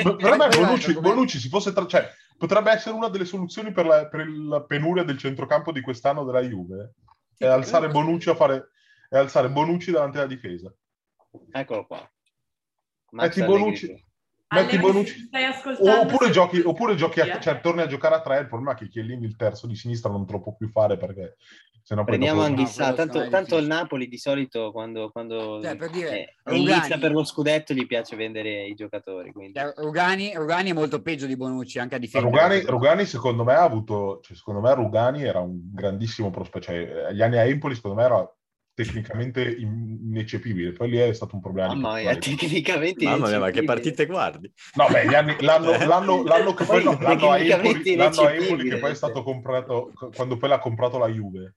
Ma- Per
Poi
me
guarda,
Bonucci,
come-
Bonucci si fosse tra- cioè, potrebbe essere una delle soluzioni per la, per la penuria del centrocampo di quest'anno della Juve, è alzare Bonucci a fare è alzare Bonucci davanti alla difesa.
Eccolo
Eh,
qua. Max
Metti
Allegri.
Bonucci, metti
Allegri,
Bonucci
se stai ascoltando,
oppure
se-
giochi, oppure giochi
Via.
a, cioè, torni a giocare a tre, il problema è che Chiellini il terzo di sinistra non te lo può più fare perché sennò poi
Prendiamo
dopo-
anche-
Anghissà,
quello
tanto,
sarà
tanto il
difficile.
Napoli di solito quando, quando
Cioè, per dire,
eh,
Rugani.
inizia per lo scudetto gli piace vendere i giocatori. Quindi.
Cioè, Rugani, Rugani è molto peggio di Bonucci, anche a difendere. Eh.
Rugani, Rugani, secondo me ha avuto, cioè, secondo me Rugani era un grandissimo prospetto, cioè eh, gli anni a Empoli secondo me era tecnicamente in- ineccepibile, poi lì è stato un problema. di
Mamma mia,
personalità.
tecnicamente...
Mamma mia, ma che
ineccepibile.
partite guardi?
No, beh, gli anni- l'anno, l'anno- l'anno che poi,
Poi
l'anno a Empoli,
tecnicamente
l'anno a
ineccepibile,
Empoli che poi è stato comprato, quando poi l'ha comprato la Juve,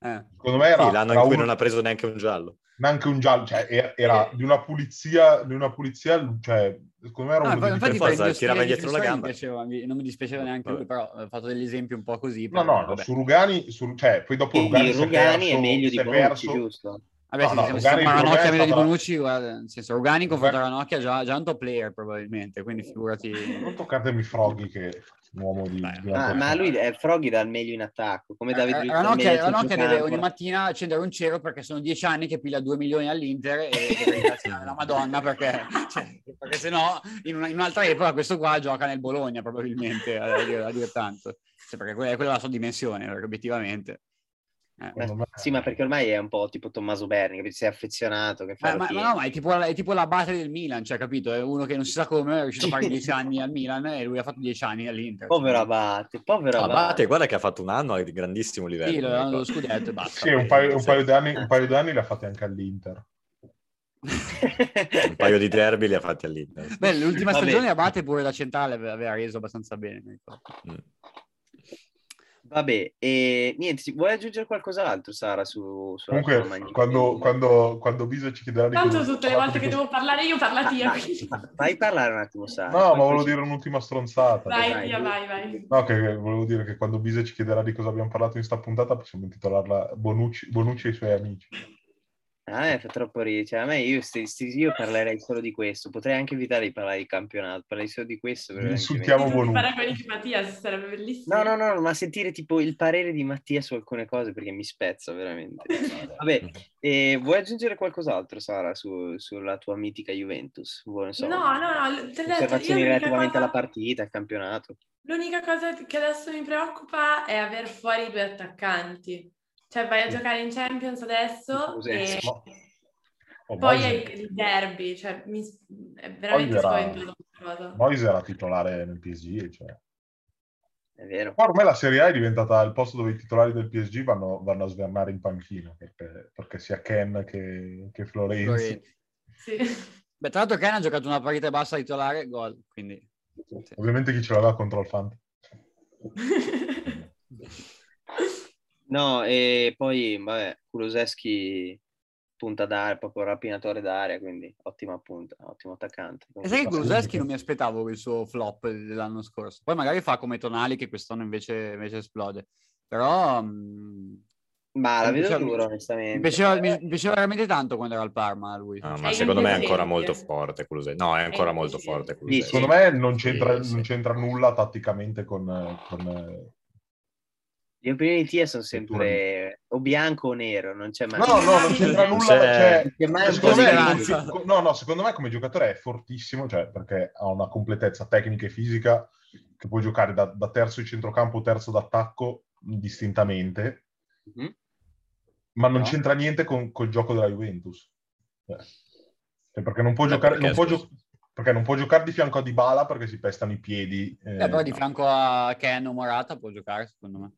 Eh.
secondo me era
Sì, l'anno in
era
cui
uno-
non ha preso neanche un giallo.
neanche un giallo, cioè era, era di una pulizia, di una pulizia, cioè, secondo me era
No,
uno
infa-
dei
Ah, infatti
per
per
forza,
il
tirava
mio stile
dietro la
difensore
gamba.
mi piaceva, mi- non mi dispiaceva neanche lui,
Vabbè.
però ho fatto degli esempi un po' così.
No,
però,
no,
vabbè.
su Rugani, su- cioè, poi dopo Rugani,
Quindi
si è
Rugani
perso-
è meglio
si
di
è
Bonucci,
perso-
giusto?
Vabbè,
no,
se
no,
se- se
Rugani-
parla
Rugani è
Ranocchia meglio di
stata-
Bonucci, guarda, nel senso, Rugani confronto a
Rugani-
Ranocchia è già, già un top player probabilmente, quindi figurati...
Non toccatemi Froghi che è un uomo di... di
Beh,
una
Ma,
persona.
Ah, ma lui è Froghi dal meglio in attacco, come David Luiz dal meglio
Eh, Ranocchia,
in
Ranocchia deve
centrocampo.
ogni mattina accendere un cero perché sono dieci anni che piglia 2 milioni all'Inter e
[laughs]
deve ringraziare la Madonna perché, cioè, perché se no in, una- in un'altra epoca questo qua gioca nel Bologna probabilmente a, a dire, a dire tanto Cioè, perché quella, quella è la sua dimensione perché obiettivamente
Eh,
Eh,
secondo me-
Sì, ma perché ormai è un po' tipo Tommaso Berni, che sei affezionato, che fa
Eh,
la
ma, ma
fine.
no, ma è tipo, la- è tipo la base del Milan, cioè, capito? È uno che non si sa come è riuscito a fare
Sì.
10 anni al Milan e lui ha fatto 10 anni all'Inter.
Povero Abate, povero
Ah,
Abate.
Abate, guarda che ha fatto un anno a grandissimo livello.
Sì, lo
mi ricordo.
hanno
ecco.
lo scudetto e basta.
Sì, un paio, un paio di anni,
Sì.
un paio di anni l'ha fatta anche all'Inter.
Un paio
[laughs]
di derby li ha fatti all'Inter.
Beh, l'ultima
Vabbè.
stagione Abate pure la centrale ave- aveva reso abbastanza bene. ecco. mi ricordo.
Mm.
Vabbè, e niente, ti- vuoi aggiungere qualcos'altro, Sara, su, sulla tua
Comunque,
magnifica-
quando, quando, quando Bisa ci chiederà di...
Tanto
cosa-
tutte le volte che devo parlare io parla
Ah,
Tia.
dai,
[laughs] quindi-
Fai parlare un attimo, Sara.
No,
poi
ma volevo
così-
dire un'ultima stronzata.
dai.
Vai Tia, vai, vai.
No, che volevo dire che quando Bisa ci chiederà di cosa abbiamo parlato in sta puntata, possiamo intitolarla Bonucci, Bonucci e i suoi amici.
A me Ah, fa troppo ridere, cioè, a me io, sti- sti- io parlerei solo di questo, potrei anche evitare di parlare di campionato, parlerei solo di questo. veramente.
Insultiamo
Tutti
Bonucci.
i paragoni di Mattia sarebbe bellissimo.
No, no, no, ma sentire tipo il parere di Mattia su alcune cose perché mi spezza veramente. Vabbè,
Mm-hmm.
e vuoi aggiungere qualcos'altro, Sara, su- sulla tua mitica Juventus? Vuoi, non so,
No, no, no, te l'ho detto, io
Osservazioni
l'unica
relativamente
cosa-
alla partita, al campionato.
L'unica cosa che adesso mi preoccupa è aver fuori due attaccanti. Cioè vai a giocare in Champions adesso
Cos'è,
e
insomma?
Oh,
poi
Moise-
hai il derby, cioè mi... è veramente
Poi era-
spaventoso questa cosa.
Moise era titolare nel PSG. Cioè.
È vero.
Qua ormai la Serie A è diventata il posto dove i titolari del PSG vanno, vanno a svernare in panchina, perché, perché sia Ken che, che Florenzi.
Florenzi.
Sì. [laughs]
Beh, tra l'altro Ken ha giocato una partita bassa titolare, gol, quindi... Sì.
Ovviamente chi ce l'aveva contro il Fante.
No, e poi, vabbè, Kuluseschi punta d'aria, proprio rapinatore d'aria, quindi ottima punta, ottimo
E
attaccante.
sai che
Assolutamente.
Kulusevski non mi aspettavo il suo flop dell'anno scorso. Poi magari fa come Tonali che quest'anno invece, invece esplode. Però mh,
Ma la
Mi
vedo
piaceva-
dura,
mi,
onestamente.
piaceva,
eh.
mi- mi piaceva veramente tanto quando era al Parma lui.
No, Ah, ma
Sei
secondo me è
indifferente.
ancora molto forte Kulusevski. No, è ancora
È
molto
indifferente.
forte
Sì,
Kulusevski.
Secondo me non
Sì,
c'entra,
sì.
non c'entra nulla tatticamente con... eh, con, eh,
Le opinioni di Tia sono sempre o bianco o nero, non c'è mai...
No, no, non c'entra
Non
nulla.
c'è-
cioè,
Che mai un po'
secondo,
di
me,
speranza.
speranza.
co- no, no, secondo me come giocatore è fortissimo, cioè, perché ha una completezza tecnica e fisica che può giocare da, da terzo di centrocampo, terzo d'attacco mh, distintamente,
Mhm.
ma non
No.
c'entra niente con col gioco della Juventus. Cioè, cioè, perché non può
Eh,
giocare...
perché,
non può
scusa?
gio- perché non può giocare di fianco a Dybala perché si pestano i piedi. eh,
Eh, però di
no.
fianco a Ken o Morata può giocare, secondo me.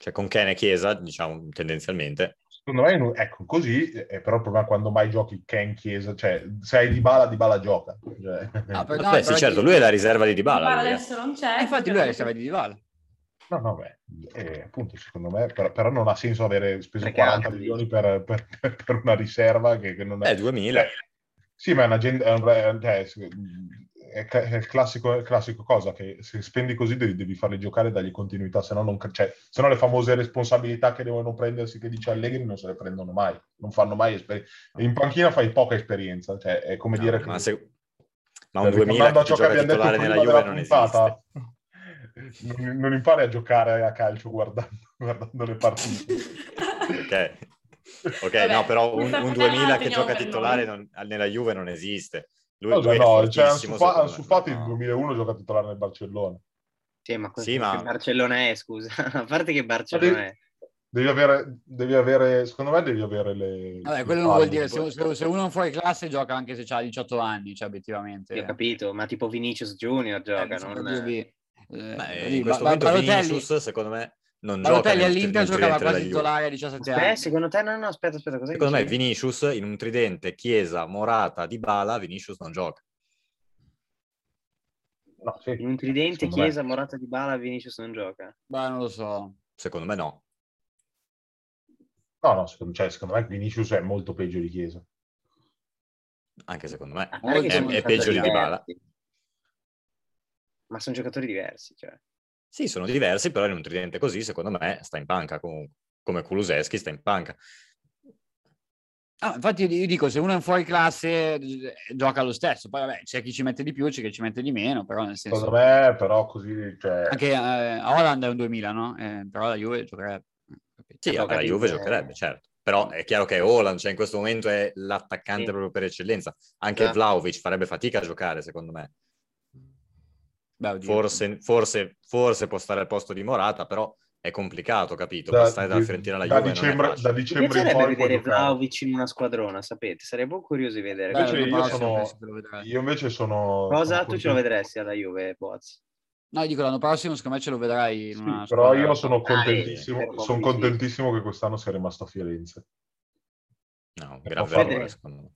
Cioè, con Ken e Chiesa, diciamo, tendenzialmente.
Secondo me, non- ecco, così, eh, però il problema è quando mai giochi Ken Chiesa, cioè se hai Dybala, Dybala gioca. Cioè,
Ah, per- no,
Vabbè, sì,
però
certo,
chi-
lui è la riserva di
Ma
Dybala. lui, eh.
adesso non c'è.
Eh, infatti lui
però-
è serve di Dybala.
[laughs] No, no, beh, eh, appunto, secondo me, però, però non ha senso avere speso
Perché
40
altri-
milioni per, per- per una riserva che, che non è...
Eh, 2000.
Sì, ma è, una gen- è un re- cioè, è ca- è il classico, è il classico cosa, che se spendi così devi, devi farli giocare dagli continuità, se no, non, ca- cioè, se no le famose responsabilità che devono prendersi, che dice Allegri, non se le prendono mai, non fanno mai esperienza. In panchina fai poca esperienza, cioè, è come
No,
dire...
ma,
che-
se-
ma
ma un 2000 che gioca titolare nella Juve non esiste.
Non, non impari a giocare a calcio guardando, [laughs] guardando le partite.
Ok, [laughs] Ok,
Vabbè,
no, però un,
questa
un
puntata la
2000 che
teniamo
gioca
per
titolare
noi.
non- nella Juve non esiste. Lui,
No,
lui è
no, cioè,
fortissimo,
Ansu Fa-
secondo me.
Ansu Fati nel
No.
2001 gioca titolare nel Barcellona.
Sì, ma questo
Sì, ma-
che Barcellona è, scusa. [laughs] A parte che
Ma
Barcellona
devi-
è.
Devi avere, devi avere, secondo me devi avere le...
Vabbè,
le
quello non
palle.
vuol dire se, se- se uno fuori classe gioca anche se ha 18 anni, cioè obiettivamente.
Io ho capito, ma tipo Vinicius Junior gioca,
Eh,
non...
per dirvi, eh,
Beh,
per
in
dirvi,
questo
Ba-
momento
Balotelli-
Vinicius, secondo me, non gioca
Balotelli
nel,
all'Inter
nel
giocava
tridente della
quasi
Juve.
titolare a 17
Aspetta,
anni.
secondo te? No, no, no, aspetta, aspetta. Cosa
Secondo me
dicevi?
Vinicius in un tridente Chiesa, Morata, Dybala, Vinicius non gioca.
No, sì,
In un tridente,
secondo me.
Chiesa, Morata di Bala, Vinicius non gioca.
Bah, non lo so.
Secondo me no.
No, no, secondo, cioè, secondo me Vinicius è molto peggio di Chiesa.
Anche secondo me.
A parte che
È-
sono
è
giocatori
peggio di
Dybala.
diversi. Ma sono giocatori diversi, cioè.
Sì, sono diversi, però in un tridente così, secondo me, sta in panca comunque. Come Kuluseschi sta in panca.
Ah, infatti io dico, se uno è un fuori classe eh, gioca lo stesso, poi vabbè, c'è chi ci mette di più, c'è chi ci mette di meno, però nel senso...
Secondo me, però, così... Cioè...
Anche eh, a Holland è un 2000, no? Eh, però la Juve giocherebbe.
Sì,
Ho
anche la
capito.
Eh, Juve giocherebbe, certo. Però è chiaro che Holland, cioè in questo momento è l'attaccante
Sì.
proprio per eccellenza. Anche
Esatto.
Vlaovic farebbe fatica a giocare, secondo me.
Beh, oddio.
Forse, forse, forse può stare al posto di Morata, però è complicato, capito?
Da-
Passare dalla Fiorentina alla
da
Juve non è
dicembre,
facile.
da
Mi
dicembre in
piacerebbe
poi puoi
vedere
giocare.
Vlaovic in una squadrona, sapete? Sarei proprio curioso di vedere.
Invece
Cosa-
io
Paolo,
sono-
se lo vedrai.
Io invece sono...
Cosa?
sono
Tu ce lo
contento.
vedresti alla Juve, Boaz?
No, dico l'anno prossimo, secondo me ce lo vedrai in
Sì,
una
però
squadra-
io sono
eh,
contentissimo,
per
sono
pochi, sì.
contentissimo che quest'anno sia rimasto a Firenze.
No, un grave
Fede-
errore, secondo me.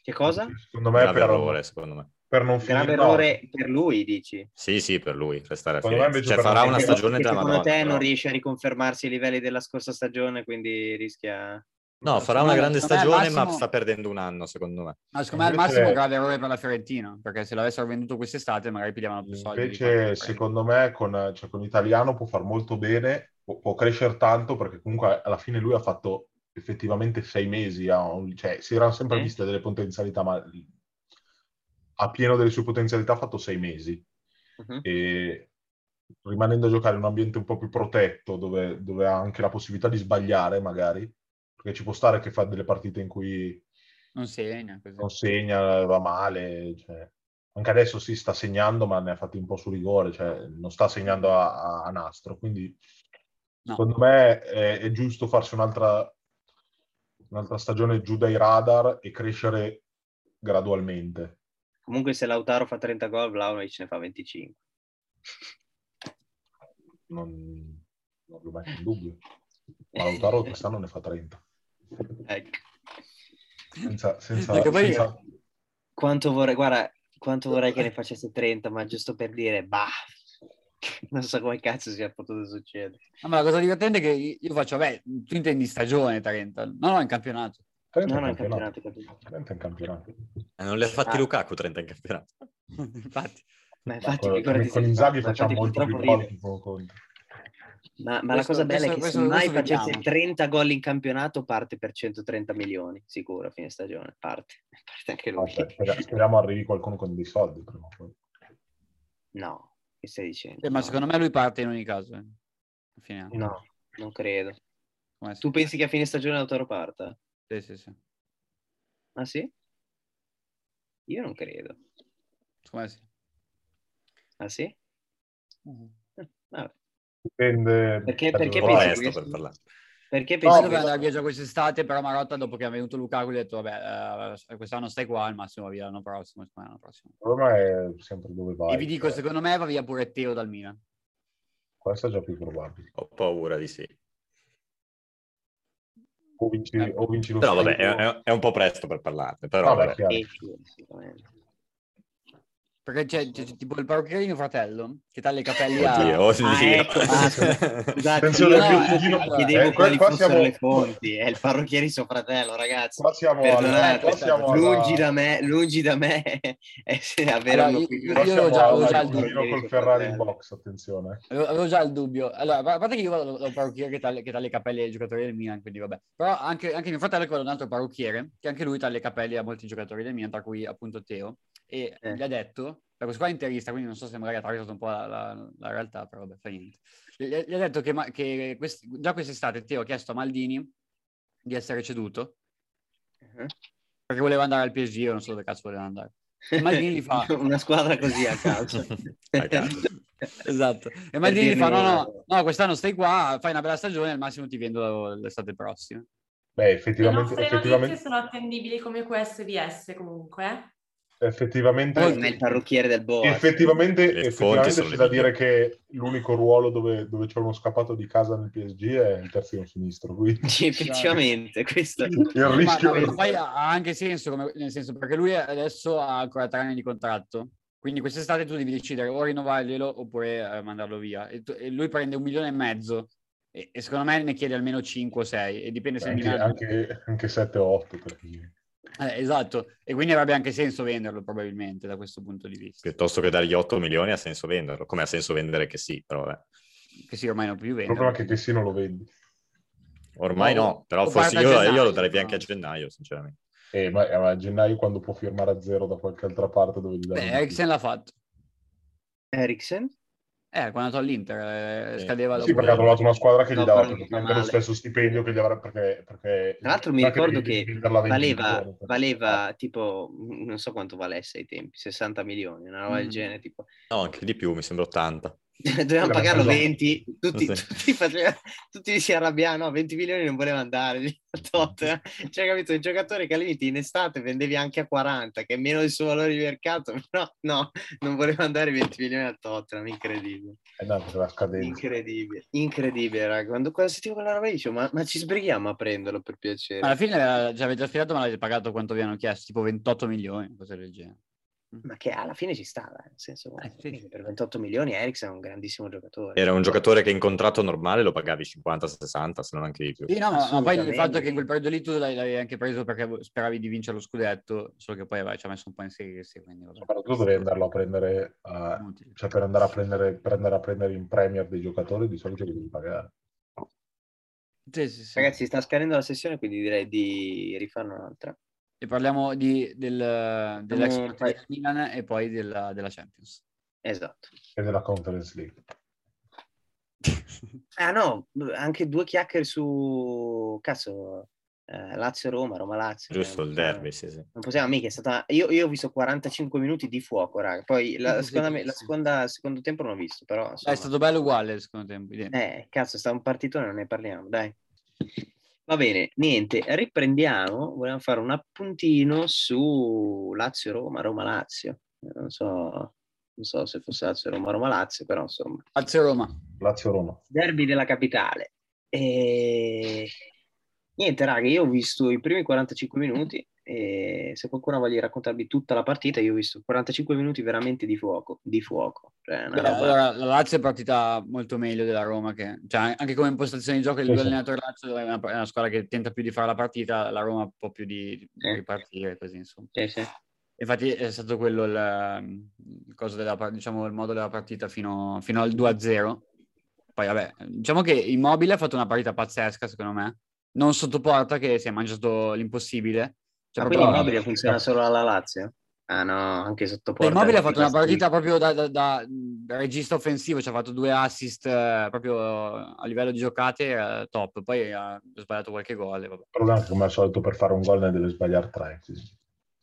Che cosa?
Secondo
Un
me
grave
per,
errore, secondo me.
per non finire...
Grave
no.
errore per lui, dici?
Sì, sì, per lui, restare a
Secondo me
Firenze.
invece
Cioè,
per-
farà una
Perché-
stagione
perché
della
secondo
Madonna.
te non
però-
riesce a riconfermarsi ai livelli della scorsa stagione, quindi rischia...
No, farà una grande
Secondo me al
stagione, ma
massimo-
sta perdendo un anno, secondo me.
Ma secondo me al
Invece-
massimo è grave errore per la Fiorentina, perché se l'avessero venduto quest'estate magari pigliavano più soldi. di quanto
Invece,
ne
secondo me, con, cioè, con l'italiano può far molto bene, può, può crescere tanto, perché comunque alla fine lui ha fatto effettivamente sei mesi, a un- cioè, si erano sempre
Sì.
viste delle potenzialità, ma a pieno delle sue potenzialità ha fatto sei mesi.
Mhm.
E rimanendo a giocare in un ambiente un po' più protetto, dove, dove ha anche la possibilità di sbagliare, magari, perché ci può stare che fa delle partite in cui
prende. Non segna. così.
non segna, va male. cioè. Anche adesso si sta segnando, ma ne ha fatti un po' su rigore, cioè, non sta segnando a, a- a nastro. Quindi,
No.
secondo me, è, è giusto farsi un'altra, un'altra stagione giù dai radar e crescere gradualmente.
Comunque se Lautaro fa 30 gol, Vlaovic ne fa 25.
Non, non lo metto in dubbio.
[laughs]
Ma Lautaro quest'anno ne fa 30.
Ecco.
Senza, senza,
Perché poi-
senza-
Quanto vorrei, guarda, quanto vorrei che ne facesse 30, ma giusto per dire, bah, [laughs] non so come cazzo sia potuto succedere.
No, ma la cosa divertente è che io faccio, beh, tu intendi stagione Tarenta, no, no, in campionato.
30
No, no,
è
in
in campionato.
campionato, capito.
30 è in campionato.
E non le ha fatti
Ah.
Lukaku 30 in campionato.
Infatti,
Ma
Ma
infatti,
Con,
figurati
con,
se-
con Inzaghi
ma
facciamo
infatti
molto più
purtroppo
gol
ride.
tipo Conte.
Ma, ma la
Questo-
cosa bella è
questo-
che
questo-
se mai
questo vediamo.
facesse 30 gol in campionato parte per 130 milioni, sicuro, a fine stagione, parte, [laughs] parte anche lui.
Vabbè, spera- speriamo arrivi qualcuno con dei soldi prima o poi.
No, che stai dicendo?
Eh, ma secondo me lui parte in ogni caso. eh. Fine anno,
No, non credo.
come se-
Tu pensi che a fine stagione Lautaro parta?
Sì, sì, sì.
Ah sì? Io non credo.
Secondo me sì.
Ah sì? Eh, vabbè.
Dipende.
Perché-
da
perché
dove
Un po'
pensi
vai.
presto
questo?
per parlare.
Perché
No,
Poi
pensi che...
doveva andare via già quest'estate, però Marotta dopo che è venuto Lukaku gli ha detto, vabbè, eh, quest'anno stai qua, al massimo va via l'anno prossimo, secondo me l'anno prossimo.
Il problema è sempre dove vai.
E vi dico,
cioè,
secondo me va via pure Teo dal Milan.
Questo è già più probabile.
Ho paura di sì.
O vinci,
Eh.
o vinci lo
Però vabbè,
scudetto.
è, è- è un po' presto per parlarne, però
No,
vabbè.
beh, chiaro.
Sì, sì, sicuramente.
Perché c'è, c'è- c'è tipo il parrucchierino fratello che taglia i capelli a...
Oddio, oh, oddio.
Ah,
[laughs]
ecco, Scusate,
Attenzione,
io
no,
chiedevo-
eh,
Piotrino-
allora,
chiedevo
eh, qua-
quali
qua
fossero
siamo-
le fonti, è il parrucchiere suo fratello, ragazzi.
Qua siamo alla-
Perdonate,
qua siamo alla-
Lungi da me, lungi da me [laughs] è avere
Allora,
una
io-
qua
opinione.
io-
siamo
ho già- ho
alla
già il
Piotrino
dubbio.
col Ferrari in box, attenzione.
Avevo, avevo già il dubbio. Allora, a parte che io vado da un parrucchiere che taglia, che taglia i capelli ai giocatori del Milan, quindi vabbè. Però anche, anche mio fratello è quello da un altro parrucchiere, che anche lui taglia i capelli a molti giocatori del Milan, tra cui appunto Teo. E
Eh.
gli ha detto, per questo qua è interista, quindi non so se magari ha attraversato un po' la, la- la realtà, però vabbè, fa niente. Gli, gli ha detto che, ma- che quest- già quest'estate Teo ha chiesto a Maldini di essere ceduto, perché voleva andare al PSG o non so dove cazzo voleva andare. E Maldini gli
[laughs]
fa...
Eh? Una squadra così a
[laughs]
caso.
A caso.
Esatto. E Maldini
dire
fa: no,
no.
no, no, quest'anno stai qua, fai una bella stagione, al massimo ti vendo l'estate prossima.
Beh,
Le
effettivamente,
nostre notizie
effettivamente,
sono attendibili come QSBS comunque. [laughs] eh.
effettivamente,
Ma è il parrucchiere del Boa.
effettivamente,
Le
effettivamente
fonti sono
c'è
le
da
migliori.
dire che l'unico ruolo dove, dove c'è uno scappato di casa nel PSG è il terzino sinistro, quindi
Sì, effettivamente, questo
il
Ma-
rischio...
ma- ma poi ha ha anche senso, come- nel senso, perché lui adesso ha ancora tre anni di contratto. Quindi quest'estate tu devi decidere o rinnovarglielo oppure eh, mandarlo via. E, tu- e lui prende un milione e mezzo. E, e secondo me ne chiede almeno 5 o 6. E dipende se il
anche,
Milan-
anche, anche 7 o 8 perché
Eh, esatto. E quindi avrebbe anche senso venderlo, probabilmente, da questo punto di vista.
Piuttosto che dargli 8 milioni ha senso venderlo. Come ha senso vendere che sì, però vabbè.
Che sì, ormai non più
il
vende.
problema è che Tessino lo vendi
Ormai
No,
no, però
lo
forse
guarda a
io,
gennaio,
io lo darei via
no.
anche a gennaio, sinceramente.
Eh, ma ma a gennaio quando può firmare a zero da qualche altra parte dove gli dai
Beh,
un-
Eriksen l'ha fatto.
Eriksen
Eh, quando è andato all'Inter eh,
Sì.
scadeva
sì,
dopo-
perché ha trovato una squadra che
No,
gli dava
però non fa
praticamente lo
male.
stesso stipendio che gli avrà perché, perché
Tra l'altro mi
perché
ricordo
devi
che
venderla a 20
valeva,
milioni, perché-
valeva tipo, mh, non so quanto valesse ai tempi, 60 milioni, una roba del
Mm.
genere, tipo, [laughs]
No, anche di più, mi sembra 80.
Dovevamo
Quella
pagarlo
cosa.
20, tutti,
Lo so.
tutti, facevano- tutti si arrabbiavano, no, 20 milioni non voleva andare [laughs] lì a Tottenham. Cioè, capito, il giocatore che al limite in estate vendevi anche a 40, che è meno il suo valore di mercato, [laughs] però no, non voleva andare 20 milioni a Tottenham, incredibile.
Eh no, perché la scadenza.
Incredibile, incredibile, raga. Quando, quando sentivo quella roba lì dicevo, ma, ma ci sbrighiamo a prenderlo per piacere.
Ma alla fine eh, ci avete già spiegato, ma l'avete pagato quanto vi hanno chiesto, tipo 28 milioni, cose del genere.
Ma che alla fine ci stava, nel senso,
Eh, sì.
per 28 milioni Eriksen è un grandissimo giocatore.
Era un giocatore che in contratto normale lo pagavi 50-60, se non anche di più.
Sì, no, ma- ma poi il
Assolutamente.
fatto che in quel periodo lì tu l'hai, l'hai anche preso perché vo- speravi di vincere lo scudetto, solo che poi vabbè, ci ha messo un po' a inserirsi, quindi vabbè.
Soprattutto dovrei andarlo a prendere, eh,
Inutile.
cioè per andare a prendere, per andare a prendere in Premier dei giocatori di solito li devi pagare.
Sì, sì, sì.
Ragazzi, sta scadendo la sessione, quindi direi di rifarne un'altra.
E parliamo di, del, dell'ex
Come-
partita del Milan e poi della, della Champions.
Esatto.
E della Conference League.
Ah no, anche due chiacchiere su cazzo eh, Lazio-Roma, Roma-Lazio.
Giusto,
Non
il
possiamo-
derby, sì, sì.
Non possiamo mica, è stata... io, io ho visto 45 minuti di fuoco, raga. Poi la
Sì, sì,
seconda, me-
sì.
la seconda- secondo tempo non ho visto, però...
Dai,
insomma.
è stato bello uguale il secondo tempo. identico.
Eh, cazzo, sta un partitone, non ne parliamo, dai. Va bene, niente, riprendiamo. Volevamo fare un appuntino su Lazio-Roma, Roma-Lazio. Eh, Non so, non so se fosse Lazio-Roma, Roma-Lazio, però insomma.
Lazio Roma.
Lazio-Roma.
Derby della capitale. E... Niente, raga, io ho visto i primi 45 minuti e se qualcuno voglia raccontarvi tutta la partita, io ho visto 45 minuti veramente di fuoco, di fuoco. Cioè, una
Beh,
roba-
allora, la Lazio è partita molto meglio della Roma, che, cioè, anche come impostazione di gioco il
Sì,
due
sì.
allenatore Lazio è una, è una squadra che tenta più di fare la partita, la Roma un po' più di, di
Sì.
ripartire, così insomma.
Sì, sì.
Infatti è stato quello il, il coso della par- diciamo, il modo della partita fino, fino al 2-0. Poi vabbè, diciamo che Immobile ha fatto una partita pazzesca secondo me, non sotto porta che si è mangiato l'impossibile. Cioè,
Ma
proprio-
Ah, quindi
no,
Immobile
no.
funziona solo alla Lazio? Ah no, anche sotto porta.
Immobile ha fatto una partita proprio da, da- da, mh, regista offensivo, ci ha fatto due assist eh, proprio a livello di giocate eh, top, poi ha sbagliato qualche gol. e vabbè.
Il problema è che come al solito per fare un gol ne deve sbagliare tre. sì.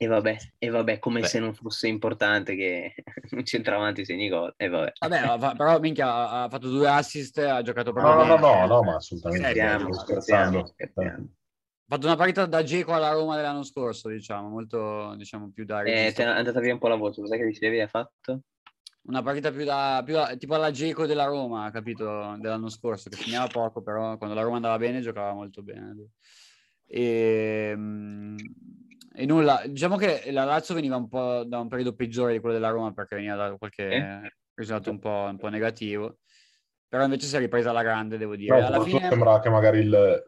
E vabbè, e vabbè, come
Beh.
se non fosse importante che [laughs] un centravanti segni gol. E vabbè.
Vabbè, ha fa- però minchia, ha ha fatto due assist, ha giocato proprio
No,
Ah,
no, no,
bene.
no,
certo.
no, ma assolutamente.
Scherziamo,
non sto
scherziamo, scherziamo.
scherzando.
Ha fatto una partita da Geco alla Roma dell'anno scorso, diciamo, molto diciamo, più da...
Eh,
regista.
te è andata via un po' la voce, cos'è che dicevi? Ha fatto?
Una partita più da... Più da- tipo alla Geco della Roma, capito? Dell'anno scorso, che finiva poco, però quando la Roma andava bene giocava molto bene. E, mm, e nulla, diciamo che la Lazio veniva un po' da un periodo peggiore di quello della Roma perché veniva da qualche
Eh.
risultato un po', un po' negativo. Però invece si è ripresa alla grande, devo dire.
Però
eh, alla
soprattutto
fine...
sembrava che magari il,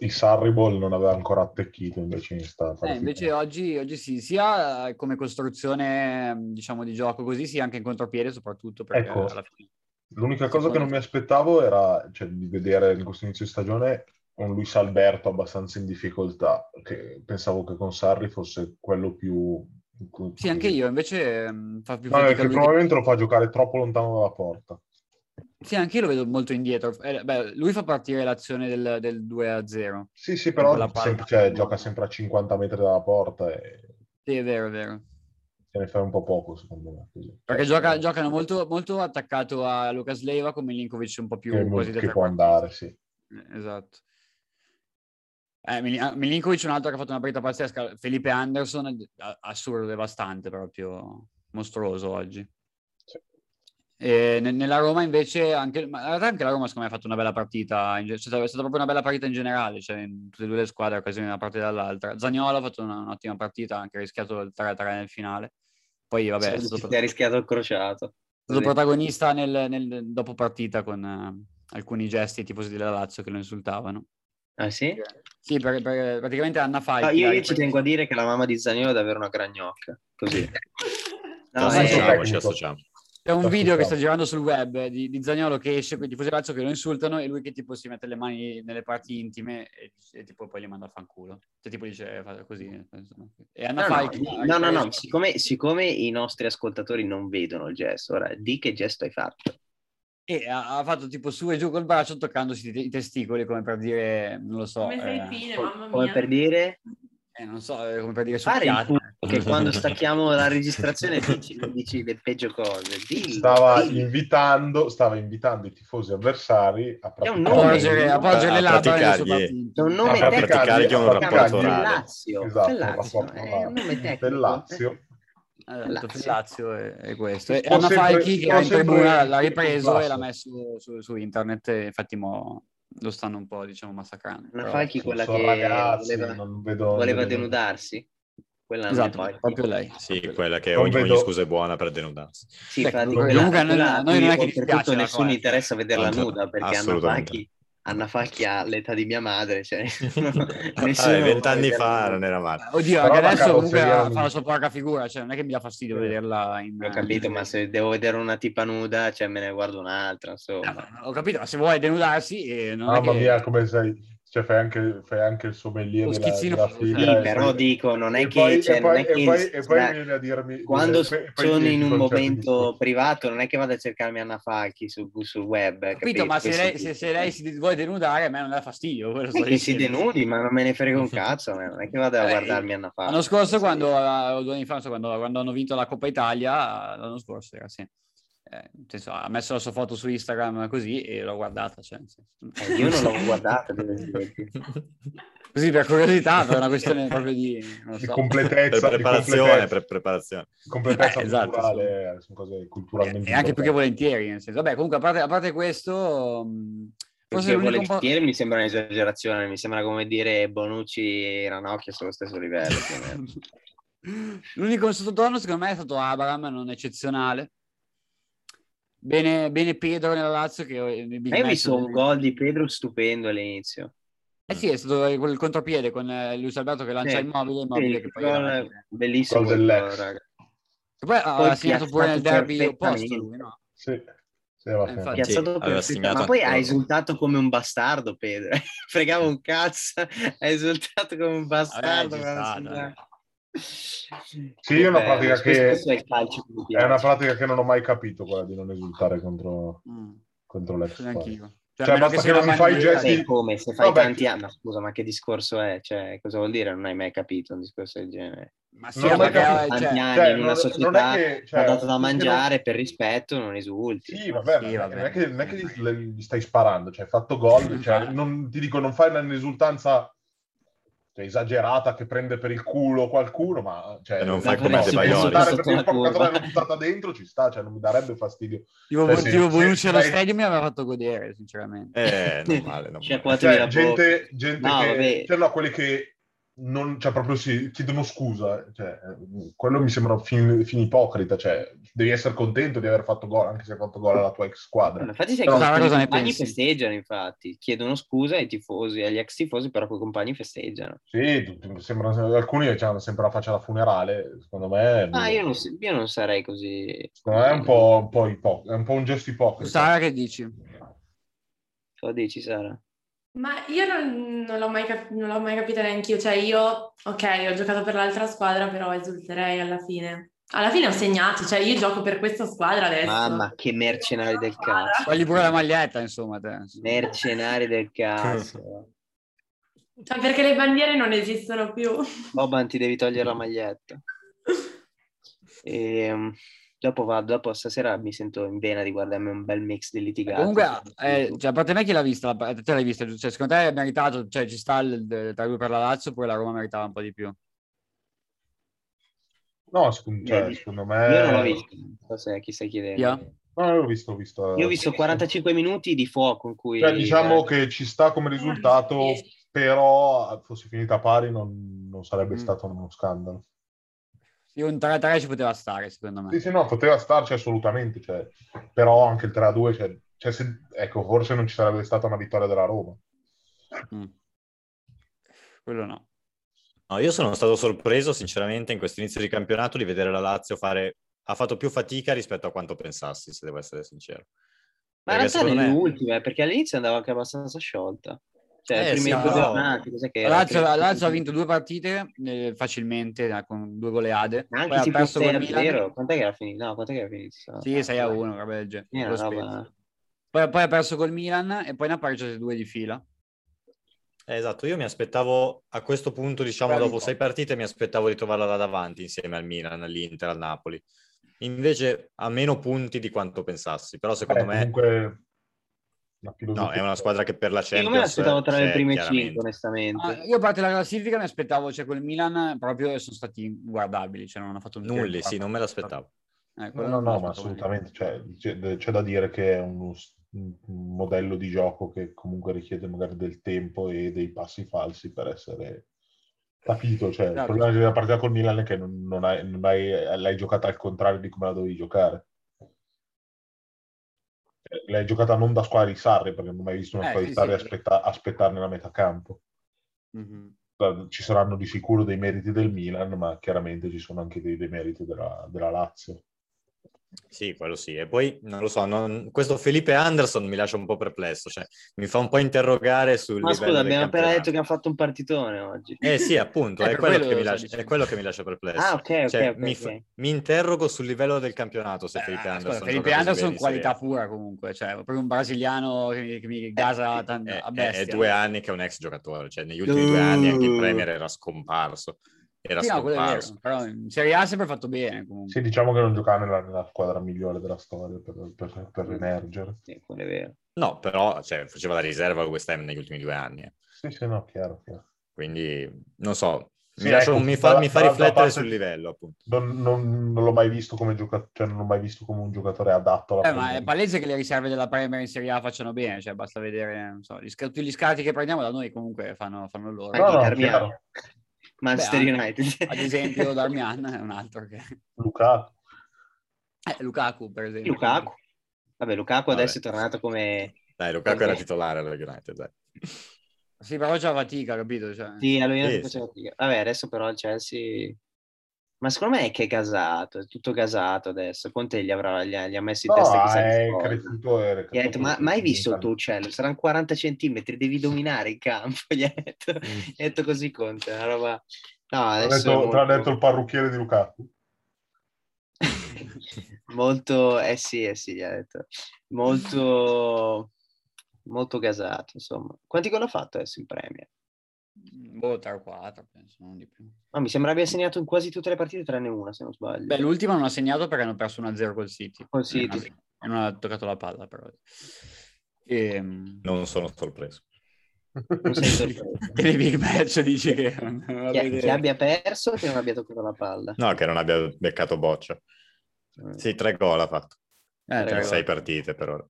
il Sarri Ball non aveva ancora attecchito invece in sta
Eh,
partita.
invece oggi, oggi sì, sia eh, come costruzione mh, diciamo di gioco così, sia anche in contropiede soprattutto perché
Ecco.
alla fine...
L'unica cosa che non mi aspettavo era cioè, di vedere in questo inizio di stagione un Luis Alberto abbastanza in difficoltà, che pensavo che con Sarri fosse quello più...
Sì, anche io invece mh, fa più
No,
fatica
perché
lui che-
probabilmente lo fa giocare troppo lontano dalla porta.
Sì, anche io lo vedo molto indietro. Eh, beh, lui fa partire l'azione del, 2-0.
Sì, sì,
Con
però
la palla.
sempre- cioè, gioca sempre a 50 metri dalla porta e
Sì, è vero, è vero.
se ne fai un po' poco, secondo me. così.
Perché
eh.
gioca- giocano molto, molto attaccato a Lucas Leiva con Milinkovic un po' più
che,
quasi da
che può
trequartista.
andare, sì.
Eh, Esatto. Eh, Mili- ah, Milinkovic è un altro che ha fatto una partita pazzesca. Felipe Anderson, a- assurdo, devastante, proprio mostruoso oggi.
Sì.
E ne- nella Roma invece, anche, ma in realtà anche la Roma secondo me ha fatto una bella partita, in ge- cioè, è stata proprio una bella partita in generale, cioè in tutte e due le squadre, occasioni da una parte e dall'altra. Zagnolo ha fatto una- un'ottima partita, ha anche rischiato il 3-3 nel finale. Poi vabbè, è
Sì,
stato,
si è rischiato il crociato.
è stato protagonista nel, nel dopo partita con eh, alcuni gesti ai tifosi della Lazio che lo insultavano.
Ah sì?
Sì, perché, perché praticamente Anna Falchi...
Ah, io,
la-
io ci tengo a dire che la mamma di Zaniolo è davvero una gragnocca. Così.
Ci
No,
sì,
eh,
associamo, ci
tecnico.
associamo.
C'è un video che sta girando sul web eh, di, di Zagnolo che esce con i tifosi Lazio che lo insultano e lui che tipo si mette le mani nelle parti intime e, e tipo poi li manda a fanculo. Cioè tipo dice eh, fa così. eh, insomma. E Anna
Mm. No,
Falchi...
no, no, no, no, siccome, siccome i nostri ascoltatori non vedono il gesto, ora di che gesto hai fatto?
E ha, ha fatto tipo su e giù col braccio toccandosi i te- i testicoli come per dire, non lo so...
Come sei
eh,
fine, mamma mia.
Come per dire,
eh, non so, eh, come per dire
fare il
succhiata.
culo che quando stacchiamo la
[laughs]
registrazione dici, dici le peggio cose. Dillo,
Stava
dillo.
invitando, stava invitando i tifosi avversari a
È un
a
nome.
porgere, a porgere le
A- a
labbra nelle
praticargli.
sopracciglia.
È un nome
A
tecnico
praticargli
si
che è un
chiama
rapporto
del
orale.
Lazio,
Esatto,
del
un
Lazio,
rapporto
è
orale.
un nome tecnico.
del Lazio.
Eh, detto, il
Lazio.
Lazio è, è questo. E
Ho
Anna
sempre-
Falchi che
ho
era in
sempre-
tribuna l'ha ripreso e
basso.
l'ha messo su, su internet. e Infatti, mo lo stanno un po' diciamo massacrando.
Una
Però-
Falchi quella
Sono
che
ragazzi,
voleva,
non vedo-
voleva
non vedo-
denudarsi. Quella non è
Esatto,
Falchi.
proprio lei.
Sì,
Proprio
quella che
Non
ogni, ogni
vedo-
scusa è buona per denudarsi.
Sì,
Ecco,
fa di
comunque,
quella,
comunque,
quella
no,
a
noi
cui
non è che
oltretutto
dispiace la
nessuno
cosa.
interessa vederla
Anzi,
nuda perché Anna
assolutamente.
Falchi, Anna Falchi ha l'età di mia
[laughs]
madre, cioè [laughs]
Dai,
nessuno
vent'anni
vuole
fa
vederla
non
nuda.
era male.
Ah, Oddio,
Però
anche
la
adesso comunque
carrozzeria
fa
non-
la sua porca figura, cioè non è che mi dà fastidio
Sì.
vederla in...
Ho capito, ma se devo vedere una tipa nuda, cioè me ne guardo un'altra,
Eh,
insomma.
ma- Ho capito, ma se vuoi denudarsi, eh, non è
Mamma
che...
mia, come sei. Cioè, fai anche, fai anche il sommelier
Lo
della,
schizzino
della
fa-
fila.
Sì,
Eh,
però
e-
dico, non è
e
che...
poi-
cioè,
e
non
poi-
è che-
e poi- e poi
dai,
viene a dirmi...
quando
e poi- e poi
sono
vieni
in un
con certi
momento
discorsi.
privato non è che vado a cercarmi Anna Falchi sul, sul web,
Ho capito, ma se
Che
lei,
si-
se- se lei si vuole denudare, a me non dà fastidio. quello
Eh,
sto
che si
dicendo.
denudi, ma non me ne
[laughs]
frega un cazzo, a me, non è che vado a
Eh,
guardarmi Anna Falchi.
L'anno scorso, quando, o due anni fa, non so, quando, quando hanno vinto la Coppa Italia, l'anno scorso era sì. Eh, nel senso, ha messo la sua foto su Instagram così e l'ho guardata. cioè, nel senso.
Eh, io non l'ho guardata, devo dire.
[laughs] Così per curiosità, per una questione proprio di... Non lo
Di
so.
completezza,
per
di
preparazione,
completezza,
per preparazione.
completezza
Eh, esatto,
culturale, eh, sono cose
E
culturalmente
e anche più che
importanti.
volentieri, nel senso, vabbè, comunque a parte, a parte questo, mh, forse
Perché
l'unico un po'-
volentieri mi sembra un'esagerazione, mi sembra come dire Bonucci e Ranocchia sono allo stesso
eh,
livello.
[laughs]
più o meno.
l'unico sottotono secondo me è stato Abraham, non eccezionale. Bene, bene Pedro nella Lazio che eh, nel big
Ma io ho
match
visto un
del-
gol di Pedro stupendo all'inizio.
Eh sì, è stato quel contropiede con eh, Luis Alberto che lancia
Sì,
immobile,
Sì,
immobile che poi...
gol
era- che
bellissimo.
Gol
quel gol,
dell'ex.
raga.
poi ah, ha
Poi
segnato pure nel
piazzato
derby opposto
perfettamente.
lui, no?
Sì, sì, alla fine.
Infatti.
Piazzato
aveva
perfetto,
segnato
ma poi
anche
ha
loro.
esultato come un bastardo, Pedro. [laughs] Fregava un cazzo, ha esultato come
Vabbè,
un bastardo.
ci
quando ha
sta, dai.
segnato.
Sì, io è una
Bello,
pratica
questo-
che-
questo è il calcio che mi
È
piace.
una pratica che non ho mai capito, quella di non esultare contro,
Mm,
contro l'ex.
sono
squadra.
anch'io. Cioè,
Cioè,
a meno
basta
sia
che
una eh.
non mi fai i
manualità-
gesti-
Sì, come se fai
Vabbè.
tanti anni, ma scusa, ma che discorso è? Cioè, cosa vuol dire? Non hai mai capito un discorso del genere.
Ma sì,
Non ho mai
perché,
capito.
eh,
Tanti
cioè,
anni
Cioè,
in una
non-
società
non è che,
ti ha
cioè,
dato da
non-
mangiare per rispetto, non esulti.
Sì, vabbè,
Sì,
non è-
vabbè.
non è che, non è che gli, le- gli stai sparando, cioè hai fatto gol, cioè, non- ti dico, non fai un'esultanza cioè, esagerata che prende per il culo qualcuno, ma... Cioè,
E non
fai
no,
come De
se puoi
Baioli.
esultare
Sotto
perché
la
il porcatore
curva.
l'ho buttata dentro, ci sta, cioè non mi darebbe fastidio.
Tipo,
Cioè, sì,
tipo
sì,
Bonucci allo
dai.
stadio mi aveva fatto godere, sinceramente.
Eh,
[laughs]
non male, non male.
Sciacquatemi
Cioè,
la
gente, gente
No, vabbè.
che... Cioè, no, quelli che non, cioè, proprio si chiedono scusa, cioè, eh, quello mi sembra fin, fin ipocrita, cioè, devi essere contento di aver fatto gol, anche se hai fatto gol alla tua ex
bocca. Ma
squadra.
Infatti, sai
Però-
cosa-
Sara, cosa
i
ne
compagni
pensi?
festeggiano, infatti, chiedono scusa ai tifosi, agli ex tifosi, però quei compagni festeggiano.
Sì, tutti- sembrano- alcuni hanno sempre la faccia da funerale, secondo me... boh.
Ma Ah, io non, s- io non sarei così. eh,
Secondo me è un po', un po' ipo- è un po' un gesto ipocrita.
Sara, che dici?
Cosa dici, Sara?
Ma io non, non l'ho mai cap- non l'ho mai capita neanche io, cioè io, ok, ho giocato per l'altra squadra, però esulterei alla fine. Alla fine ho segnato, cioè io gioco per questa squadra
Eh,
adesso.
Mamma, che mercenari del cazzo.
Togli pure la maglietta, insomma, te.
Mercenari del cazzo.
Cioè perché le bandiere non esistono più. [laughs]
Boban, ti devi togliere la maglietta. Ehm, dopo vado, dopo stasera mi sento in vena di guardarmi un bel mix di litigati.
Comunque, eh, cioè, a parte me chi l'ha vista? La- Te l'hai vista? Cioè, secondo te è meritato? Cioè, ci sta il 3-2 per la Lazio, oppure la Roma meritava un po' di più?
No, secondo, cioè,
Vedi?
secondo me...
Io non l'ho visto, non so se chi stai chiedendo.
Via?
No, io ho visto, ho visto. eh,
Io ho visto 45 minuti di fuoco in cui...
Cioè, diciamo che ci sta come risultato,
Sì.
però fosse finita pari non, non sarebbe
Mm.
stato uno scandalo.
Sì, un 3-3 ci poteva stare, secondo
Sì,
me.
sì, no, poteva starci assolutamente, cioè, però anche il 3-2, cioè, cioè, se- ecco, forse non ci sarebbe stata una vittoria della Roma.
Mm. Quello no.
No, io sono stato sorpreso, sinceramente, in questo inizio di campionato di vedere la Lazio fare... Ha fatto più fatica rispetto a quanto pensassi, se devo essere sincero.
Ma in
Perché
realtà
secondo
nelle
me-
ultime, perché all'inizio andava anche abbastanza sciolta. Cioè,
Eh,
le prime
sì,
due
però-
giornate, cos'è che
La
era?
Lazio, la
Tre-
Lazio ha vinto due partite eh, facilmente, eh, con due goleade.
Ma
Poi
Anche
ha
tipo
perso col
6-0,
Milan.
quant'è che era finito? No, quant'è che era finito?
Sì, 6-1, roba del genere.
Era
Lo
una roba-
Spezia. Poi, poi ha perso col Milan e poi ne ha pareggiate due di fila.
Eh, esatto, io mi aspettavo a questo punto, diciamo,
Bravi.
dopo sei partite, mi aspettavo di trovarla là davanti insieme al Milan, all'Inter, al Napoli. Invece ha meno punti di quanto pensassi, però secondo
Eh,
me
comunque la
no, è una squadra che per la
Io me
Champions
l'aspettavo tra le
c'è,
prime
chiaramente.
cinque, onestamente.
Ah, io a parte la classifica mi aspettavo, cioè col Milan proprio sono stati guardabili, cioè non hanno fatto
Nulli, sì, non me l'aspettavo.
Ecco,
No, no, no, ma assolutamente. Cioè, c'è, c'è da dire che è uno s- un modello di gioco che comunque richiede magari del tempo e dei passi falsi per essere capito. Cioè, il
Certo.
problema della partita col Milan è che non, non hai, non hai- l'hai giocata al contrario di come la dovevi giocare. Cioè, L'hai giocata non da squadra di Sarri, perché non ho mai visto una
Eh,
squadra di
sì,
Sarri
sì.
aspetta- aspettarne la metà campo. Cioè,
Mhm.
Ci saranno di sicuro dei meriti del Milan, ma chiaramente ci sono anche dei, dei meriti della, della Lazio.
Sì, quello sì. E poi, non lo so, non- questo Felipe Anderson mi lascia un po' perplesso, cioè mi fa un po' interrogare sul
Ma
livello
scusa,
del
abbiamo appena
campionato.
detto che hanno fatto un partitone oggi.
Eh sì, appunto,
Eh,
è,
per
quello
quello
che mi
sto
lascia, è
dicendo.
quello che mi lascia perplesso.
Ah, ok, ok,
Cioè,
ok,
mi,
ok.
fa- mi interrogo sul livello del campionato se Felipe
Eh,
Anderson
ascolta, Felipe
gioca così
Anderson
bene in Serie A.
qualità pura comunque, cioè proprio un brasiliano che mi, che mi gasa tan-
È,
a
è-
bestia.
Eh, è due anni che è un ex giocatore, cioè negli ultimi due
Uh.
anni anche il Premier era scomparso. Era
Sì, no, quello è
scomparso.
vero, però in Serie A ha sempre fatto bene comunque.
Sì, diciamo che non giocava nella, nella squadra migliore della storia per, per- per emergere.
Sì, quello è vero.
No, però cioè, faceva la riserva a West Ham negli ultimi due anni, eh.
Sì, sì, no, chiaro. chiaro.
quindi non so, mi,
Sì,
lascia-
ecco,
mi fa,
da-
mi fa
dall'altra
riflettere
parte-
sul livello, appunto.
Non, non- non l'ho mai visto come giocatore, non l'ho mai visto come un giocatore adatto alla
Eh, ma è
Premier.
palese che le riserve della Premier in Serie A facciano bene, cioè basta vedere, non so, gli sc- tutti gli scarti che prendiamo da noi comunque fanno, fanno loro.
Ah,
Anche
no,
Darmian.
chiaro.
Manchester
Beh,
United.
Ad esempio Darmian è un altro che...
Lukaku.
Eh, Lukaku, per esempio.
[laughs] Lukaku. Vabbè, Lukaku
Vabbè.
adesso è tornato come...
Dai, Lukaku era
Sì.
titolare alla United, dai.
Sì, però c'è fatica, capito? Cioè,
Sì, a lui non
Sì,
Eh,
si faceva fatica. Vabbè, adesso però il Chelsea... Ma secondo me è che è gasato, è tutto gasato adesso. Conte gli, avrà, gli, ha, gli ha messo in
No,
testa chissà che
è
cosa.
cresciuto. È
Gli ha detto, ma, ma hai visto il tuo uccello? Saranno 40 centimetri, devi dominare il campo. [laughs] Gli ha detto, gli ha detto così Conte, una roba... No,
Mm, L'ha
adesso è
detto, te l'ha
molto-
detto il parrucchiere di Lukaku.
molto, eh sì, eh sì, gli ha detto. Molto, molto gasato, insomma. Quanti gol ha fatto adesso in Premier?
boh, 3 o 4, penso, non di più.
No, mi sembra abbia segnato in quasi tutte le partite, tranne una, se non sbaglio.
Beh, l'ultima non ha segnato perché hanno perso 1-0 col City.
Col City.
E non- E non ha toccato la palla, però. Ehm,
[laughs] Non sono sorpreso.
[laughs]
Non sei
Eh,
sorpreso.
[laughs] che nei big match dici che... non va
Chi,
bene.
chi abbia perso che non abbia toccato la palla.
No, che non abbia beccato boccia. Sì, tre gol ha fatto.
Eh,
in
tre
sei
gol.
partite per ora.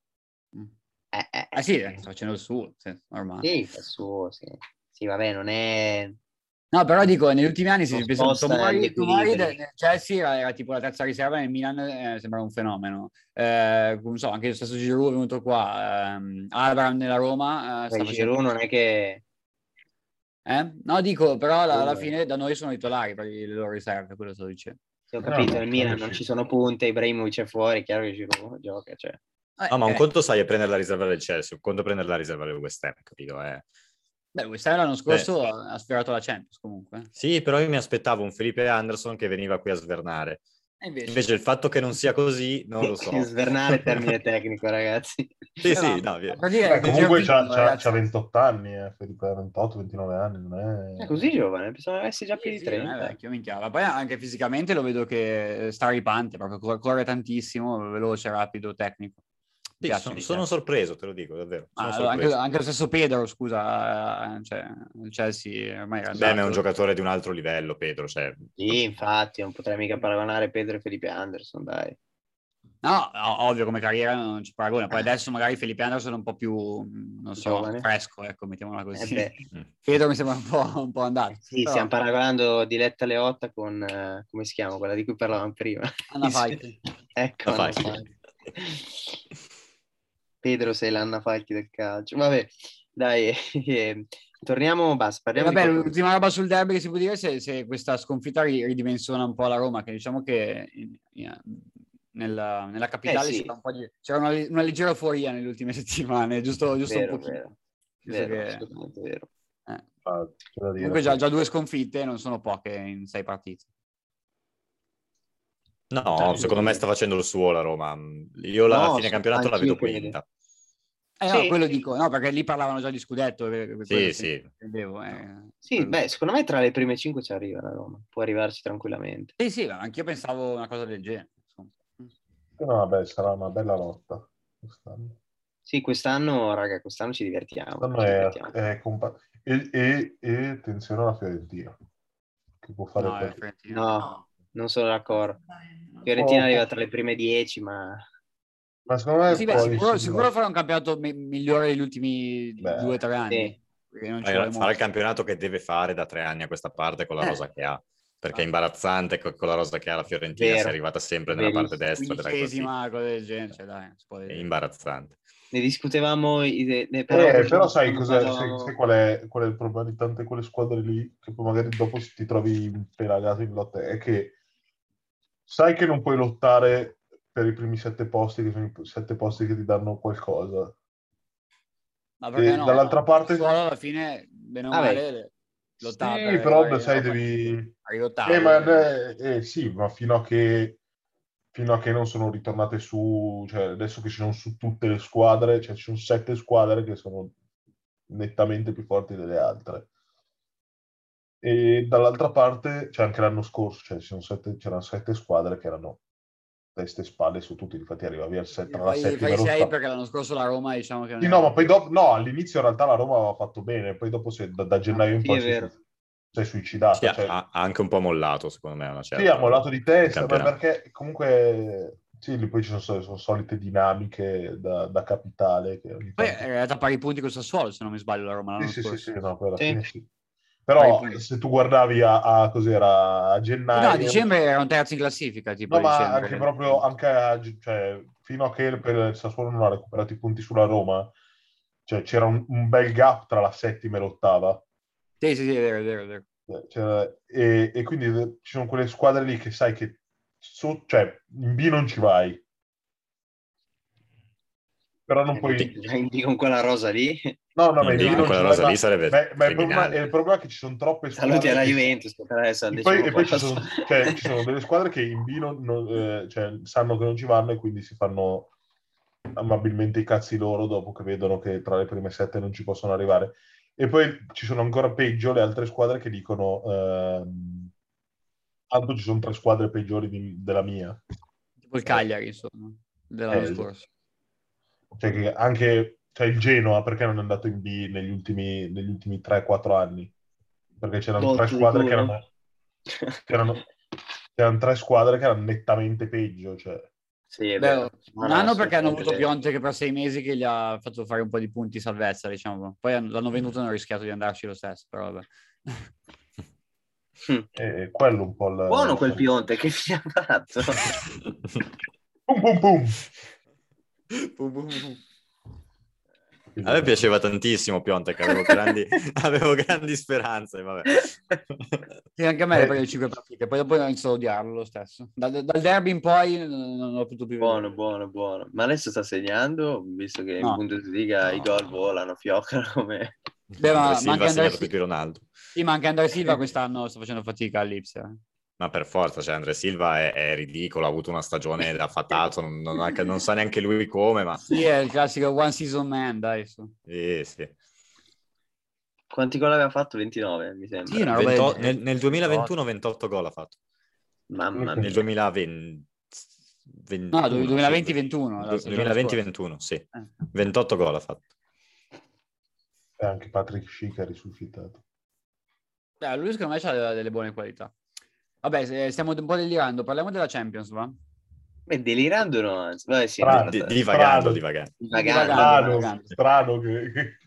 Eh, eh,
Ah sì, sta facendo il suo, sì, normale.
sì, fa il suo, sì. Sì, vabbè, non è...
No, però dico, negli ultimi anni si
Non
pensa
sposta gli
Tomori, Tomori
equilibri.
del- nel Chelsea eh, cioè era, era tipo la terza riserva nel Milan eh, sembrava un fenomeno. Eh, non so, anche lo stesso Giroud è venuto qua, ehm, Abraham nella Roma
Ah,
eh, sta
Beh,
facendo-
Giroud non è che...
eh? No, dico, però alla, alla
Come?
fine da noi sono i titolari per le loro riserve, quello sto dicendo.
se ho
No,
capito,
no,
nel
no,
Milan
sì.
non ci sono punte, Ibrahimovic è fuori, è chiaro che Giroud gioca, cioè...
Eh,
No, Ah, ma un
eh,
conto sai è prendere la riserva del Chelsea, un conto è prendere la riserva del West Ham, capito? Eh.
Beh, West Ham l'anno scorso ha ha sfiorato la Champions comunque.
Sì, però io mi aspettavo un Felipe Anderson che veniva qui a svernare.
E invece,
Invece il fatto che non sia così, non lo so.
[laughs] Svernare è termine tecnico, ragazzi.
[laughs] sì,
No,
sì, no, via.
per dire,
Beh, comunque
Giroud,
c'ha, c'ha,
ragazzi,
c'ha 28 anni, eh, Felipe, 28, 29 anni. Non è...
È Eh, così giovane, pensavo avessi già più
Sì,
di
sì, non è
30.
vecchio, minchia. Ma poi anche fisicamente lo vedo che eh, sta ripante, proprio cor- corre tantissimo, veloce, rapido, tecnico. Mi
Sì,
piace,
sono,
mi
sono
piace.
sorpreso, te lo dico, davvero.
Ah,
Sono
anche,
sorpreso.
anche lo stesso Pedro, scusa, eh, cioè, il Chelsea ormai era
Beh, ma è un
andato.
giocatore di un altro livello, Pedro. Cioè,
Sì, infatti, non potrei mica paragonare Pedro e Felipe Anderson, dai.
No, no, ovvio, come carriera non ci paragona. Poi adesso magari Felipe Anderson è un po' più, mh, non so,
Eh. Giovane.
fresco, ecco, mettiamola
Eh
così.
beh,
mm.
[laughs] Pedro mi sembra un po', un po andato.
sì,
però-
stiamo paragonando Diletta Leotta con, eh, come si chiama, quella di cui parlavamo prima.
Anna Falchi.
ecco,
La
Anna
fai.
Falchi. Pedro sei l'Anna Falchi del calcio. Vabbè, dai, [laughs] eh, torniamo, basta,
E
parliamo
Eh, vabbè,
di... qualcosa.
l'ultima roba sul derby che si può dire è se, se questa sconfitta ri- ridimensiona un po' la Roma, che diciamo che in- in- nella, nella capitale
Eh sì.
c'era, un po' di- c'era una, una leggera euforia nelle ultime [laughs] settimane, giusto, giusto
Vero,
un pochino.
vero,
Nel senso
vero,
che-
assolutamente vero.
eh.
Ah, c'è da dire.
Comunque già, già due sconfitte, non sono poche in sei partite.
No, secondo me sta facendo il suo la Roma. Io la
No,
fine
sì,
campionato la
anch'io
vedo
credo.
quinta.
Eh
Sì.
no, quello dico, no, perché lì parlavano già di scudetto. eh, quello
Sì,
che
sì.
intendevo, eh.
Sì,
Quello-
beh, secondo me tra le prime 5 ci arriva la Roma, può arrivarci tranquillamente.
Sì, sì, ma anch'io pensavo una cosa del genere. insomma.
Però vabbè, sarà una bella lotta. Quest'anno,
Sì, quest'anno, raga, quest'anno ci divertiamo.
Quest'anno
ci
è,
divertiamo.
è compa- e, e- e attenzione alla Fiorentina, che può fare
No,
qualche-
eh, Fiorentina.
No, non sono d'accordo.
Dai,
Fiorentina
Oh.
arriva tra le prime 10, ma
Ma secondo me
Sì,
può
beh, sicuro,
riuscire-
sicuro farà un campionato mi- migliore degli ultimi
Beh,
due o tre anni.
sì.
perché non ci
Farà
vuole molto.
il campionato che deve fare da tre anni a questa parte con la
Eh.
rosa che ha. Perché
Ah.
è imbarazzante co- con la rosa che ha la Fiorentina,
Vero.
si è arrivata sempre nella parte
Verissimo.
destra della classifica.
Quindicesima, cosa del genere, cioè, dai, si può
È
vedere.
imbarazzante.
ne discutevamo. i- de- de-
Eh, però, sai, cos'è,
quando-
sai- sai qual, è, qual è il problema di tante quelle squadre lì che poi magari dopo se ti trovi pelagato in lotta è che sai che non puoi lottare per i primi sette posti che sono i sette posti che ti danno qualcosa
Ma
E dall'altra parte-
Solo alla fine, bene o
Ah,
male, eh, l'ottava
sì
per-
però
per-
sai devi
arrivi ottavo.
eh, ma, eh, eh, sì ma fino a che fino a che non sono ritornate su cioè adesso che ci sono su tutte le squadre cioè ci sono sette squadre che sono nettamente più forti delle altre e dall'altra parte c'è anche l'anno scorso cioè ci sono sette- c'erano sette squadre che erano teste e spalle su tutti infatti arriva via il set, tra la
Fai-
settima e
fai sei
l'ottava.
perché l'anno scorso la Roma diciamo che non
Sì,
era-
no, ma poi dopo, no, all'inizio in realtà la Roma aveva fatto bene, poi dopo se- da, da gennaio in
Sì,
poi
è
si
vero.
si è suicidato.
Sì, ha-
cioè,
ha, ha anche un po' mollato, secondo me. Una certa...
sì, ha mollato di testa,
il
ma
campionato.
perché comunque sì, lì poi ci sono, sol- sono solite dinamiche da, da capitale. Che ogni
Poi
tanto-
è arrivata a pari punti con Sassuolo, se non mi sbaglio, la Roma l'anno
Sì, sì, sì,
scorso.
sì, no, poi alla
Sì.
fine sì.
Poi
Però
appunto-
se tu guardavi a, a cos'era a gennaio,
No, a dicembre erano terzi in classifica, tipo
No, ma
dicembre. eh.
anche proprio anche a- cioè, fino a che per il Sassuolo non ha recuperato i punti sulla Roma, cioè, c'era un- un bel gap tra la settima e l'ottava.
Sì, sì, sì, è vero, è vero, è vero.
Cioè, e, e quindi ci sono quelle squadre lì che sai che su- cioè, in B non ci vai, però
[laughs]
Eh,
non puoi.
Già in B con quella rosa lì.
No, no, ma in
Quindi
B non
quella
ci
rosa
vai,
lì sarebbe
ma- ma il, problema,
criminale.
il problema è che ci sono troppe squadre.
Saluti alla
che-
Juventus. che per adesso è al
E poi,
decimo
e poi ci,
posto.
sono, cioè, ci
[laughs]
sono delle squadre che in B non, non- eh, cioè, sanno che non ci vanno e quindi si fanno amabilmente i cazzi loro dopo che vedono che tra le prime sette non ci possono arrivare. E poi ci sono ancora peggio le altre squadre che dicono ehm, tanto ci sono tre squadre peggiori di- della mia.
Tipo il Cagliari, insomma, dell'anno
Eh,
scorso.
Cioè, che anche cioè, il Genoa perché non è andato in B negli ultimi, negli ultimi 3-4 anni? Perché c'erano
Botto
tre
di eh.
squadre che
culo.
erano c'erano, c'erano tre squadre che erano nettamente peggio. Cioè.
Sì, è
Beh,
vero.
un
No,
anno
sì,
perché hanno
è
avuto
vero.
Pionte che per sei mesi che gli ha fatto fare un po' di punti salvezza, diciamo. Poi hanno- l'hanno venduto e hanno rischiato di andarci lo stesso, però vabbè.
E quello un po' il...
Buono quel Pionte che fine ha fatto. [laughs]
Pum, pum, pum.
Pum, pum, pum. [laughs] A me piaceva tantissimo Pionte, che avevo
[laughs]
grandi, avevo grandi speranze. Vabbè.
Sì, anche a me
Eh.
per le 5 partite, poi dopo ho iniziato a odiarlo lo stesso. Dal, dal derby in poi non, non l'ho potuto più
buono,
vedere.
buono, buono. Ma adesso sta segnando, visto che
No.
in Bundesliga i gol volano, fioccano come...
Beh, ma- ma
Dove
anche
Silva ha
Andrea
segnato
Sil-
più di Ronaldo.
Sì, ma anche Andrea Silva quest'anno sta facendo fatica all'Ipsia. eh.
Ma per forza, cioè Andrea Silva è, è ridicolo, ha avuto una stagione da fatato, non, non ha- non sa neanche lui come, ma...
Sì, è il classico one season man, dai. su.
Sì, sì.
Quanti gol aveva fatto? 29, mi sembra.
Sì, una roba del
Vento-
genere.
nel, nel 2021 28 gol ha fatto,
Mamma
nel
mia.
2020...
No, 2020-21, la stagione
2020-21, sì.
Eh.
28 gol ha fatto.
E anche Patrick Schick è risuscitato.
Beh, lui secondo me ha delle, delle buone qualità. Vabbè, se- stiamo un po' delirando, parliamo della Champions, va?
Beh, delirando no, anzi. Vabbè, sì,
Bravo.
Di- Ah,
no,
divagando,
Prado.
divagando.
divagando.
Prado.
divagando.
Strano, strano che... [laughs] che-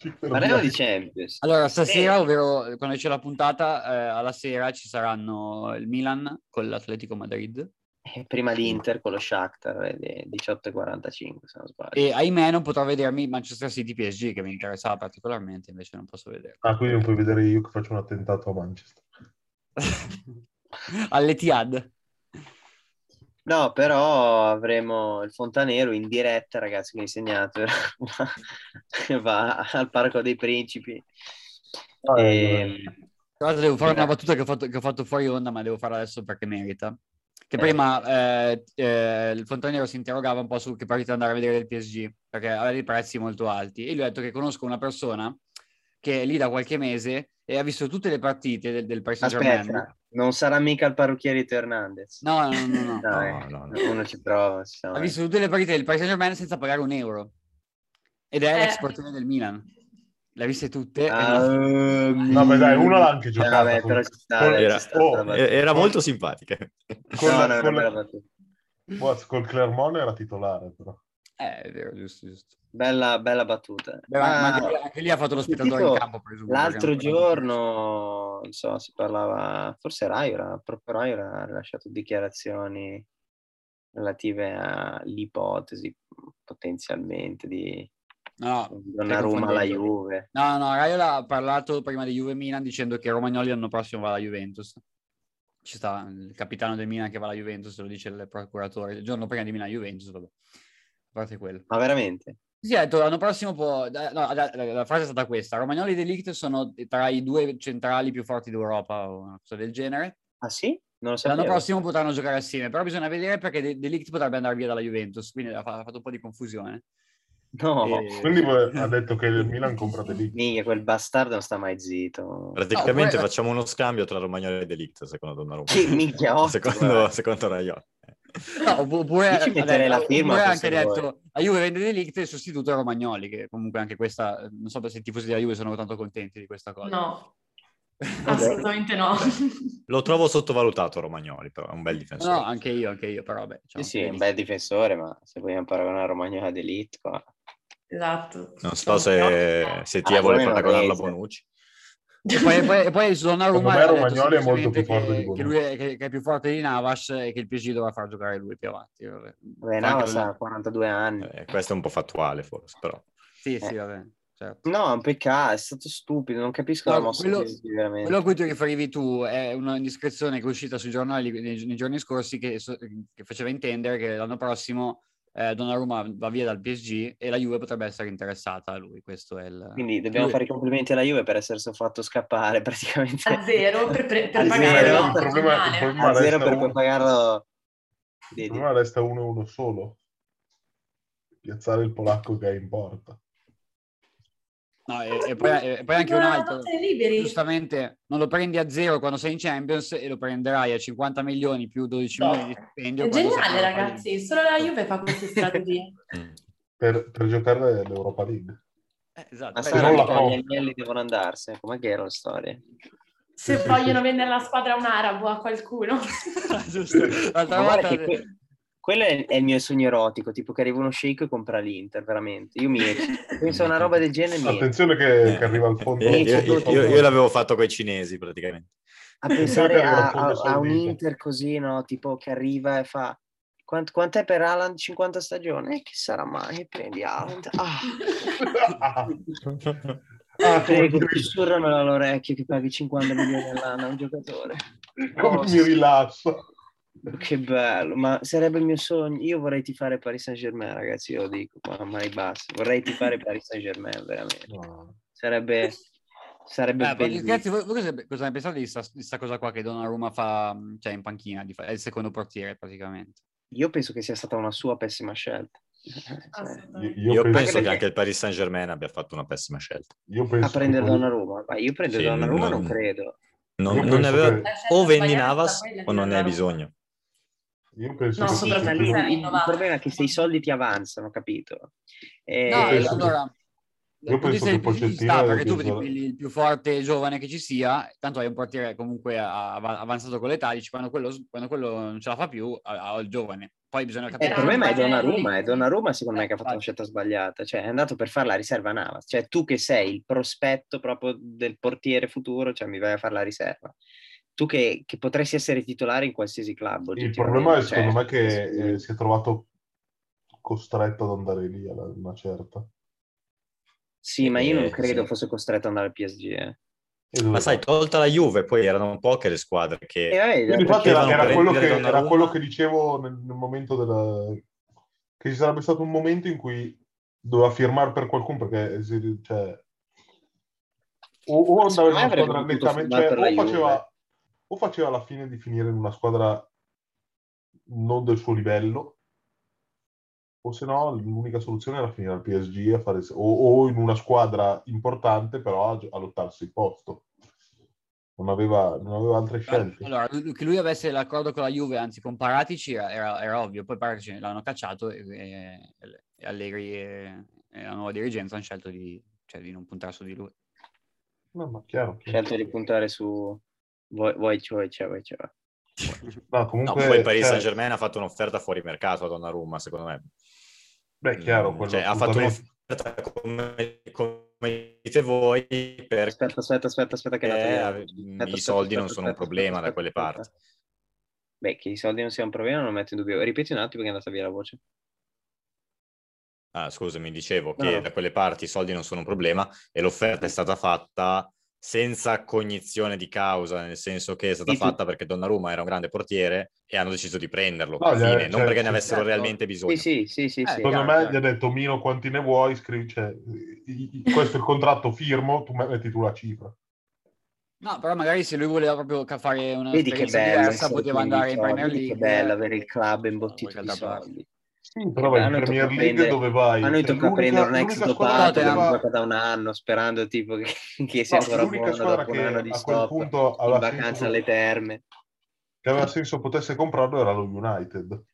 ci
Parliamo di
perdiamo.
Champions.
Allora, stasera, ovvero quando c'è la puntata, eh, alla sera ci saranno il Milan con l'Atletico Madrid
Eh, Prima l'Inter con lo Shakhtar eh, alle 18.45, se non sbaglio.
e ahimè non potrò vedermi Manchester City PSG che mi interessava particolarmente, invece non posso vedere. [laughs]
Ah, quindi non puoi vedere io che faccio un attentato a Manchester.
All'Etihad.
No, però avremo il Fontanero in diretta, ragazzi, che mi hai segnato, va, [laughs] va al Parco dei Principi. Ehm,
Ah,
E-
Tra l'altro devo fare una battuta che ho fatto, che ho fatto fuori onda, ma devo farla adesso perché merita.
Eh.
Che prima eh, eh, il Fontaniero si interrogava un po' su che partita andare a vedere del PSG, perché aveva dei prezzi molto alti. E lui ha detto che conosco una persona che è lì da qualche mese e ha visto tutte le partite del, del Paris Saint-Germain.
Aspetta, non sarà mica il parrucchierito Hernandez.
No, no, no,
[laughs]
no. no.
Dai,
no, no.
uno ci prova. ci siamo
Ha visto tutte le partite del Paris Saint-Germain senza pagare un euro. Ed è
Eh.
l'ex portiere del Milan. Le ha viste tutte. Eh, e
Ah,
non-
ehm,
No, beh, dai, uno l'ha anche
Eh,
giocato.
vabbè, però ci sta, dai,
Era-
ci sta,
oh,
sta battuta.
E- Era molto simpatica.
Con
No,
la-
no, era
con la-
bella battuta.
Boaz, col Clermont era titolare, però.
Eh, è vero, giusto, giusto.
Bella, bella battuta. Ah,
Beh, ma-
Ma
ma anche, lì- anche lì ha fatto lo spettatore
tipo,
in campo, presumo.
l'altro
perché non poteva-
giorno, non so, si parlava, forse Rai era, proprio Rai era- ha rilasciato dichiarazioni relative all'ipotesi potenzialmente di
No,
Donnarumma alla
confondendo.
Juve.
no, no, Raiola ha parlato prima di Juve Milan dicendo che Romagnoli l'anno prossimo va alla Juventus. Ci sta il capitano del Milan che va alla Juventus, lo dice il procuratore. Il giorno prima di Milan Juventus, vabbè. A parte quello.
Ma veramente?
Sì, ha detto l'anno prossimo può... da- no, da- la, la frase è stata questa. Romagnoli e De Ligt sono tra i due centrali più forti d'Europa o una cosa del genere.
Ah sì? Non lo
L'anno
sapevo.
prossimo potranno giocare assieme, però bisogna vedere perché De, De Ligt potrebbe andare via dalla Juventus, quindi ha fa- ha fatto un po' di confusione.
No,
E-
Quindi voi- ha detto che il Milan compra De Ligt.
minchia, quel bastardo non sta mai zitto.
[laughs] Praticamente
No, poi-
facciamo uno scambio tra Romagnoli e Delict, secondo Donnarumma.
Sì, minchia, eh. otto,
[laughs] secondo,
guarda.
secondo Raiola.
No, opp- oppure,
Io ci metterei la
oppure
firma,
ha
se
anche
vuoi.
detto la Juve vende De Ligt e il sostituto è Romagnoli, che comunque anche questa, ehm, non so se i tifosi della Juve sono tanto contenti di questa cosa.
No, assolutamente no. [laughs]
Lo trovo sottovalutato Romagnoli, però è un bel
No, [laughs]
difensore.
no, anche io, anche io, però vabbè.
Sì,
diciamo,
sì, è un bel difensore, ma se vogliamo paragonare Romagnola ad Elite, qua...
esatto.
Non so se, se Tia
Ah,
vuole
Romagnoli
paragonarla a
Varese.
Bonucci.
E poi, e poi, e poi su Donnarumma
Secondo me
ha detto
Romagnoli è molto più
semplicemente che, che
forte di Bonucci.
lui è, che, che è più forte di Navas e che il PSG dovrà far giocare lui più avanti. vabbè. Cioè,
Vabbè,
Fa anche
Navas
lui.
ha 42 anni.
Eh, questo è un po' fattuale, forse, però.
Sì, sì, va bene. certo.
Eh. No, è un peccato, è stato stupido, non capisco
No,
la mossa
quello-
di Zidane, veramente.
Quello a cui ti riferivi tu è una indiscrezione che è uscita sui giornali nei, nei giorni scorsi che, so- che faceva intendere che l'anno prossimo eh, Donnarumma va via dal PSG e la Juve potrebbe essere interessata a lui. Questo è il...
Quindi dobbiamo
lui-
fare i complimenti alla Juve per essersi fatto scappare [laughs] praticamente
A zero per, pre- per
A
pagare
zero.
no,
Il
problema- il
male.
problema-
a zero
resta
per
uno.
poi pagarlo. Vedi?
Secondo me resta uno e uno solo. Piazzare il polacco che è in porta.
No, e, e poi, e poi anche un
Ma
altro.
siete liberi.
Giustamente non lo prendi a zero quando sei in Champions e lo prenderai a 50 milioni più 12
No.
milioni di stipendio.
È
quando sei
geniale,
in Europa
ragazzi.
League.
Solo la Juve fa queste strategie.
Mm.
Eh, Per, per giocare l'Europa League.
Eh, esatto.
Ma
Beh,
sarà
non la
mica
compro.
gli agnelli devono andarsene, eh, com'è che era la storia?
Se
Sì, sì,
vogliono
sì.
vendere la squadra a un arabo a qualcuno.
[laughs] Giusto. L'altra
Ma
volta-
guarda che que- quello è, è il mio sogno erotico, tipo che arriva uno sceicco e compra l'Inter, veramente. Io mi penso [laughs] a una roba del genere, mi
Attenzione che, che arriva al fondo.
Io, Eh, io-
sotto il
io- io
fondo. [laughs]
l'avevo fatto con i cinesi, praticamente.
a
Attenzione che
pensare a,
arriva al fondo
a- a un
saudita.
Inter così, no? Tipo che arriva e fa... "Quant- quant'è per Haaland 50 stagioni? E chi sarà mai? E prendi Haaland. Ah.
Ah,
Ah,
ah, come
prego,
mi-
sussurramelo all'orecchio che paghi 50 milioni all'anno a un giocatore.
[laughs] come
Oh,
mi rilasso.
Che bello, ma sarebbe il mio sogno. Io vorrei tifare Paris Saint-Germain, ragazzi, io lo dico, ma mai basso. Vorrei tifare Paris Saint-Germain, veramente. Sarebbe, sarebbe
Eh,
bellissimo.
ragazzi, voi, voi cosa, cosa ne pensate di sta, di sta cosa qua che Donnarumma fa, mh, cioè in panchina, di fa- è il secondo portiere praticamente.
Io penso che sia stata una sua pessima scelta.
Ah,
Cioè,
Io,
[laughs] Assolutamente.
io
Io
penso,
penso che
perché-
anche il Paris Saint-Germain abbia fatto una pessima scelta.
io
a
penso
prendere
che-
Donnarumma, ma io prendo
Sì,
Donnarumma
non-
non credo.
Non,
Io
non
penso
ne aveva-
che-
O vendi
sbagliata,
Navas
poi la
o non ne hai
Donnarumma.
bisogno.
Io penso
No,
che-
Sì, ma
soprattutto
lui-
sarà
il
rinnovato.
problema è che se i soldi ti avanzano, capito? Eh, E-
no,
Eh, penso che-
allora,
io
tu
penso
sei
che Pochettino
sta
abbia
perché tu ti
preso-
pigli il più forte giovane che ci sia, tanto hai un portiere comunque a- av- avanzato con l'età, dici quando quello, quando quello non ce la fa più, ho il giovane. Poi bisogna
Eh,
capire...
il problema è
Anche-
Donnarumma, è Donnarumma secondo me che ha fatto una
Infatti.
Esatto.
scelta sbagliata, cioè è andato per fare la riserva a Navas, cioè tu che sei il prospetto proprio del portiere futuro, cioè mi vai a fare la riserva, tu che, che potresti essere titolare in qualsiasi club.
Il
oggettivamente,
problema è
cioè,
secondo me che eh, si è trovato costretto ad andare lì alla una certa.
Sì, ma io non
Eh,
credo
sì.
fosse costretto ad andare al PSG. eh.
E dove
Ma sai,
va?
tolta la Juve, poi erano poche le squadre
E
che...
vabbè,
Quindi
perché-
infatti era,
non
era
prendere
quello che,
Donnarumma?
era quello che dicevo nel, nel momento della... che ci sarebbe stato un momento in cui doveva firmare per qualcuno perché si- cioè, o, o andava
Secondo
in
me
una
avrebbe
squadra
potuto
nettamente
firmare per la
cioè, o,
Juve.
faceva, o faceva la fine di finire in una squadra non del suo livello, o se no l'unica soluzione era finire al PSG a fare, o, o in una squadra importante però a, a lottarsi il posto. Non aveva, non aveva altre
Certo.
scelte.
Allora, lui- che lui avesse l'accordo con la Juve, anzi con Paratici, era, era- era ovvio. Poi Paratici l'hanno cacciato e, e- e Allegri e, e la nuova dirigenza hanno scelto di, cioè, di non puntare su di lui.
No, ma chiaro.
Scelto di puntare su voi, voi, cioè, cioè, voi, cioè.
No,
No,
comunque,
poi il Paris
cioè,
Saint Germain ha fatto un'offerta fuori mercato a Donnarumma, secondo me.
Beh, chiaro,
Mm,
quello
cioè, ha fatto
assolutamente.
un'offerta come, come dite voi perché
Aspetta, aspetta, aspetta, aspetta che è
Eh,
andato
ave-
via.
i
Aspetta, aspetta,
soldi non
aspetta,
sono un
aspetta,
problema da
aspetta,
quelle
aspetta.
parti.
Beh, che i soldi non siano un problema non lo metto in dubbio. Ripeti un attimo che è andata via la voce.
Ah, scusami, dicevo
No,
che
no.
da quelle parti i soldi non sono un problema e l'offerta è stata fatta senza cognizione di causa, nel senso che è stata
Sì, sì.
fatta perché Donnarumma era un grande portiere e hanno deciso di prenderlo,
No,
fine,
eh,
non
cioè,
perché
sì,
ne avessero
certo.
realmente bisogno.
Sì, sì, sì, sì,
Eh,
sì.
Secondo
chiaro,
me
chiaro.
gli ha detto Mino quanti ne vuoi, scrivi, cioè, i- i- questo è il contratto firmo, tu metti tu la cifra.
No, però magari se lui voleva proprio ca- fare una
Vedi che
esperienza
bello
diversa,
essere
poteva
pieni di
andare in
soldi,
Premier
vedi
League.
che
eh.
bello avere il club imbottito di
Qualche altra
soldi.
Sì, però vai
a
in
noi
Premier
tocca
League
prendere-
dove vai?
A noi
Cioè,
tocca
l'unica-
prendere un ex
l'unica
dopato che
squadra
squadra
non
aveva-
gioca da un anno, sperando tipo che, [laughs] che sia
No,
ancora
l'unica
buono
squadra
dopo un
che
anno di
a quel
stop
punto
in
aveva
vacanza
senso,
alle terme.
che aveva senso potesse comprarlo era lo United.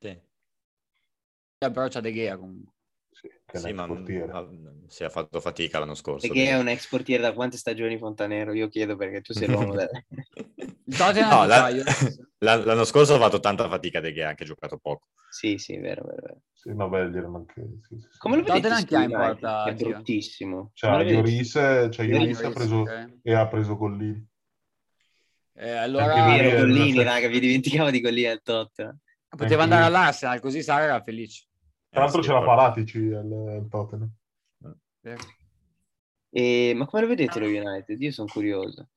Sì.
Eh, però c'ha De Gea comunque.
Sì, che è
Sì,
un ex
ma
portiere.
ma- mm, si è fatto fatica l'anno scorso.
Perché è un ex portiere da quante stagioni Fontanero? Io chiedo perché tu sei
[laughs]
l'uomo del...
Il Tottenham
No,
lo
la-
fa, io non
[laughs]
so.
l'an- l'anno scorso ha fatto tanta fatica De Gea, ha anche giocato poco.
Sì, sì, vero, vero, vero.
Sì, no, beh, gli erano anche... sì, sì, sì.
Come lo
Tottenham
vedete su
chi ha in
United?
porta,
È
Gio?
bruttissimo.
Cioè,
Come lo Eh. vedete?
Lloris, cioè,
Lloris,
Lloris ha preso,
ok.
e ha preso Collini.
Eh,
Vero,
Anche lui è-
allora
Collini, Ah, raga, vi dimenticavo di Collini al Tottenham.
poteva
anche
andare
lui.
all'Arsenal, così Sara era felice.
Tra l'altro
Eh, sì,
c'era
poi-
Paratici al, al Tottenham.
Eh,
E- ma come lo vedete lo United? Io sono curioso.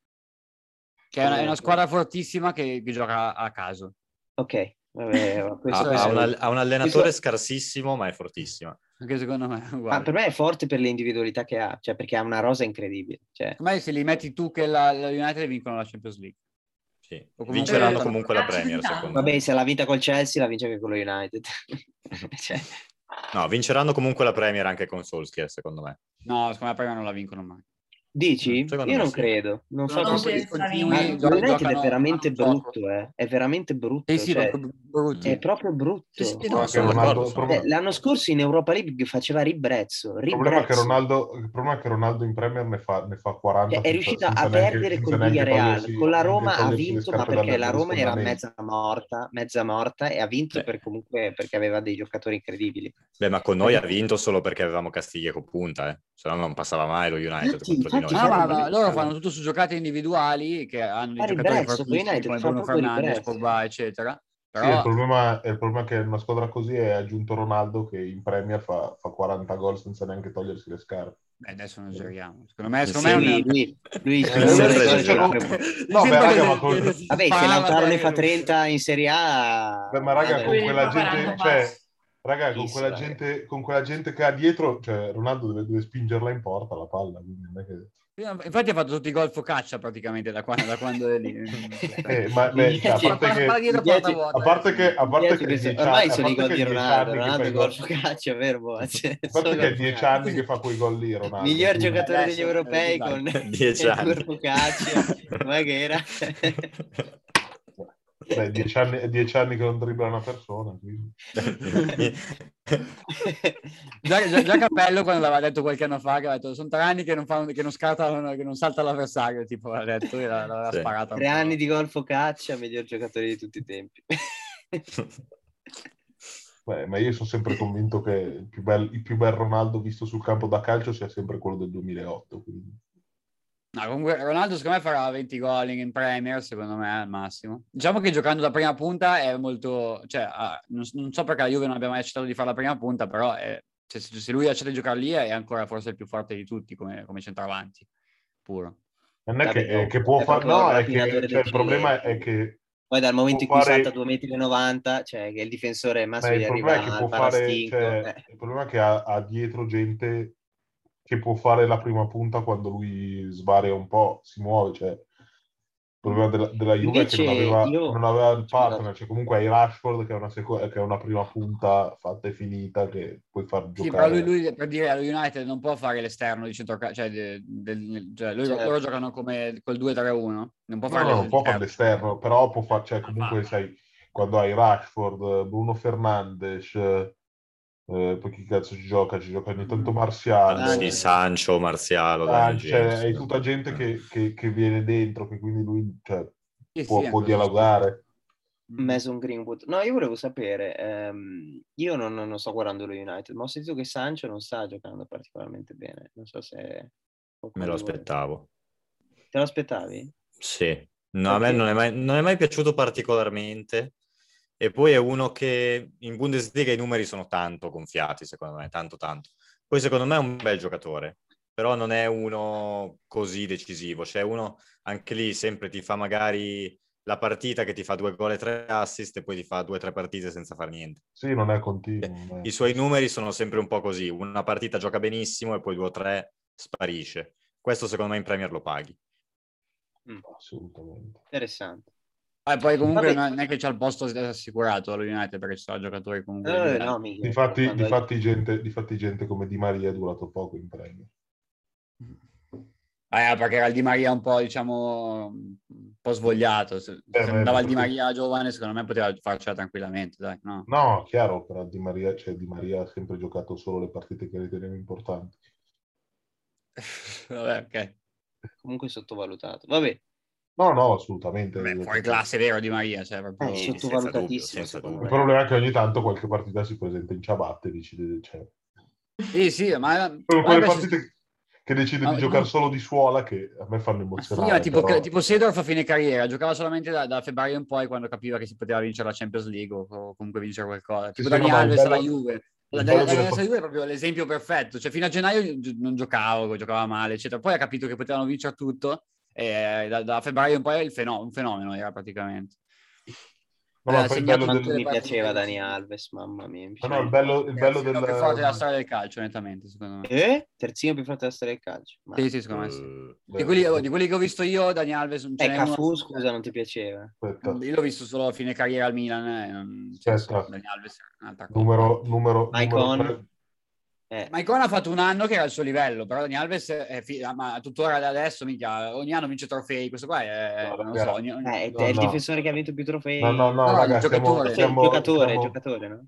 Che è una, è una squadra fortissima che, che gioca a caso.
Ok, vabbè, ma
Ah, Ha,
questo
è-
ha un, al- ha un allenatore
questo-
scarsissimo, ma è fortissimo.
Anche secondo me, [laughs]
Ah, per
guarda.
me è forte per le individualità che ha, cioè perché ha una rosa incredibile. Cioè,
Secondo me se li metti tu che la, la United vincono la Champions League.
Sì.
comunque-
Vinceranno
Eh,
comunque la Premier,
ci sta.
secondo me.
Ah, vabbè, se la vinta col Chelsea la vince anche con lo United. [laughs] Cioè,
No, vinceranno comunque la Premier anche con Solskjaer, secondo me.
No, secondo me prima non la vincono mai.
dici?
Mm, secondo
Io
me
non
sì.
credo. Non so
No,
come
sì,
si-
continui,
Ma
gio-
lo United è
giocano-
veramente
fanno un gioco.
brutto, eh. È veramente brutto.
Sì, sì,
cioè,
proprio brutti.
è proprio brutto.
Sì, sì,
Ma
no,
anche
sono
Ronaldo-
d'accordo. sono
proprio-
Eh, L'anno scorso in Europa League faceva ribrezzo,
Il problema, è che
ribrezzo.
Ronaldo, il problema è che Ronaldo in Premier ne fa, ne fa 40.
Cioè, è
senza-
riuscito
senza
a
neanche-
perdere
senza
con
neanche
Villarreal,
togliersi-
con la
neanche
Roma ha
togliersi le
vinto,
scarpe
ma
dalle-
perché la
dalle
Roma era
sfondamenti.
mezza morta, mezza morta e ha vinto
Beh.
per comunque perché aveva dei giocatori incredibili.
Beh, ma con noi ha vinto solo perché avevamo Castiglieco punta, eh. se no non passava mai lo United
Infatti,
contro di noi.
infatti,
Ah, ma,
Sì,
ma loro
[laughs]
fanno tutto su giocate individuali che hanno dei
Ah,
giocatori
ribrezzo,
fortissimi
United
come
fa
Bruno
proprio
Fernandes,
ribrezzo.
Pogba, eccetera.
Sì, il
Però
problema, il problema è che una squadra così è aggiunto Ronaldo che in Premier fa, fa 40 gol senza neanche togliersi le scarpe.
beh, adesso non esageriamo. Secondo me, secondo
Sì,
me
Lui,
non è-
lui, lui
Eh,
secondo me,
sempre
secondo me,
esagerato.
gioca cioè, proprio-
No,
Mi
beh,
sembra
raga,
che-
ma col-
che si
Vabbè, se
spara,
Lautaro ne fa
vabbè.
30 in Serie A...
Beh, ma raga, con
vabbè.
quella gente,
40
cioè,
passi.
raga, con
Chissà,
quella
raga.
gente, con quella gente che ha dietro, cioè, Ronaldo deve, deve spingerla in porta la palla. quindi non è che-
Infatti ha fatto tutti i gol focaccia praticamente da quando, da quando è lì.
Eh,
[laughs]
ma, beh, cioè, a
Sì,
parte che,
Spara dietro,
Dieci-
porta vuota.
a parte che, a parte che è
Dieci-
dieci
Ormai
anni- a
sono i
parte
gol
che
di
è dieci
Ronaldo,
anni che
Ronaldo
fai
è
gol-
gol focaccia, è vero, boh, cioè,
a parte
solo
che è
gol
dieci
focaccia.
anni che fa quei gol lì, Ronaldo.
miglior
quindi-
giocatore degli
Adesso,
europei
dai,
con
esatto,
[laughs]
Dieci
con
anni.
Focaccia,
[laughs]
Maghera.
Beh, dieci anni, è dieci anni che non dribbla una persona. quindi.
Già, già- già Cappello quando l'aveva detto qualche anno fa, che aveva detto sono tre anni che non, fa un- che non scarta, che non salta l'avversario, tipo aveva detto, e l'aveva l'aveva
Sì.
sparata.
Tre anni di gol Focaccia, miglior giocatore di tutti i tempi. [laughs]
Beh, ma io sono sempre convinto che il più, bel, il più bel Ronaldo visto sul campo da calcio sia sempre quello del 2008. Quindi.
No, comunque Ronaldo secondo me farà 20 gol in Premier, secondo me al massimo. Diciamo che giocando da prima punta è molto... Cioè, ah, non, non so perché la Juve non abbia mai accettato di fare la prima punta, però è- cioè, se, se lui accetta di giocare lì è ancora forse il più forte di tutti come, come centravanti, puro.
Non è
Vabbè,
che, eh,
no,
che può
è
fare,
proprio
no,
il
è che
raffinatore
cioè,
del
il problema
talento.
è che
Poi dal momento in
Può
cui
fare-
salta 2,90 m, cioè che il difensore
Ma
Massimo
il
gli
problema è
arriva
che
al
può fare,
parastinco.
cioè,
eh.
il problema è che ha, ha dietro gente che può fare la prima punta quando lui svaria un po', si muove, cioè, problema della, della Juve è che non
Invece
aveva,
io-
non aveva il partner, cioè comunque hai Rashford che è, una seco- che è una prima punta fatta e finita che puoi far
Sì, però
giocare.
lui, lui, per dire allo United non può fare l'esterno di centrocampo, cioè, de- del- cioè, lui-
Certo.
loro giocano come col 2-3-1, non può
No,
fare
no, non può fare
l'esterno.
l'esterno, però può fare, cioè comunque sai, quando hai Rashford, Bruno Fernandes, eh, poi chi cazzo ci gioca? Ci gioca ogni
Mm.
tanto Marziale.
Sì, Sancho, Marzialo,
Ah,
Daniel
cioè,
James.
è tutta
Eh.
gente che, che- che viene dentro, che quindi lui cioè,
Sì, sì, Mm.
può,
è
può
quello.
dialogare.
Mason Greenwood. No, io volevo sapere, ehm, io non, non sto guardando lo United, ma ho sentito che Sancho non sta giocando particolarmente bene. Non so se...
Me lo aspettavo.
Te lo aspettavi?
Sì, No, a me
Perché?
non è, mai, non è mai piaciuto particolarmente. E poi è uno che in Bundesliga i numeri sono tanto gonfiati, secondo me, tanto tanto. Poi secondo me è un bel giocatore, però non è uno così decisivo. Cioè uno anche lì sempre ti fa magari la partita che ti fa due gol e tre assist e poi ti fa due o tre partite senza far niente.
Sì, non è
Eh,
continuo. non è-
I suoi numeri sono sempre un po' così. Una partita gioca benissimo e poi due o tre sparisce. Questo secondo me in Premier lo paghi.
Assolutamente.
Interessante.
Ah, e poi comunque
Vabbè.
non è che c'è il posto assicurato allo United perché ci sono giocatori comunque...
No,
di-
Eh, no, no, mica.
Difatti,
Quando-
difatti gente, difatti gente come Di Maria è durato poco in premio.
Ah, eh, perché era il Di Maria un po', diciamo, un po' svogliato. Se, se
Eh, beh,
andava il Di
perché-
Maria giovane, secondo me poteva farcela tranquillamente, dai,
[laughs]
no?
No, chiaro, però Di Maria, cioè, Di Maria ha sempre giocato solo le partite che ritenevo importanti.
Vabbè, ok.
Comunque sottovalutato. Vabbè,
Eh,
No, no, assolutamente. Cioè,
Vabbè, fuori classe, vero Di Maria, cioè, proprio...
Eh,
Sì, senza
sottovalutatissimo,
dubbio, senza
secondo
Il
dubbio.
me.
problema è che ogni tanto qualche partita si presenta in ciabatte e decide... Cioè,
Sì, sì, ma...
sono
ma
quelle
questo-
partite che decide
Ma-
di giocare solo di suola che a me fanno
Ma sì,
emozionare.
ma tipo,
però-
tipo Seedorf a fine carriera giocava solamente da, da febbraio in poi quando capiva che si poteva vincere la Champions League o, o comunque vincere qualcosa tipo
sì,
Dani
no, ma il
Alves alla
bello-
Juve
il
la, Dani-
bello delle
Alves alla
pot-
Juve è proprio l'esempio perfetto cioè fino a gennaio gi- non giocavo giocava male eccetera poi ha capito che potevano vincere tutto e da, da febbraio in poi è il feno- un fenomeno era praticamente
No, ma
eh,
poi il
segnato tutte
bello del-
Quanto
le
mi
partite.
piaceva Dani Alves, mamma mia. mi
No,
piaceva.
Eh, no, il bello, il bello
Terzino
del...
più forte della storia del calcio nettamente secondo me
Eh? Terzino più forte della storia del calcio. Ma...
sì sì secondo me sì.
Mm,
Eh,
di,
oh,
quelli, di quelli che ho visto io Dani Alves non ce
Eh,
n'è
Cafu,
uno-
scusa, non ti piaceva?
Aspetta,
Io l'ho visto solo a fine carriera al Milan. eh, non- nel
Aspetta.
senso, Dani Alves era un'altra cosa.
Certo. numero, numero,
Maicon?
numero tre.
Eh,
Ma Icona ha fatto un anno che era al suo livello, però Dani Alves è fi- ma tuttora da adesso, mica, ogni anno vince trofei. Questo qua è,
No,
non lo
ragazzi,
so, ogni- ogni-
eh, è
No,
il
no.
difensore che ha vinto più trofei. Cioè,
No, no, no,
No,
raga,
il
stiamo...
giocatore.
stiamo-
giocatore,
stiamo-
giocatore, no?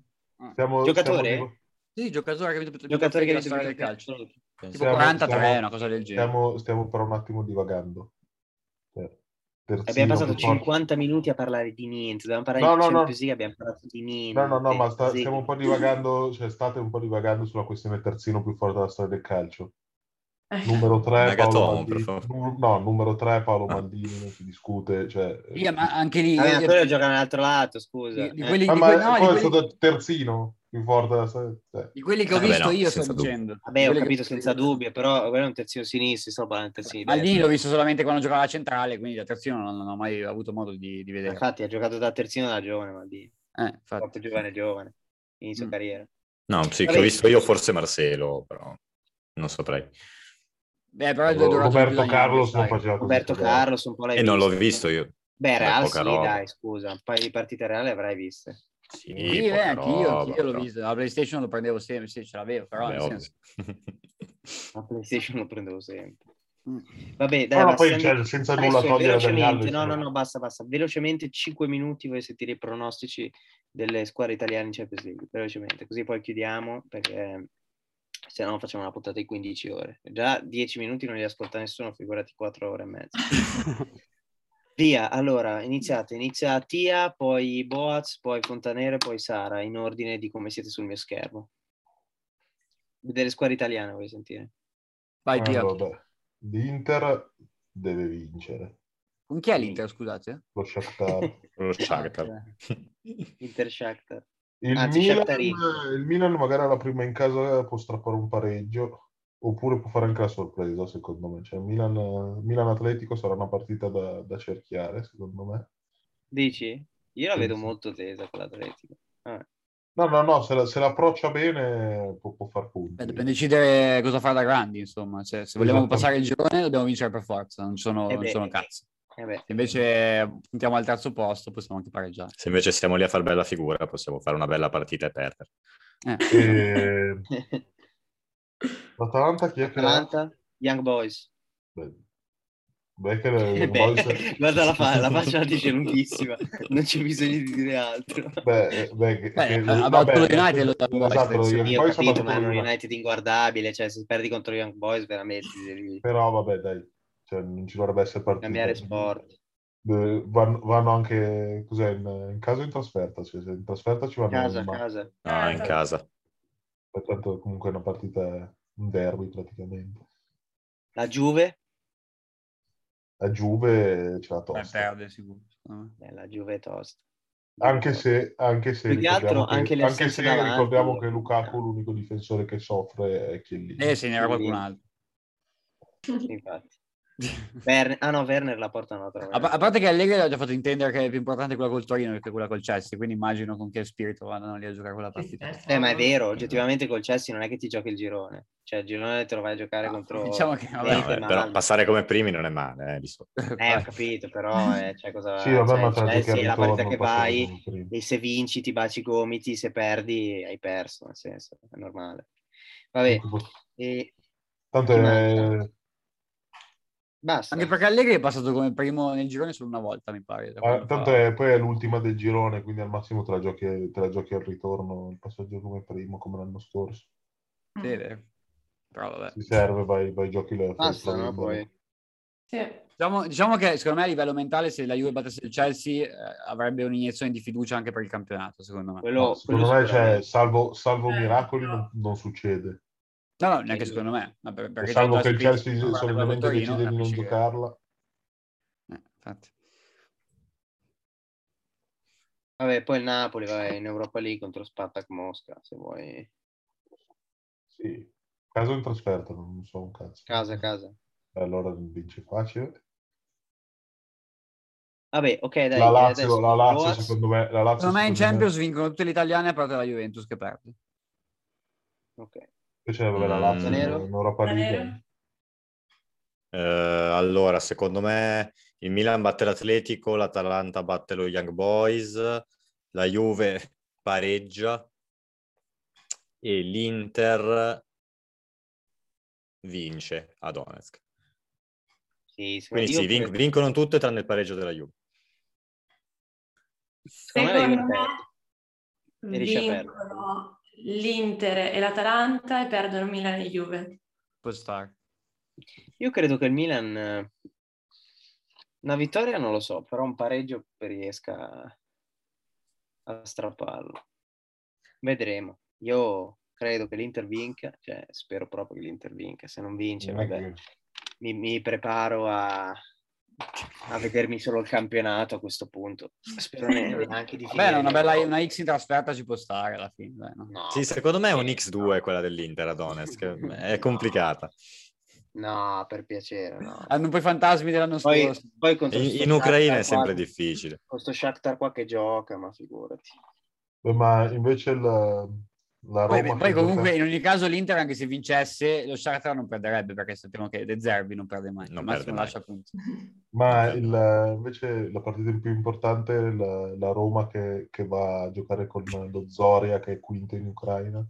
stiamo-
Giocatore?
stiamo-
sì, giocatore che ha vinto più
Giocatore
trofei
che
della
ha vinto
storia
più
del calcio.
trofei.
Tipo
Stiamo-
43,
stiamo-
una cosa del genere.
Stiamo, stiamo per un attimo divagando. Eh, terzino,
Abbiamo passato
più forte.
50 minuti a parlare di niente, dovevamo parlare
No,
di
no, no.
Champions League, abbiamo parlato di niente.
No, no, no, ma sta-
Sì.
stiamo un po' divagando, cioè state un po' divagando sulla questione terzino più forte della storia del calcio. cioè,
Eh.
Numero 3 Paolo
Nagatomo, per
Maldini.
favore.
Nu- No, numero 3 Paolo
Ah.
Maldini, non si discute, cioè...
Sì, ma anche lì,
Vabbè,
io-
ma quello gioca dall'altro lato, scusa.
di, di
Eh.
quelli,
Ah,
di
ma
que- no, di
come è
quelli-
stato terzino più forte della storia? cioè,
di quelli che ho
Vabbè,
visto
Eh no,
io, sto
senza dubbio.
dicendo. Di
Vabbè, ho
quelli che-
capito senza dubbio, però quello è un terzino sinistro, sto parlando di terzino
Maldini
destro.
l'ho visto solamente quando giocava a centrale, quindi da terzino non, non ho mai avuto modo di, di vedere.
Infatti ha giocato da terzino da giovane Maldini,
Eh, infatti.
troppo Esatto. giovane giovane, inizio
Mm.
carriera.
No, sì,
Vabbè.
che ho visto io forse Marcelo, però non saprei.
Beh, però è durato di eh, più
Ecco, Boh, Roberto
Dani Alves,
Carlos non
dai.
faceva così.
Roberto
cioè,
Carlos un po' l'hai
E non l'ho
visto.
visto io.
Beh, Real
poca
sì,
roba.
dai, scusa, un paio di partite reali avrai viste.
Sì,
Sì, poca
eh, anch'io,
roba,
anch'io l'ho
però.
visto. La PlayStation lo prendevo sempre, sì, ce l'avevo, però
Vabbè,
nel
ovvio.
senso.
La PlayStation lo prendevo sempre.
Mm.
Vabbè, dai,
No, no,
ma
poi
stiamo-
cioè, senza nulla
Adesso
togliere a Dani
velocemente,
Alves.
no, no, no, basta, basta. Velocemente, 5 minuti, voi sentire i pronostici delle squadre italiane in Champions League. Velocemente, così poi chiudiamo perché se no facciamo una puntata di 15 ore. Già 10 minuti non li ascolta nessuno, figurati 4 ore e mezza. Via, allora iniziate, inizia Tia, poi Boaz, poi Fontanero e poi Sara, in ordine di come siete sul mio schermo. Delle squadre italiane, vuoi sentire?
Vai, Pia.
Allora, Eh, vabbè. L'Inter deve vincere.
Con chi è l'Inter, scusate?
Lo Shakhtar.
[laughs]
[laughs]
Lo Shakhtar.
Inter Shakhtar.
Il,
Anzi,
Milan,
Shakhtarista.
il Milan magari alla prima in casa può strappare un pareggio oppure può fare anche la sorpresa secondo me. Cioè, Milan, Milan Atletico sarà una partita da, da cerchiare secondo me.
Dici? Io la
Sì,
vedo
sì.
molto tesa con l'Atletico. Ah,
No, no, no, se, la- se l'approccia bene può, può far punti.
Beh, dobbiamo decidere cosa fare da grandi, insomma. Cioè, se vogliamo
Esatto.
passare il girone dobbiamo vincere per forza, non ci sono,
Eh
non ci
beh.
sono cazzi.
Eh beh,
Se invece puntiamo al terzo posto, possiamo anche pareggiare.
Se invece siamo lì a far bella figura, possiamo fare una bella partita e perdere.
Eh.
E... L'Atalanta chi è che l'ha?
[laughs] Atalanta, Young Boys.
Beh, beh, che
[laughs]
le-
Eh
le
beh,
Boys-
guarda la, fa- la faccia la dice lunghissima, non c'è bisogno di dire altro.
Beh, beh, che-
Beh,
che-
about
vabbè,
the United lo sappiamo,
esatto,
penso.
lo-
Io ho
poi
capito,
sono
ma è un
proprio-
United inguardabile, cioè se perdi contro Young Boys veramente devi
Però vabbè, dai, cioè, non ci dovrebbe essere partita.
cambiare sport.
Eh, Vanno, vanno anche, cos'è, in, in casa o in trasferta? Cioè, se in trasferta ci vanno,
Casa,
ma
casa.
Eh,
No,
esatto.
in casa.
tanto comunque è una partita, un derby praticamente.
La Juve?
La Juve ce la
Beh,
tosta.
perde sicuro. secondo me.
Eh, la Juve è tosta.
Anche se, anche se
Più che
ricordiamo,
altro anche le
anche
assenze
se
davanti. eh.
ricordiamo che Lukaku, l'unico difensore che soffre, è Chiellini.
Eh, se n'era qualcun altro.
Infatti.
[laughs]
Werner- ah no, Werner la porta a un'altra.
A, pa- a parte che Allegri aveva già fatto intendere che è più importante quella col Torino che quella col Chelsea, quindi immagino con che spirito vadano lì a giocare quella partita.
Eh, ma è vero, oggettivamente col Chelsea non è che ti giochi il girone. Cioè, il girone te lo vai a giocare
Ah,
contro...
Diciamo che
No,
Eh,
vabbè, [laughs]
vabbè,
ma-
però passare come primi non è male, eh, di solito.
Eh, ho capito, però eh, cioè, cosa...
Sì, vabbè,
cioè,
ma
il
tra il
Chelsea è la
ritorno,
partita che
il passaggio
vai
come prima.
e se vinci ti baci i gomiti, se perdi hai perso, nel senso, è normale. Vabbè,
Ecco.
e
Tanto
Chi eh,
è...
basta.
anche perché Allegri è passato come primo nel girone solo una volta, mi pare.
eh, cioè,
da quando
Ah, tanto
fa-
è, poi è l'ultima del girone, quindi al massimo te la giochi, te la giochi al ritorno, il passaggio come primo, come l'anno scorso.
Sì, è vero. Però
Eh,
vabbè.
Ti serve, vai, vai giochi la
Basta,
la-
no, poi.
Sì.
Diciamo, diciamo che secondo me a livello mentale se la Juve battesse il Chelsea eh, avrebbe un'iniezione di fiducia anche per il campionato, secondo me.
Quello,
Secondo
quello
me, cioè,
sicuramente.
salvo, salvo
Eh,
miracoli,
no.
non, non succede.
No, no, neanche secondo me. ma per- perché
salvo
già
che il
Spezia-
Chelsea
guarda, quella col
solitamente
Torino,
decide di non
capisci che-
giocarla.
eh, infatti.
Vabbè, poi il Napoli, vabbè, in Europa League contro Spartak Mosca, se vuoi.
Sì. Caso in trasferta, non so un cazzo.
Casa, casa.
Allora vince facile.
Vabbè, ok, dai.
La
eh,
Lazio,
adesso
la Lazio,
Roas-
secondo me, la Lazio,
Secondo me in
secondo me-
Champions vincono tutte le italiane a parte la Juventus che perde.
Ok.
Invece, vabbè, la
Mm.
Lazio
Nero?
in Europa
Nero?
League.
Eh, allora, secondo me il Milan batte l'Atletico, l'Atalanta batte lo Young Boys, la Juve [laughs] pareggia e l'Inter vince a Donetsk.
Sì, secondo-
Quindi
io
sì, vin-
credo-
vincono tutte tranne il pareggio della Juve.
secondo me
Secondo
vincono.
me
E riesce a
vincono l'Inter e l'Atalanta e perdono Milan e Juve.
Può stare.
Io credo che il Milan eh, una vittoria non lo so, però un pareggio riesca a strapparlo. Vedremo. Io credo che l'Inter vinca, cioè spero proprio che l'Inter vinca, se non vince,
Non è
vabbè,
che-
mi, mi preparo a, a vedermi solo il campionato a questo punto. Spero
[laughs]
ne- neanche di
Vabbè,
finire.
una bella una X in trasferta ci può stare alla fine. dai, no?
No,
Sì, secondo me è un
sì,
X2 quella dell'Inter a Donetsk,
[laughs]
è complicata.
No, per piacere, no.
Hanno poi Ah, i fantasmi dell'anno
Poi,
scorso.
poi contro
In,
sto
in Ucraina è
Shakhtar
sempre
qua-
difficile.
con sto Shakhtar qua che gioca, ma figurati.
Beh, ma invece il- la
Poi,
Roma...
poi
che
comunque
gioca-
in ogni caso l'Inter anche se vincesse lo Shakhtar non perderebbe perché sappiamo che De Zerbi non perde mai.
Non
Al massimo
perde mai.
lascia punti.
Ma
Ok.
il- invece la partita più importante è la, la Roma che, che va a giocare con lo Zoria che è quinto in Ucraina.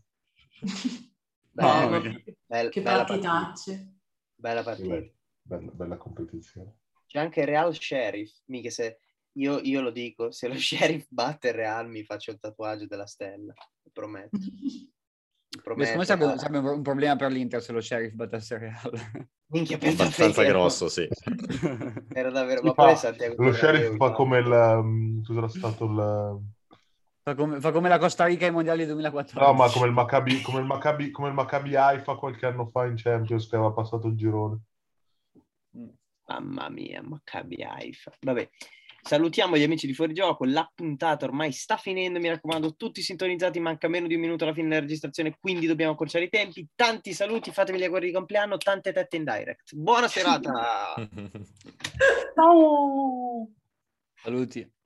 Bella,
No,
bella,
[laughs] che
bella partita.
partitacce.
[laughs]
[laughs]
Bella
Sì,
partita.
beh, bella, bella competizione.
C'è anche il Real Sheriff. Mica se io, io lo dico, se lo [laughs] Sheriff batte il Real mi faccio il tatuaggio della stella, lo prometto. lo
Beh,
prometto.
Secondo me sarebbe, sarebbe un problema per l'Inter se lo Sheriff battesse il Real. [laughs]
Minchia, pensa
Abbastanza
te [laughs] che- [laughs]
grosso, sì.
Era davvero,
Sì,
ma
fa-
poi Santiago
Lo sheriff
Bernabeu,
fa come il... um, Cos'era stato il...
Fa come, fa come la Costa Rica ai mondiali del 2014.
No, ma come il Maccabi, come il Maccabi, come il Maccabi Haifa qualche anno fa in Champions che aveva passato il girone.
Mamma mia, Maccabi Haifa. Vabbè. Salutiamo gli amici di Fuorigioco, la puntata ormai sta finendo, mi raccomando, tutti sintonizzati, manca meno di un minuto alla fine della registrazione, quindi dobbiamo accorciare i tempi. Tanti saluti, fatemi gli auguri di compleanno, tante tette in
Tá
direct. Buona serata!
Ciao!
Saluti.